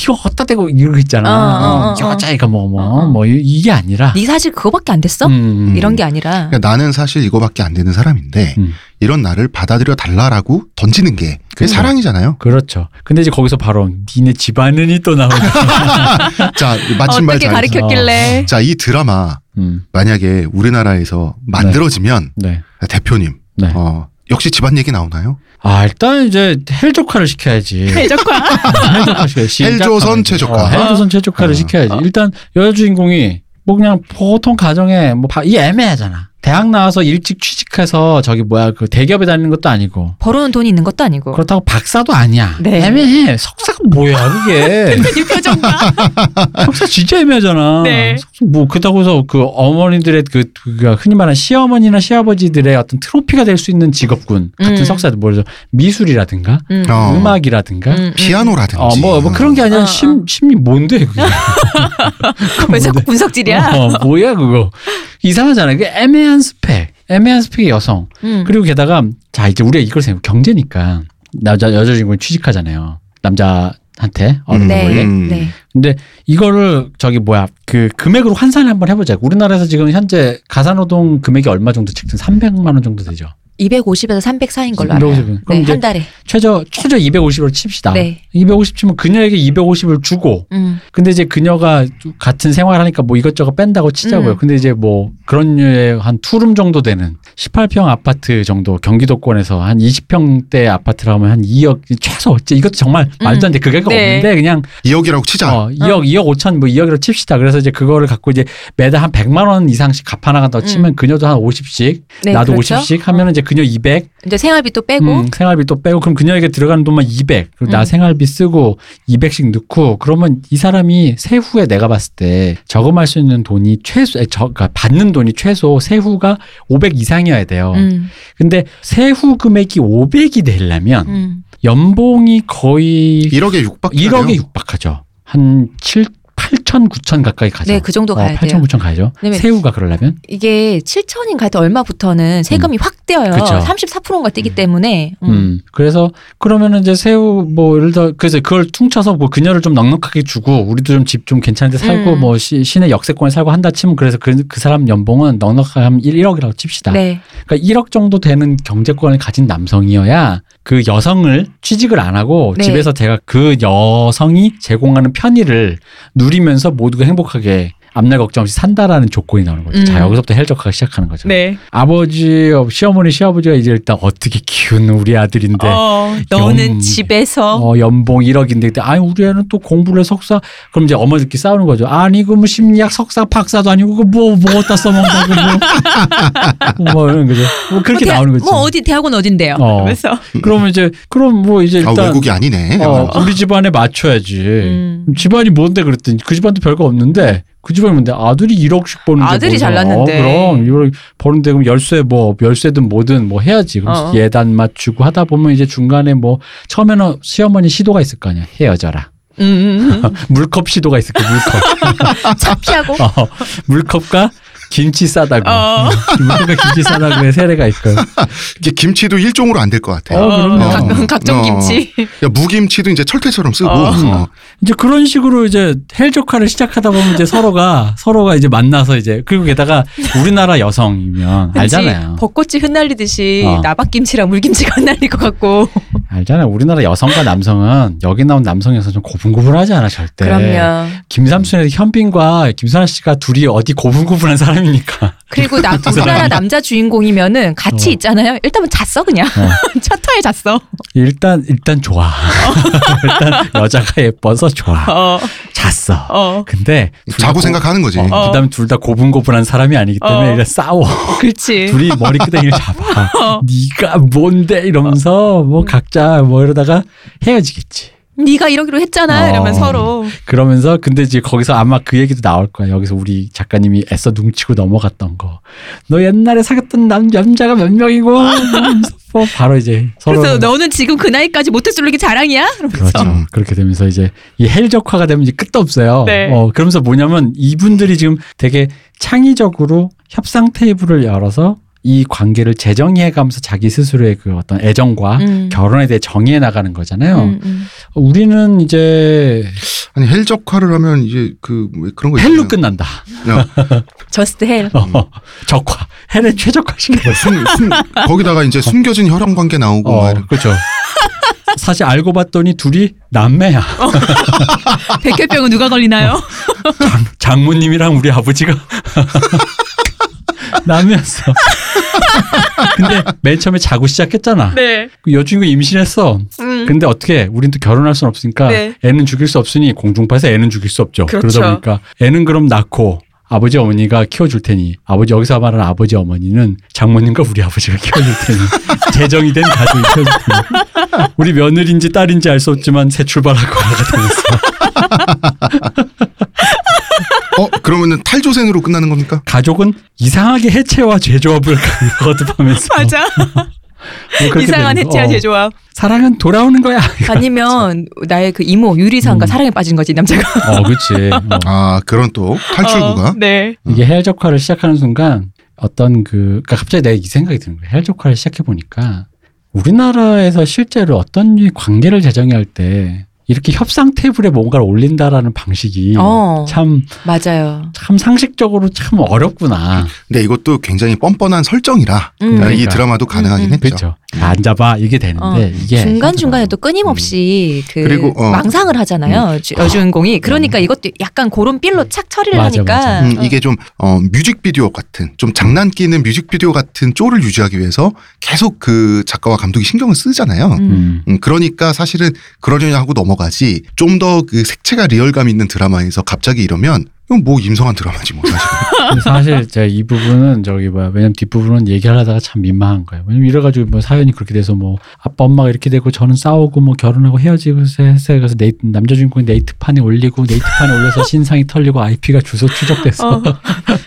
Speaker 3: 이거 헛다 대고 이러고 있잖아.
Speaker 2: 어, 어, 어, 어.
Speaker 3: 여자애가 뭐 뭐
Speaker 2: 어,
Speaker 3: 뭐
Speaker 2: 어.
Speaker 3: 이게 아니라
Speaker 2: 네 사실 그거밖에 안 됐어?
Speaker 3: 음,
Speaker 2: 이런 게 아니라
Speaker 1: 그러니까 나는 사실 이거밖에 안 되는 사람인데
Speaker 3: 음.
Speaker 1: 이런 나를 받아들여 달라라고 던지는 게 그게
Speaker 3: 그렇죠.
Speaker 1: 사랑이잖아요.
Speaker 3: 그렇죠. 근데 이제 거기서 바로 니네 집안은이
Speaker 2: *laughs*
Speaker 3: 또 나오죠. 아,
Speaker 1: 자 마침 말
Speaker 2: 어떻게
Speaker 1: 잘했어.
Speaker 2: 가르쳤길래
Speaker 1: 자이 드라마
Speaker 3: 음,
Speaker 1: 만약에 우리나라에서 만들어지면
Speaker 3: 네.
Speaker 1: 대표님
Speaker 3: 네.
Speaker 1: 어, 역시 집안 얘기 나오나요?
Speaker 3: 아 일단 이제 헬조카를 시켜야지.
Speaker 2: 대적화.
Speaker 3: 헬조카 시켜야지. 시작
Speaker 1: *laughs* 헬조선
Speaker 3: 방법이지.
Speaker 1: 최적화.
Speaker 3: 어, 헬조선 최적화를
Speaker 1: 어.
Speaker 3: 시켜야지. 일단 여자 주인공이 뭐 그냥 보통 가정에 뭐이 애매하잖아. 대학 나와서 일찍 취직해서 저기 뭐야 그 대기업에 다니는 것도 아니고
Speaker 2: 벌어놓은 돈이 있는 것도 아니고. *laughs*
Speaker 3: 그렇다고 박사도 아니야.
Speaker 2: 네.
Speaker 3: 애매해. 석사가 뭐야
Speaker 2: *laughs*
Speaker 3: 그게.
Speaker 1: 어.
Speaker 3: 석사 진짜 애매하잖아.
Speaker 2: 네.
Speaker 3: 석사 뭐 그렇다고 해서 그 어머니들의 그 그가 흔히 말하는 시어머니나 시아버지들의 어떤 트로피가 될 수 있는 직업군 같은
Speaker 2: 음.
Speaker 3: 석사도 뭐죠 미술이라든가
Speaker 2: 음.
Speaker 1: 어.
Speaker 3: 음악이라든가
Speaker 2: 음, 음.
Speaker 1: 피아노라든지
Speaker 3: 어 뭐 뭐 그런 게 아니라
Speaker 2: 어, 어.
Speaker 3: 심 심리 뭔데
Speaker 2: *laughs*
Speaker 3: 그게.
Speaker 2: 왜
Speaker 3: 그건
Speaker 1: 뭐.
Speaker 2: 자꾸
Speaker 3: 뭔데?
Speaker 2: 분석질이야?
Speaker 3: *laughs* 어, 뭐야 그거 이상하잖아. 그 애매한 스펙, 애매한 스펙의 여성.
Speaker 2: 음.
Speaker 3: 그리고 게다가 자 이제 우리가 이걸 생각 경제니까 남자 여자 주인공이 취직하잖아요 남자한테 어느
Speaker 1: 음.
Speaker 2: 네.
Speaker 3: 원래
Speaker 1: 음.
Speaker 2: 네.
Speaker 3: 근데 이거를 저기 뭐야 그 금액으로 환산을 한번 해보자 우리나라에서 지금 현재 가사노동 금액이 얼마 정도 책든 300만 원 정도 되죠
Speaker 2: 250에서 300 사이인 걸로 알아요.
Speaker 3: 250은. 그럼
Speaker 2: 네,
Speaker 3: 이제
Speaker 2: 한 달에.
Speaker 3: 최저 최저 250으로 칩시다.
Speaker 2: 네.
Speaker 3: 250 치면 그녀에게 250을 주고
Speaker 2: 음.
Speaker 3: 근데 이제 그녀가 같은 생활하니까 뭐 이것저것 뺀다고 치자고요.
Speaker 2: 음.
Speaker 3: 근데 이제 뭐 그런 류의 한 투룸 정도 되는 18평 아파트 정도 경기도권에서 한 20평대 아파트라면 한 2억 최소 어째 이것도 정말 말도 안 돼.
Speaker 2: 네.
Speaker 3: 그게 없는데 그냥
Speaker 1: 2억이라고 치자.
Speaker 3: 어, 2억, 2억 5천 뭐 2억으로 칩시다. 그래서 이제 그거를 갖고 이제 매달 한 100만 원 이상씩 갚아 나간다고 치면 그녀도 한 50씩,
Speaker 2: 음. 네,
Speaker 3: 나도
Speaker 2: 그렇죠.
Speaker 3: 50씩 하면은 이제 그녀 200,
Speaker 2: 이제 생활비도 빼고
Speaker 3: 음, 생활비 또 빼고 그럼 그녀에게 들어가는 돈만 200. 그리고 나
Speaker 2: 음.
Speaker 3: 생활비 쓰고 200씩 넣고 그러면 이 사람이 세후에 내가 봤을 때 저금할 수 있는 돈이 최소 아니, 저, 그러니까 받는 돈이 최소 세후가 500 이상이어야 돼요.
Speaker 2: 음,
Speaker 3: 근데 세후 금액이 500이 되려면
Speaker 2: 음.
Speaker 3: 연봉이 거의
Speaker 1: 1억에 육박.
Speaker 3: 1억에 육박하죠. 한 7, 8천, 9천 가까이 가죠.
Speaker 2: 네, 그 정도
Speaker 3: 어,
Speaker 2: 가야
Speaker 3: 8천,
Speaker 2: 돼요. 네,
Speaker 3: 9천 가죠.
Speaker 2: 왜냐면
Speaker 3: 세후가 그러려면
Speaker 2: 이게 7천인 가때 얼마부터는
Speaker 1: 음.
Speaker 2: 세금이 확 떼어요.
Speaker 3: 그쵸.
Speaker 2: 34%인가 떼기 때문에. 음.
Speaker 3: 음. 그래서 그러면은 이제 새우 뭐 예를 들어 그래서 그걸 퉁쳐서 뭐 그녀를 좀 넉넉하게 주고 우리도 좀 집 좀 괜찮은데 살고
Speaker 2: 음.
Speaker 3: 뭐 시, 시내 역세권에 살고 한다 치면 그래서 그, 그 사람 연봉은 넉넉하게 하면 1, 1억이라고 칩시다.
Speaker 2: 네.
Speaker 3: 그러니까 1억 정도 되는 경제권을 가진 남성이어야 그 여성을 취직을 안 하고
Speaker 2: 네.
Speaker 3: 집에서 제가 그 여성이 제공하는 편의를 누리면서 모두가 행복하게 앞날 걱정 없이 산다라는 조건이 나오는 거죠. 자
Speaker 2: 음.
Speaker 3: 여기서부터 헬적하기 시작하는 거죠.
Speaker 2: 네.
Speaker 3: 아버지, 시어머니, 시아버지가 이제 일단 어떻게 키운 우리 아들인데
Speaker 2: 어,
Speaker 3: 영-
Speaker 2: 너는 집에서
Speaker 3: 어, 연봉 1억인데 그때 아니 우리 애는 또 공부를 해 석사 그럼 이제 어머니끼리 싸우는 거죠. 아니 그 뭐 심리학 석사 박사도 아니고 그뭐 뭐다 써먹는다고 뭐. *laughs* 뭐 이런 거죠. 뭐 그렇게
Speaker 2: 뭐 대-
Speaker 3: 나오는 거지.
Speaker 2: 뭐 어디 대학원 어딘데요?
Speaker 3: 어.
Speaker 2: 그러면서.
Speaker 3: 그러면 이제 그럼 뭐 이제
Speaker 1: 아
Speaker 3: 일단
Speaker 1: 외국이 아니네.
Speaker 3: 어, 우리 집안에 맞춰야지.
Speaker 2: 음.
Speaker 3: 집안이 뭔데 그랬더니 그 집안도 별거 없는데 그 집안이 뭔데 아들이 1억씩 버는데
Speaker 2: 아들이
Speaker 3: 뭐죠?
Speaker 2: 잘났는데.
Speaker 3: 어, 그럼 이걸 버는데 그럼 열쇠 뭐 열쇠든 뭐든 뭐 해야지 그럼
Speaker 2: 어.
Speaker 3: 예단 맞추고 하다 보면 이제 중간에 뭐 처음에는 시어머니 시도가 있을 거 아니야 헤어져라
Speaker 2: 음, 음, 음.
Speaker 3: 물컵 시도가 있을 거야
Speaker 2: *laughs*
Speaker 3: 물컵
Speaker 2: 차 피하고.
Speaker 3: 어, 물컵과 김치 싸다고
Speaker 2: 어.
Speaker 3: 물컵과 김치 싸다고의 세례가 있고
Speaker 1: 이게 김치도 일종으로 안 될 것 같아.
Speaker 3: 어,
Speaker 1: 요
Speaker 3: 그럼요.
Speaker 2: 각- 각종
Speaker 1: 어.
Speaker 3: *laughs*
Speaker 2: 김치.
Speaker 1: 무김치도 이제 철퇴처럼 쓰고.
Speaker 3: 아,
Speaker 2: 어.
Speaker 3: 음.
Speaker 1: 어.
Speaker 3: 이제 그런 식으로 이제 헬조카를 시작하다 보면
Speaker 2: *laughs*
Speaker 3: 이제 서로가 서로가 이제 만나서 이제 그리고 게다가 우리나라 여성이면
Speaker 2: 왠지
Speaker 3: 알잖아요.
Speaker 2: 벚꽃이 흩날리듯이
Speaker 3: 어.
Speaker 2: 나박김치랑 물김치가 *laughs* 흩날릴 것 같고.
Speaker 3: 알잖아요. 우리나라 여성과 남성은 여기 나온 남성에서 좀 고분고분하지 않아 절대.
Speaker 2: 그럼요.
Speaker 3: 김삼순의 현빈과 김선아 씨가 둘이 어디 고분고분한 사람입니까? *laughs*
Speaker 2: 그리고 나 우리나라 남자 주인공이면은 같이
Speaker 3: 어.
Speaker 2: 있잖아요. 일단은 잤어 그냥 *laughs* 차터에 잤어.
Speaker 3: 일단 일단 좋아. *laughs* 일단 여자가 예뻐서 좋아.
Speaker 2: 어,
Speaker 3: 잤어.
Speaker 2: 어.
Speaker 3: 근데 둘다
Speaker 1: 자고
Speaker 3: 고-
Speaker 1: 생각하는 거지.
Speaker 3: 어, 그다음에 둘 다 고분고분한 사람이 아니기 때문에
Speaker 2: 어.
Speaker 3: 일단 싸워.
Speaker 2: 그렇지.
Speaker 3: 둘이 머리끄댕이를
Speaker 2: *laughs*
Speaker 3: 잡아. 네가 뭔데 이러면서
Speaker 2: 음.
Speaker 3: 뭐 각자 뭐 이러다가 헤어지겠지.
Speaker 2: 네가 이러기로 했잖아. 이러면
Speaker 3: 어.
Speaker 2: 서로.
Speaker 3: 그러면서 근데 이제 거기서 아마 그 얘기도 나올 거야. 여기서 우리 작가님이 애써 뭉치고 넘어갔던 거. 너 옛날에 사귀었던 남 남자가 몇 명이고 뭐 하면서 뭐 바로 이제 서로
Speaker 2: 그래서 너는 지금 그 나이까지 못해 솔르기 자랑이야? 이러면서.
Speaker 3: 그렇죠. 그렇게 되면서 이제 이 헬적화가 되면 이제 끝도 없어요.
Speaker 2: 네.
Speaker 3: 어, 그러면서 뭐냐면 이분들이 지금 되게 창의적으로 협상 테이블을 열어서 이 관계를 재정의해 가면서 자기 스스로의 그 어떤 애정과
Speaker 2: 음.
Speaker 3: 결혼에 대해 정의해 나가는 거잖아요.
Speaker 2: 음, 음.
Speaker 3: 어, 우리는 이제
Speaker 1: 아니 헬적화를 하면 이제 그왜 그런 거
Speaker 3: 헬로
Speaker 1: 있잖아요.
Speaker 3: 끝난다.
Speaker 2: 저스트 헬.
Speaker 3: 어, 적화. 헬을 최적화시켜.
Speaker 1: 숨-
Speaker 3: *laughs*
Speaker 1: 숨- 거기다가 이제 숨겨진 혈연 관계 나오고 막
Speaker 3: 어,
Speaker 1: 이런.
Speaker 3: 그렇죠. 사실 알고 봤더니 둘이 남매야.
Speaker 2: 백혈병은 누가
Speaker 3: *laughs*
Speaker 2: 걸리나요?
Speaker 3: 장모님이랑 우리 아버지가 *laughs* 남매였어. *laughs* 근데 맨 처음에 자고 시작했잖아.
Speaker 2: 네.
Speaker 3: 그 여주인공 임신했어.
Speaker 2: 음.
Speaker 3: 근데 어떻게 해? 우린 또 결혼할 순 없으니까
Speaker 2: 네.
Speaker 3: 애는 죽일 수 없으니 공중파에서 애는 죽일 수 없죠. 그
Speaker 2: 그렇죠.
Speaker 3: 러다 보니까 애는 그럼 낳고 아버지 어머니가 키워줄 테니 아버지 여기서 말하는 아버지 어머니는 장모님과 우리 아버지가 키워줄 테니 *laughs* 재정이 된 가족이 키워줄 테니 우리 며느리인지 딸인지 알 수 없지만 새 출발할 거라고 되면서
Speaker 1: 어 그러면은 탈조생으로 끝나는 겁니까?
Speaker 3: 가족은 이상하게 해체와 재조합을 *laughs* 거듭하면서
Speaker 2: 맞아.
Speaker 3: 뭐 그렇게
Speaker 2: 네, 이상한
Speaker 3: 되는 거.
Speaker 2: 해체야
Speaker 3: 어, *laughs*
Speaker 2: 제조합.
Speaker 3: 사랑은 돌아오는 거야
Speaker 2: 아니면 나의 그 이모 유리상과
Speaker 3: 음.
Speaker 2: 사랑에 빠진 거지 남자가.
Speaker 3: 어 그렇지 어.
Speaker 1: 아 그런 또 탈출구가.
Speaker 2: 어, 네.
Speaker 3: 이게 해열적화를 시작하는 순간 어떤 그 그러니까 갑자기 내가 이 생각이 드는 거예요. 해열적화를 시작해 보니까 우리나라에서 실제로 어떤 이 관계를 재정의할 때 이렇게 협상 테이블에 뭔가를 올린다라는 방식이
Speaker 2: 어.
Speaker 3: 참,
Speaker 2: 맞아요.
Speaker 3: 참 상식적으로 참 어렵구나.
Speaker 1: 근데 이것도 굉장히 뻔뻔한 설정이라
Speaker 2: 음.
Speaker 1: 이
Speaker 3: 그러니까.
Speaker 1: 드라마도 가능하긴
Speaker 2: 음, 음.
Speaker 1: 했죠.
Speaker 3: 그렇죠. 앉아봐 이게 되는데
Speaker 2: 어,
Speaker 3: 이게
Speaker 2: 중간 중간에 또 끊임없이
Speaker 3: 음.
Speaker 2: 그
Speaker 1: 그리고, 어.
Speaker 2: 망상을 하잖아요 주- 여주인공이 그러니까 이것도 약간 그런 삘로 착 처리를
Speaker 3: 맞아,
Speaker 2: 하니까
Speaker 3: 맞아.
Speaker 1: 음,
Speaker 2: 어.
Speaker 1: 이게 좀 어, 뮤직비디오 같은 좀 장난기 있는 뮤직비디오 같은 쪼를 유지하기 위해서 계속 그 작가와 감독이 신경을 쓰잖아요.
Speaker 2: 음.
Speaker 3: 음.
Speaker 1: 음, 그러니까 사실은 그러려냐 하고 넘어가지 좀 더 그 색채가 리얼감 있는 드라마에서 갑자기 이러면 이건 뭐 임성한 드라마지 뭐 사실.
Speaker 3: 근데 사실 제가 이 부분은 저기 뭐야 왜냐면 뒷부분은 얘기하려다가 참 민망한 거예요 왜냐면 이래가지고 뭐 사연이 그렇게 돼서 뭐 아빠 엄마가 이렇게 되고 저는 싸우고 뭐 결혼하고 헤어지고 해서 해서 그래서 네이, 남자 주인공이 네이트판에 올리고 네이트판에 올려서 *laughs* 신상이 털리고 IP가 주소 추적돼서
Speaker 2: 어. *laughs*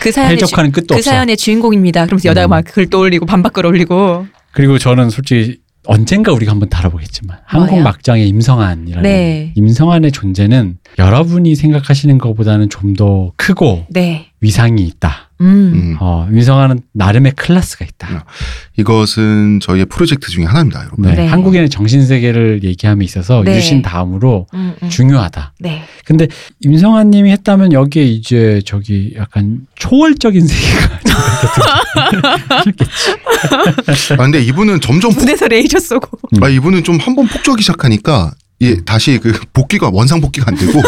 Speaker 2: 그 사연의 주,
Speaker 3: 해적하는 끝도
Speaker 2: 그
Speaker 3: 없어
Speaker 2: 사연의 주인공입니다. 그러면서 여자가
Speaker 3: 음.
Speaker 2: 막 글 떠올리고 반박글 올리고
Speaker 3: 그리고 저는 솔직히 언젠가 우리가 한번 다뤄보겠지만 한국
Speaker 2: 뭐요?
Speaker 3: 막장의 임성한이라는
Speaker 2: 네.
Speaker 3: 임성한의 존재는 여러분이 생각하시는 것보다는 좀 더 크고
Speaker 2: 네.
Speaker 3: 위상이 있다
Speaker 2: 음.
Speaker 1: 음,
Speaker 3: 어, 임성한은 나름의 클래스가 있다
Speaker 1: 이것은 저희의 프로젝트 중에 하나입니다, 여러분.
Speaker 3: 네.
Speaker 2: 네.
Speaker 3: 한국인의 정신세계를 얘기함에 있어서
Speaker 2: 네.
Speaker 3: 유신 다음으로
Speaker 2: 음, 음.
Speaker 3: 중요하다.
Speaker 2: 네.
Speaker 3: 근데 임성환 님이 했다면 여기에 이제 저기 약간 초월적인 *laughs* 세계가
Speaker 1: 아, 근데 이분은 점점 폭,
Speaker 2: 군에서 레이저 쏘고 *laughs*
Speaker 1: 아, 이분은 좀 한 번 폭주하기 시작하니까 예, 다시 그 복귀가 원상 복귀가 안 되고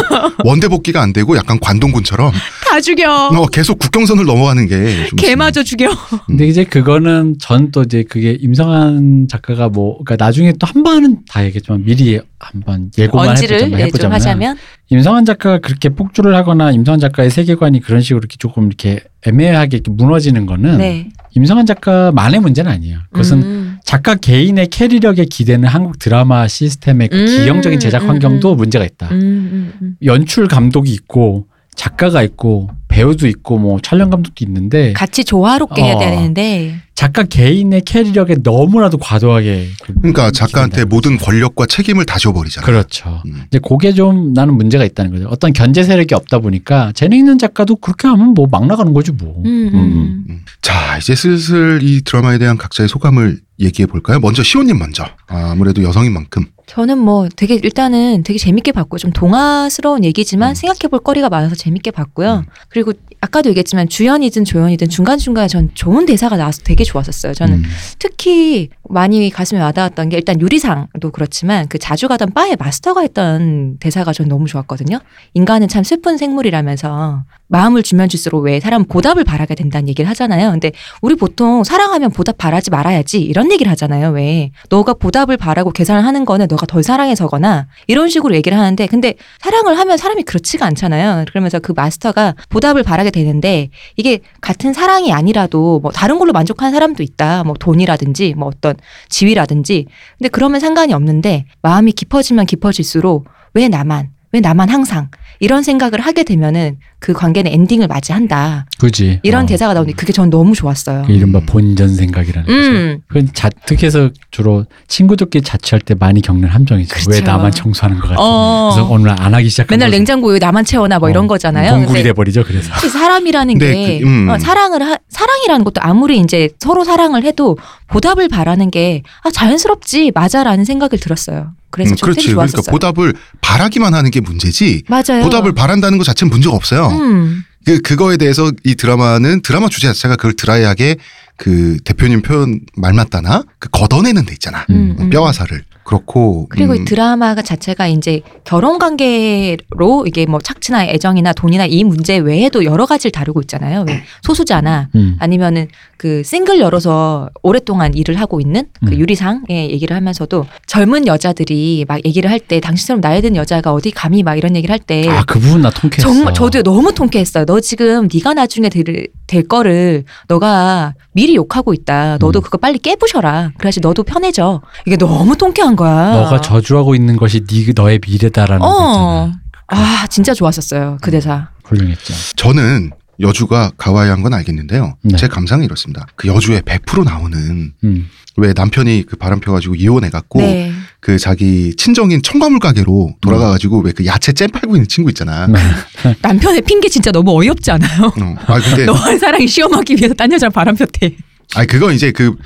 Speaker 1: 원대 복귀가 안 되고 약간 관동군처럼
Speaker 2: 다 죽여.
Speaker 3: 뭐,
Speaker 1: 어, 계속 국경선을 넘어가는 게좀
Speaker 2: 개마저 죽여.
Speaker 3: 근데 이제 그거는 전 또 이제 그게 임성환 작가가 뭐 그러니까 나중에 또 한 번은 다 얘기했지만 미리 한번 예고만
Speaker 2: 언지를
Speaker 3: 해보자면,
Speaker 2: 예, 좀 하자면
Speaker 3: 임성환 작가가 그렇게 폭주를 하거나 임성환 작가의 세계관이 그런 식으로 이렇게 조금 이렇게 애매하게 이렇게 무너지는 거는
Speaker 2: 네.
Speaker 3: 임성환 작가만의 문제는 아니에요. 그것은
Speaker 2: 음.
Speaker 3: 작가 개인의 캐리력에 기대는 한국 드라마 시스템의 그
Speaker 2: 음,
Speaker 3: 기형적인 제작
Speaker 2: 음,
Speaker 3: 환경도
Speaker 2: 음.
Speaker 3: 문제가 있다.
Speaker 2: 음, 음, 음.
Speaker 3: 연출 감독이 있고 작가가 있고 배우도 있고 뭐 촬영 감독도 있는데
Speaker 2: 같이 조화롭게 해야
Speaker 3: 예. 어.
Speaker 2: 되는데
Speaker 3: 작가 개인의 캐리력에 너무나도 과도하게 그-
Speaker 1: 그러니까 작가한테
Speaker 3: 기댄다.
Speaker 1: 모든 권력과 책임을 다 줘버리잖아.
Speaker 3: 그렇죠.
Speaker 1: 음.
Speaker 3: 이제 그게 좀 나는 문제가 있다는 거죠. 어떤 견제 세력이 없다 보니까 재능 있는 작가도 그렇게 하면 뭐 막 나가는 거지 뭐.
Speaker 2: 음, 음,
Speaker 3: 음.
Speaker 2: 음.
Speaker 1: 자, 이제 슬슬 이 드라마에 대한 각자의 소감을 얘기해 볼까요? 먼저 시온님 먼저. 아, 아무래도 여성인 만큼.
Speaker 2: 저는 뭐 되게 일단은 되게 재밌게 봤고 좀 동화스러운 얘기지만
Speaker 1: 음.
Speaker 2: 생각해 볼 거리가 많아서 재밌게 봤고요.
Speaker 1: 음.
Speaker 2: 그리고 아까도 얘기했지만 주연이든 조연이든 중간중간에 전 좋은 대사가 나와서 되게 좋았었어요. 저는
Speaker 1: 음.
Speaker 2: 특히 많이 가슴에 와닿았던 게 일단 유리상도 그렇지만 그 자주 가던 바의 마스터가 했던 대사가 전 너무 좋았거든요. 인간은 참 슬픈 생물이라면서 마음을 주면 줄수록 왜 사람 보답을 바라게 된다는 얘기를 하잖아요. 근데 우리 보통 사랑하면 보답 바라지 말아야지 이런 얘기를 하잖아요. 왜 너가 보답을 바라고 계산을 하는 거는 너가 덜 사랑해서거나 이런 식으로 얘기를 하는데 근데 사랑을 하면 사람이 그렇지가 않잖아요. 그러면서 그 마스터가 보답을 바라게 되는데 이게 같은 사랑이 아니라도 뭐 다른 걸로 만족하는 사람도 있다. 뭐 돈이라든지 뭐 어떤 지위라든지. 근데 그러면 상관이 없는데 마음이 깊어지면 깊어질수록 왜 나만 왜 나만 항상 이런 생각을 하게 되면은 그 관계는 엔딩을 맞이한다.
Speaker 3: 그지.
Speaker 2: 이런
Speaker 3: 어.
Speaker 2: 대사가 나오니 그게 전 너무 좋았어요.
Speaker 3: 그
Speaker 1: 음.
Speaker 3: 이른바 본전 생각이라는 거죠.
Speaker 2: 음.
Speaker 3: 그건 자특해서 주로 친구들끼리 자취할 때 많이 겪는 함정이죠. 왜
Speaker 2: 그렇죠.
Speaker 3: 나만 청소하는 것 같아.
Speaker 2: 어.
Speaker 3: 그래서 오늘 안 하기 시작한
Speaker 2: 맨날
Speaker 3: 거죠.
Speaker 2: 냉장고에 나만 채워놔 뭐 이런
Speaker 3: 어,
Speaker 2: 거잖아요.
Speaker 3: 동굴이
Speaker 2: 근데
Speaker 3: 돼버리죠. 그래서
Speaker 2: 사실 사람이라는
Speaker 1: 네,
Speaker 2: 게
Speaker 1: 그, 음.
Speaker 2: 어, 사랑을 하- 사랑이라는 것도 아무리 이제 서로 사랑을 해도 보답을 바라는 게 아, 자연스럽지 맞아라는 생각을 들었어요. 그래서
Speaker 1: 음,
Speaker 2: 저 되게
Speaker 1: 그렇지. 그러니까
Speaker 2: 좋았었어요.
Speaker 1: 보답을 바라기만 하는 게 문제지.
Speaker 2: 맞아요.
Speaker 1: 보답을 바란다는 것 자체는 문제가 없어요.
Speaker 2: 음.
Speaker 1: 그 그거에 대해서 이 드라마는 드라마 주제 자체가 그걸 드라이하게 그 대표님 표현 말 맞다나 그 걷어내는 데 있잖아.
Speaker 2: 음, 음.
Speaker 1: 뼈와살을 그렇고
Speaker 2: 그리고 이
Speaker 1: 음,
Speaker 2: 드라마가 자체가 이제 결혼 관계로 이게 뭐 착취나 애정이나 돈이나 이 문제 외에도 여러 가지를 다루고 있잖아요. 왜 소수자나
Speaker 3: 음.
Speaker 2: 아니면은 그 싱글 열어서 오랫동안 일을 하고 있는 그
Speaker 3: 음.
Speaker 2: 유리상의 얘기를 하면서도 젊은 여자들이 막 얘기를 할 때 당신처럼 나이 든 여자가 어디 감히 막 이런 얘기를 할 때
Speaker 3: 아 그 부분 나 통쾌했어.
Speaker 2: 예. 정말 저도 너무 통쾌했어요. 너 지금 네가 나중에 될, 될 거를 너가 미리 욕하고 있다. 너도
Speaker 3: 음.
Speaker 2: 그거 빨리 깨부셔라. 그래야지 너도 편해져. 이게 너무 통쾌한 거야.
Speaker 3: 너가 저주하고 있는 것이 네 너의 미래다라는
Speaker 2: 아. 어.
Speaker 3: 거잖아. 음.
Speaker 2: 아 진짜 좋았었어요 그 대사.
Speaker 3: 훌륭했죠.
Speaker 1: 저는 여주가 가와이한 건 알겠는데요.
Speaker 3: 네.
Speaker 1: 제 감상이 이렇습니다. 그 여주의 100% 나오는
Speaker 3: 음.
Speaker 1: 왜 남편이 그 바람 펴가지고 이혼해갖고
Speaker 2: 네.
Speaker 1: 그 자기 친정인 청과물 가게로 돌아가가지고 왜 그 야채 잼 팔고 있는 친구 있잖아.
Speaker 3: 음. 네.
Speaker 2: 남편의 핑계 진짜 너무 어이없지 않아요?
Speaker 1: 어, 아
Speaker 2: *laughs*
Speaker 3: 네.
Speaker 1: 근데
Speaker 2: 너와의 사랑이 시험하기 위해서 딴 여자랑 바람 폈대.
Speaker 1: 아 그건 이제 그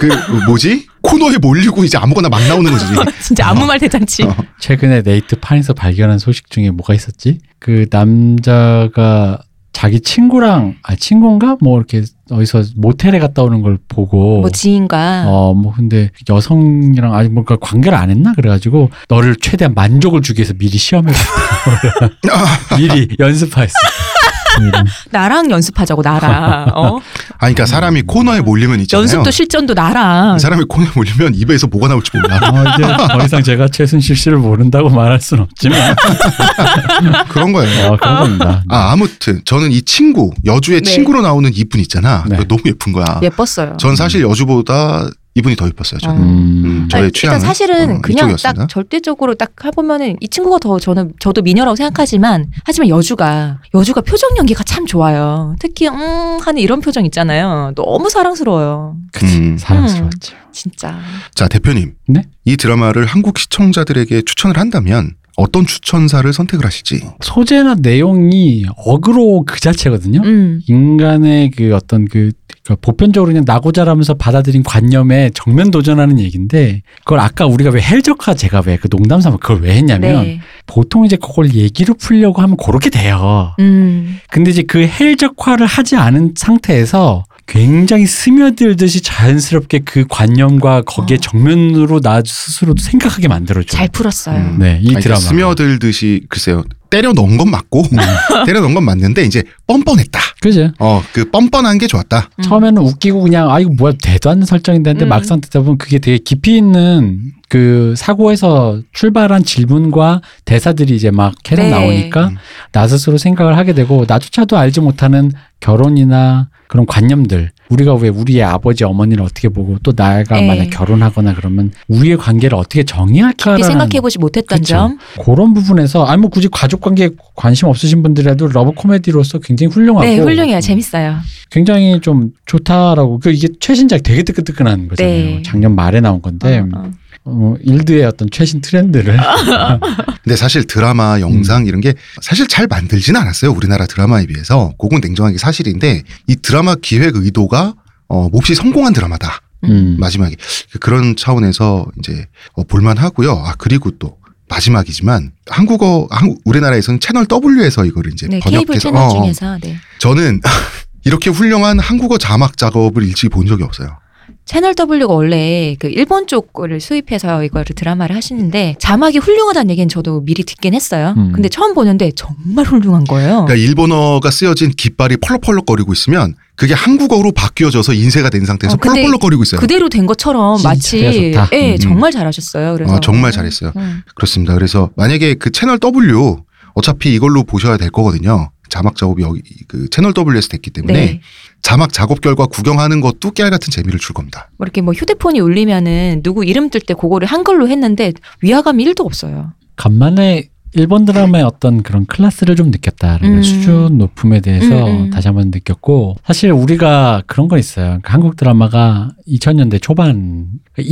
Speaker 1: 그 뭐지 코너에 몰리고 이제 아무거나 막 나오는 거지. 지금.
Speaker 2: *laughs* 진짜 아무 말 대잔치.
Speaker 1: 어.
Speaker 3: 최근에 네이트판에서 발견한 소식 중에 뭐가 있었지? 그 남자가 자기 친구랑 아 친구인가 뭐 이렇게 어디서 모텔에 갔다 오는 걸 보고
Speaker 2: 뭐 지인과
Speaker 3: 어, 뭐, 근데 여성이랑 아직 뭔가 관계를 안 했나? 그래가지고 너를 최대한 만족을 주기 위해서 미리 시험해봤다. 미리 연습했어. 음.
Speaker 2: 나랑
Speaker 1: *laughs*
Speaker 2: 연습하자고 나랑 어?
Speaker 1: 아니, 그러니까
Speaker 3: 음.
Speaker 1: 사람이 코너에 몰리면 있잖아요.
Speaker 2: 연습도 실전도 나랑
Speaker 1: 이 사람이 코너에 몰리면 입에서 뭐가 나올지
Speaker 2: *laughs*
Speaker 1: 몰라.
Speaker 3: 어, 이제 더 이상 제가 최순실 씨를 모른다고 말할 순 없지만,
Speaker 1: 그런 거예요.
Speaker 3: 어, 그런 겁니다.
Speaker 1: 아, 아무튼 저는 이 친구, 여주의
Speaker 2: 네.
Speaker 1: 친구로 나오는 이분 있잖아.
Speaker 3: 네.
Speaker 1: 그거 너무 예쁜 거야.
Speaker 2: 예뻤어요.
Speaker 1: 전 사실 여주보다 이분이 더 예뻤어요. 저는.
Speaker 2: 어.
Speaker 3: 음,
Speaker 1: 음, 저의
Speaker 2: 아니,
Speaker 1: 취향은
Speaker 2: 일단 사실은
Speaker 1: 어,
Speaker 2: 그냥
Speaker 1: 이쪽이었습니다.
Speaker 2: 딱 절대적으로 딱 해보면은 이 친구가 더 저는 저도 미녀라고 생각하지만 하지만 여주가 여주가 표정 연기가 참 좋아요. 특히 음 하는 이런 표정 있잖아요. 너무 사랑스러워요.
Speaker 1: 음.
Speaker 3: 사랑스러웠죠.
Speaker 2: 진짜.
Speaker 1: 자 대표님,
Speaker 3: 네?
Speaker 1: 이 드라마를 한국 시청자들에게 추천을 한다면 어떤 추천사를 선택을 하시지?
Speaker 3: 소재나 내용이 어그로 그 자체거든요.
Speaker 2: 음.
Speaker 3: 인간의 그 어떤 그 그러니까 보편적으로 그냥 나고 자라면서 받아들인 관념에 정면 도전하는 얘기인데 그걸 아까 우리가 왜 헬적화 제가 왜 그 농담 삼아 그걸 왜 했냐면
Speaker 2: 네.
Speaker 3: 보통 이제 그걸 얘기로 풀려고 하면 그렇게 돼요.
Speaker 2: 음.
Speaker 3: 근데 이제 그 헬적화를 하지 않은 상태에서 굉장히 스며들듯이 자연스럽게 그 관념과 거기에
Speaker 2: 어.
Speaker 3: 정면으로 나 스스로도 생각하게 만들어줘요.
Speaker 2: 잘 풀었어요.
Speaker 1: 음.
Speaker 3: 네, 이
Speaker 1: 아니,
Speaker 3: 드라마.
Speaker 1: 스며들듯이 글쎄요 때려 넣은 건 맞고 *laughs*
Speaker 2: 음.
Speaker 1: 때려 넣은 건 맞는데 이제 뻔뻔했다.
Speaker 3: 그죠?
Speaker 1: 어 그 뻔뻔한 게 좋았다.
Speaker 2: 음.
Speaker 3: 처음에는 웃기고 그냥 아 이거 뭐야 대도 않는 설정인데 했는데
Speaker 2: 음.
Speaker 3: 막상 듣다 보면 그게 되게 깊이 있는 그 사고에서 출발한 질문과 대사들이 이제 막 계속
Speaker 2: 네.
Speaker 3: 나오니까
Speaker 1: 음.
Speaker 3: 나 스스로 생각을 하게 되고 나조차도 알지 못하는 결혼이나 그런 관념들 우리가 왜 우리의 아버지 어머니를 어떻게 보고 또 나가
Speaker 2: 네.
Speaker 3: 만약 결혼하거나 그러면 우리의 관계를 어떻게
Speaker 2: 깊이
Speaker 3: 정의할까라는
Speaker 2: 생각해보지 못했던
Speaker 3: 그쵸.
Speaker 2: 점.
Speaker 3: 그런 부분에서 아니 뭐 굳이 가족 관계에 관심 없으신 분들이라도 러브 코미디로서 굉장히
Speaker 1: 아,
Speaker 3: 훌륭하고
Speaker 2: 네, 훌륭해요. 재밌어요.
Speaker 3: 굉장히 좀 좋다라고 그 이게 최신작 되게 뜨끈뜨끈한 거잖아요.
Speaker 2: 네.
Speaker 3: 작년 말에 나온
Speaker 1: 네.
Speaker 3: 건데
Speaker 2: 어, 어.
Speaker 3: 어, 일드의 어떤 최신
Speaker 2: *laughs*
Speaker 3: 트렌드를
Speaker 1: 근데 사실 드라마,
Speaker 2: 음.
Speaker 1: 영상 이런 게 사실 잘 만들진 않았어요. 우리나라 드라마에 비해서 그건 냉정하게 사실인데 이 드라마 기획 의도가 어, 몹시 성공한 드라마다.
Speaker 3: 음.
Speaker 1: 마지막에 그런 차원에서 이제 어, 볼만하고요. 아 그리고 또 마지막이지만 한국어 한국 우리나라에서는 채널 W에서 이거를 이제
Speaker 2: 네,
Speaker 1: 번역해서
Speaker 2: 케이블 채널
Speaker 1: 어, 어.
Speaker 2: 중에서 네.
Speaker 1: 저는 *laughs* 이렇게 훌륭한 한국어 자막 작업을 일찍 본 적이 없어요.
Speaker 2: 채널 W가 원래 그 일본 쪽을 수입해서 이거를 드라마를 하시는데 자막이 훌륭하다는 얘기는 저도 미리 듣긴 했어요.
Speaker 3: 음.
Speaker 2: 근데 처음 보는데 정말 훌륭한 거예요.
Speaker 1: 그러니까 일본어가 쓰여진 깃발이 펄럭펄럭거리고 있으면 그게 한국어로 바뀌어져서 인쇄가 된 상태에서
Speaker 2: 어, 근데
Speaker 1: 펄럭펄럭거리고 있어요.
Speaker 2: 그대로 된 것처럼
Speaker 3: 진짜
Speaker 2: 마치
Speaker 3: 좋다.
Speaker 2: 예,
Speaker 3: 음.
Speaker 2: 정말 잘하셨어요. 그래서
Speaker 1: 아, 정말 잘했어요.
Speaker 2: 음.
Speaker 1: 그렇습니다. 그래서 만약에 그 채널 W 어차피 이걸로 보셔야 될 거거든요. 자막 작업이 여기 그 채널 W에서 됐기 때문에
Speaker 2: 네.
Speaker 1: 자막 작업 결과 구경하는 것도 깨알 같은 재미를 줄 겁니다.
Speaker 2: 뭐 이렇게 뭐 휴대폰이 울리면은 누구 이름 뜰 때 그거를 한글로 했는데 위화감이 1도 없어요.
Speaker 3: 간만에 일본 드라마의 어떤 그런 클래스를 좀 느꼈다라는
Speaker 2: 음.
Speaker 3: 수준 높음에 대해서
Speaker 2: 음, 음.
Speaker 3: 다시 한번 느꼈고 사실 우리가 그런 건 있어요. 그러니까 한국 드라마가 2000년대 초반 그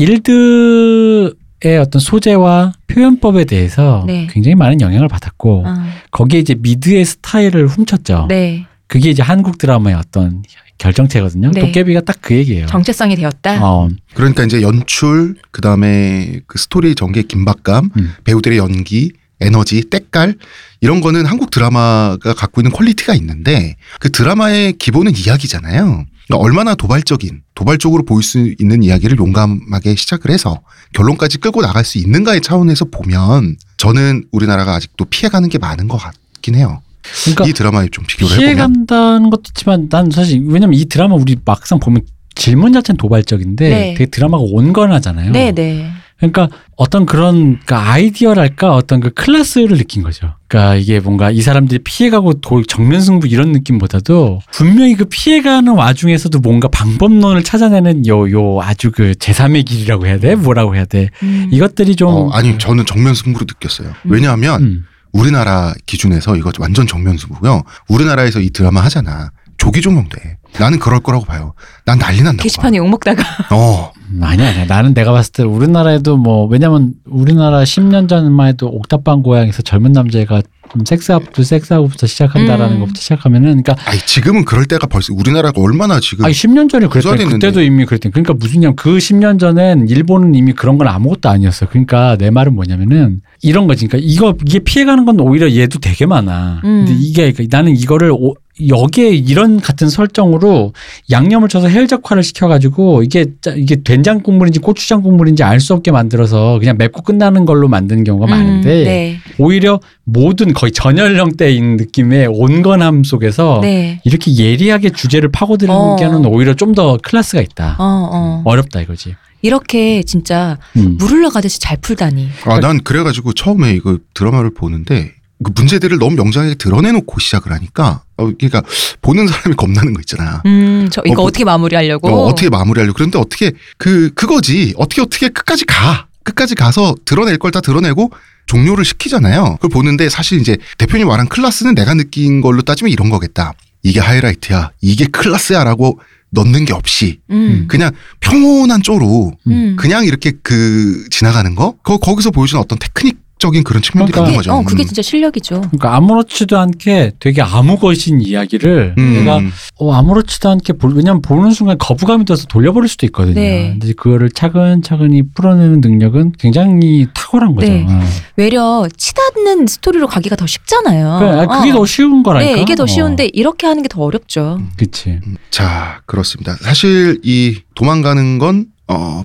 Speaker 3: 일드의 어떤 소재와 표현법에 대해서
Speaker 2: 네.
Speaker 3: 굉장히 많은 영향을 받았고
Speaker 2: 아,
Speaker 3: 거기에 이제 미드의 스타일을 훔쳤죠.
Speaker 2: 네.
Speaker 3: 그게 이제 한국 드라마의 어떤 결정체거든요.
Speaker 2: 네.
Speaker 3: 도깨비가 딱 그 얘기예요.
Speaker 2: 정체성이 되었다.
Speaker 3: 어,
Speaker 1: 그러니까 이제 연출, 그 다음에 그 스토리 전개 긴박감,
Speaker 3: 음.
Speaker 1: 배우들의 연기, 에너지, 때깔 이런 거는 한국 드라마가 갖고 있는 퀄리티가 있는데 그 드라마의 기본은 이야기잖아요. 그러니까 얼마나 도발적인, 도발적으로 보일 수 있는 이야기를 용감하게 시작을 해서 결론까지 끌고 나갈 수 있는가의 차원에서 보면 저는 우리나라가 아직도 피해가는 게 많은 것 같긴 해요.
Speaker 3: 그러니까
Speaker 1: 이 드라마에 좀 비교를 해보면
Speaker 3: 피해간다는 것도 있지만 난 사실 왜냐면 이 드라마 우리 막상 보면 질문 자체는 도발적인데
Speaker 2: 네.
Speaker 3: 되게 드라마가 온건하잖아요.
Speaker 2: 네, 네.
Speaker 3: 그러니까 어떤 그런 그 아이디어랄까 어떤 그 클래스를 느낀 거죠. 그러니까 이게 뭔가 이 사람들이 피해가고 도- 정면 승부 이런 느낌보다도 분명히 그 피해가는 와중에서도 뭔가 방법론을 찾아내는 요 요 아주 그 제3의 길이라고 해야 돼? 뭐라고 해야 돼?
Speaker 2: 음.
Speaker 3: 이것들이 좀
Speaker 1: 어, 아니 저는 정면 승부로 느꼈어요. 왜냐하면
Speaker 3: 음.
Speaker 1: 우리나라 기준에서 이거 완전 정면수고요. 우리나라에서 이 드라마 하잖아. 조기 종영돼. 나는 그럴 거라고 봐요. 난 난리 난다고.
Speaker 2: 게시판에 욕먹다가
Speaker 1: 봐. 어.
Speaker 3: 음, 아니야, 아니야. 나는 내가 봤을 때 우리나라에도 뭐, 왜냐면 우리나라 10년 전만 해도 옥탑방 고향에서 젊은 남자가 좀 섹스업부터 섹스업부터 시작한다라는
Speaker 2: 음.
Speaker 3: 것부터 시작하면은 그러니까
Speaker 1: 아니 지금은 그럴 때가 벌써 우리나라가 얼마나 지금
Speaker 3: 아니 10년 전에 그 그랬더니
Speaker 1: 부자됐는데.
Speaker 3: 그때도 이미 그랬더니 그러니까 무슨 냐면 그 10년 전엔 일본은 이미 그런 건 아무것도 아니었어. 그러니까 내 말은 뭐냐면은 이런 거지. 그러니까 이거 이게 피해가는 건 오히려 얘도 되게 많아.
Speaker 2: 음.
Speaker 3: 근데 이게 그러니까 나는 이거를 오- 여기에 이런 같은 설정으로 양념을 쳐서 헬적화를 시켜가지고 이게 짜- 이게 된장 국물인지 고추장 국물인지 알 수 없게 만들어서 그냥 맵고 끝나는 걸로 만드는 경우가 많은데
Speaker 2: 네.
Speaker 3: 오히려 모든 거의 전연령대인 느낌의 온건함 속에서
Speaker 2: 네.
Speaker 3: 이렇게 예리하게 주제를 파고드는
Speaker 2: 어.
Speaker 3: 게는 오히려 좀 더 클래스가 있다.
Speaker 2: 어, 어.
Speaker 3: 어렵다 이거지. 나가듯이
Speaker 2: 이렇게 진짜 물을 나가듯이 잘 풀다니.
Speaker 1: 아, 난 그래가지고 처음에 이거 드라마를 보는데 그 문제들을 너무 명장하게 드러내놓고 시작을 하니까 어, 그러니까 보는 사람이 겁나는 거 있잖아.
Speaker 2: 음, 저 이거
Speaker 1: 어,
Speaker 2: 어, 떻게 마무리하려고?
Speaker 1: 어, 떻게 마무리하려고 그런데 어떻게 그 그거지 어떻게 어떻게 끝까지 가 끝까지 가서 드러낼 걸 다 드러내고 종료를 시키잖아요. 그걸 보는데 사실 이제 대표님 말한 클라스는 내가 느낀 걸로 따지면 이런 거겠다. 이게 하이라이트야. 이게 클라스야라고 넣는 게 없이
Speaker 2: 음.
Speaker 1: 그냥 평온한 쪼로
Speaker 2: 음.
Speaker 1: 그냥 이렇게 그 지나가는 거 거, 거기서 보여주는 어떤 테크닉적인 그런 측면들이
Speaker 3: 그러니까.
Speaker 1: 있는
Speaker 2: 그게,
Speaker 1: 거죠.
Speaker 2: 어, 그게
Speaker 1: 음.
Speaker 2: 진짜 실력이죠.
Speaker 3: 그러니까 아무렇지도 않게 되게 아무것인 이야기를
Speaker 1: 음.
Speaker 3: 내가 어, 아무렇지도 않게 볼, 왜냐면 보는 순간 거부감이 들어서 돌려버릴 수도 있거든요.
Speaker 2: 네.
Speaker 3: 근데 그거를 차근차근히 풀어내는 능력은 굉장히 탁월한 거죠.
Speaker 2: 네.
Speaker 3: 어.
Speaker 2: 외려 치닫는 스토리로 가기가 더 쉽잖아요.
Speaker 3: 그래, 아, 그게
Speaker 2: 어.
Speaker 3: 더 쉬운 거라니까. 어.
Speaker 2: 네, 이게
Speaker 1: 어.
Speaker 2: 더 쉬운데 이렇게 하는 게 더 어렵죠.
Speaker 3: 그치.
Speaker 1: 음. 자, 그렇습니다. 사실 이 도망가는 건 어,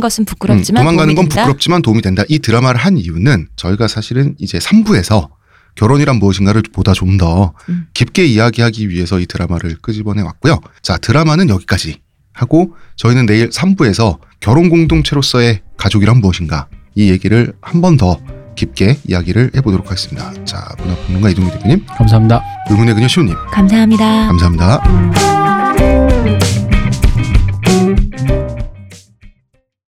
Speaker 1: 부끄럽지만
Speaker 2: 것은
Speaker 1: 음,
Speaker 2: 부끄럽지만
Speaker 1: 도망가는
Speaker 2: 도움이
Speaker 1: 건
Speaker 2: 된다?
Speaker 1: 부끄럽지만 도움이 된다. 이 드라마를 한 이유는 저희가 사실은 이제 3부에서 결혼이란 무엇인가를 보다 좀 더
Speaker 2: 음.
Speaker 1: 깊게 이야기하기 위해서 이 드라마를 끄집어내 왔고요. 자, 드라마는 여기까지 하고 저희는 내일 3부에서 결혼 공동체로서의 가족이란 무엇인가 이 얘기를 한 번 더 깊게 이야기를 해보도록 하겠습니다. 자, 문화평론가 이동규 대표님,
Speaker 3: 감사합니다.
Speaker 1: 의문의 그녀 시호님,
Speaker 2: 감사합니다.
Speaker 1: 감사합니다.
Speaker 2: 감사합니다.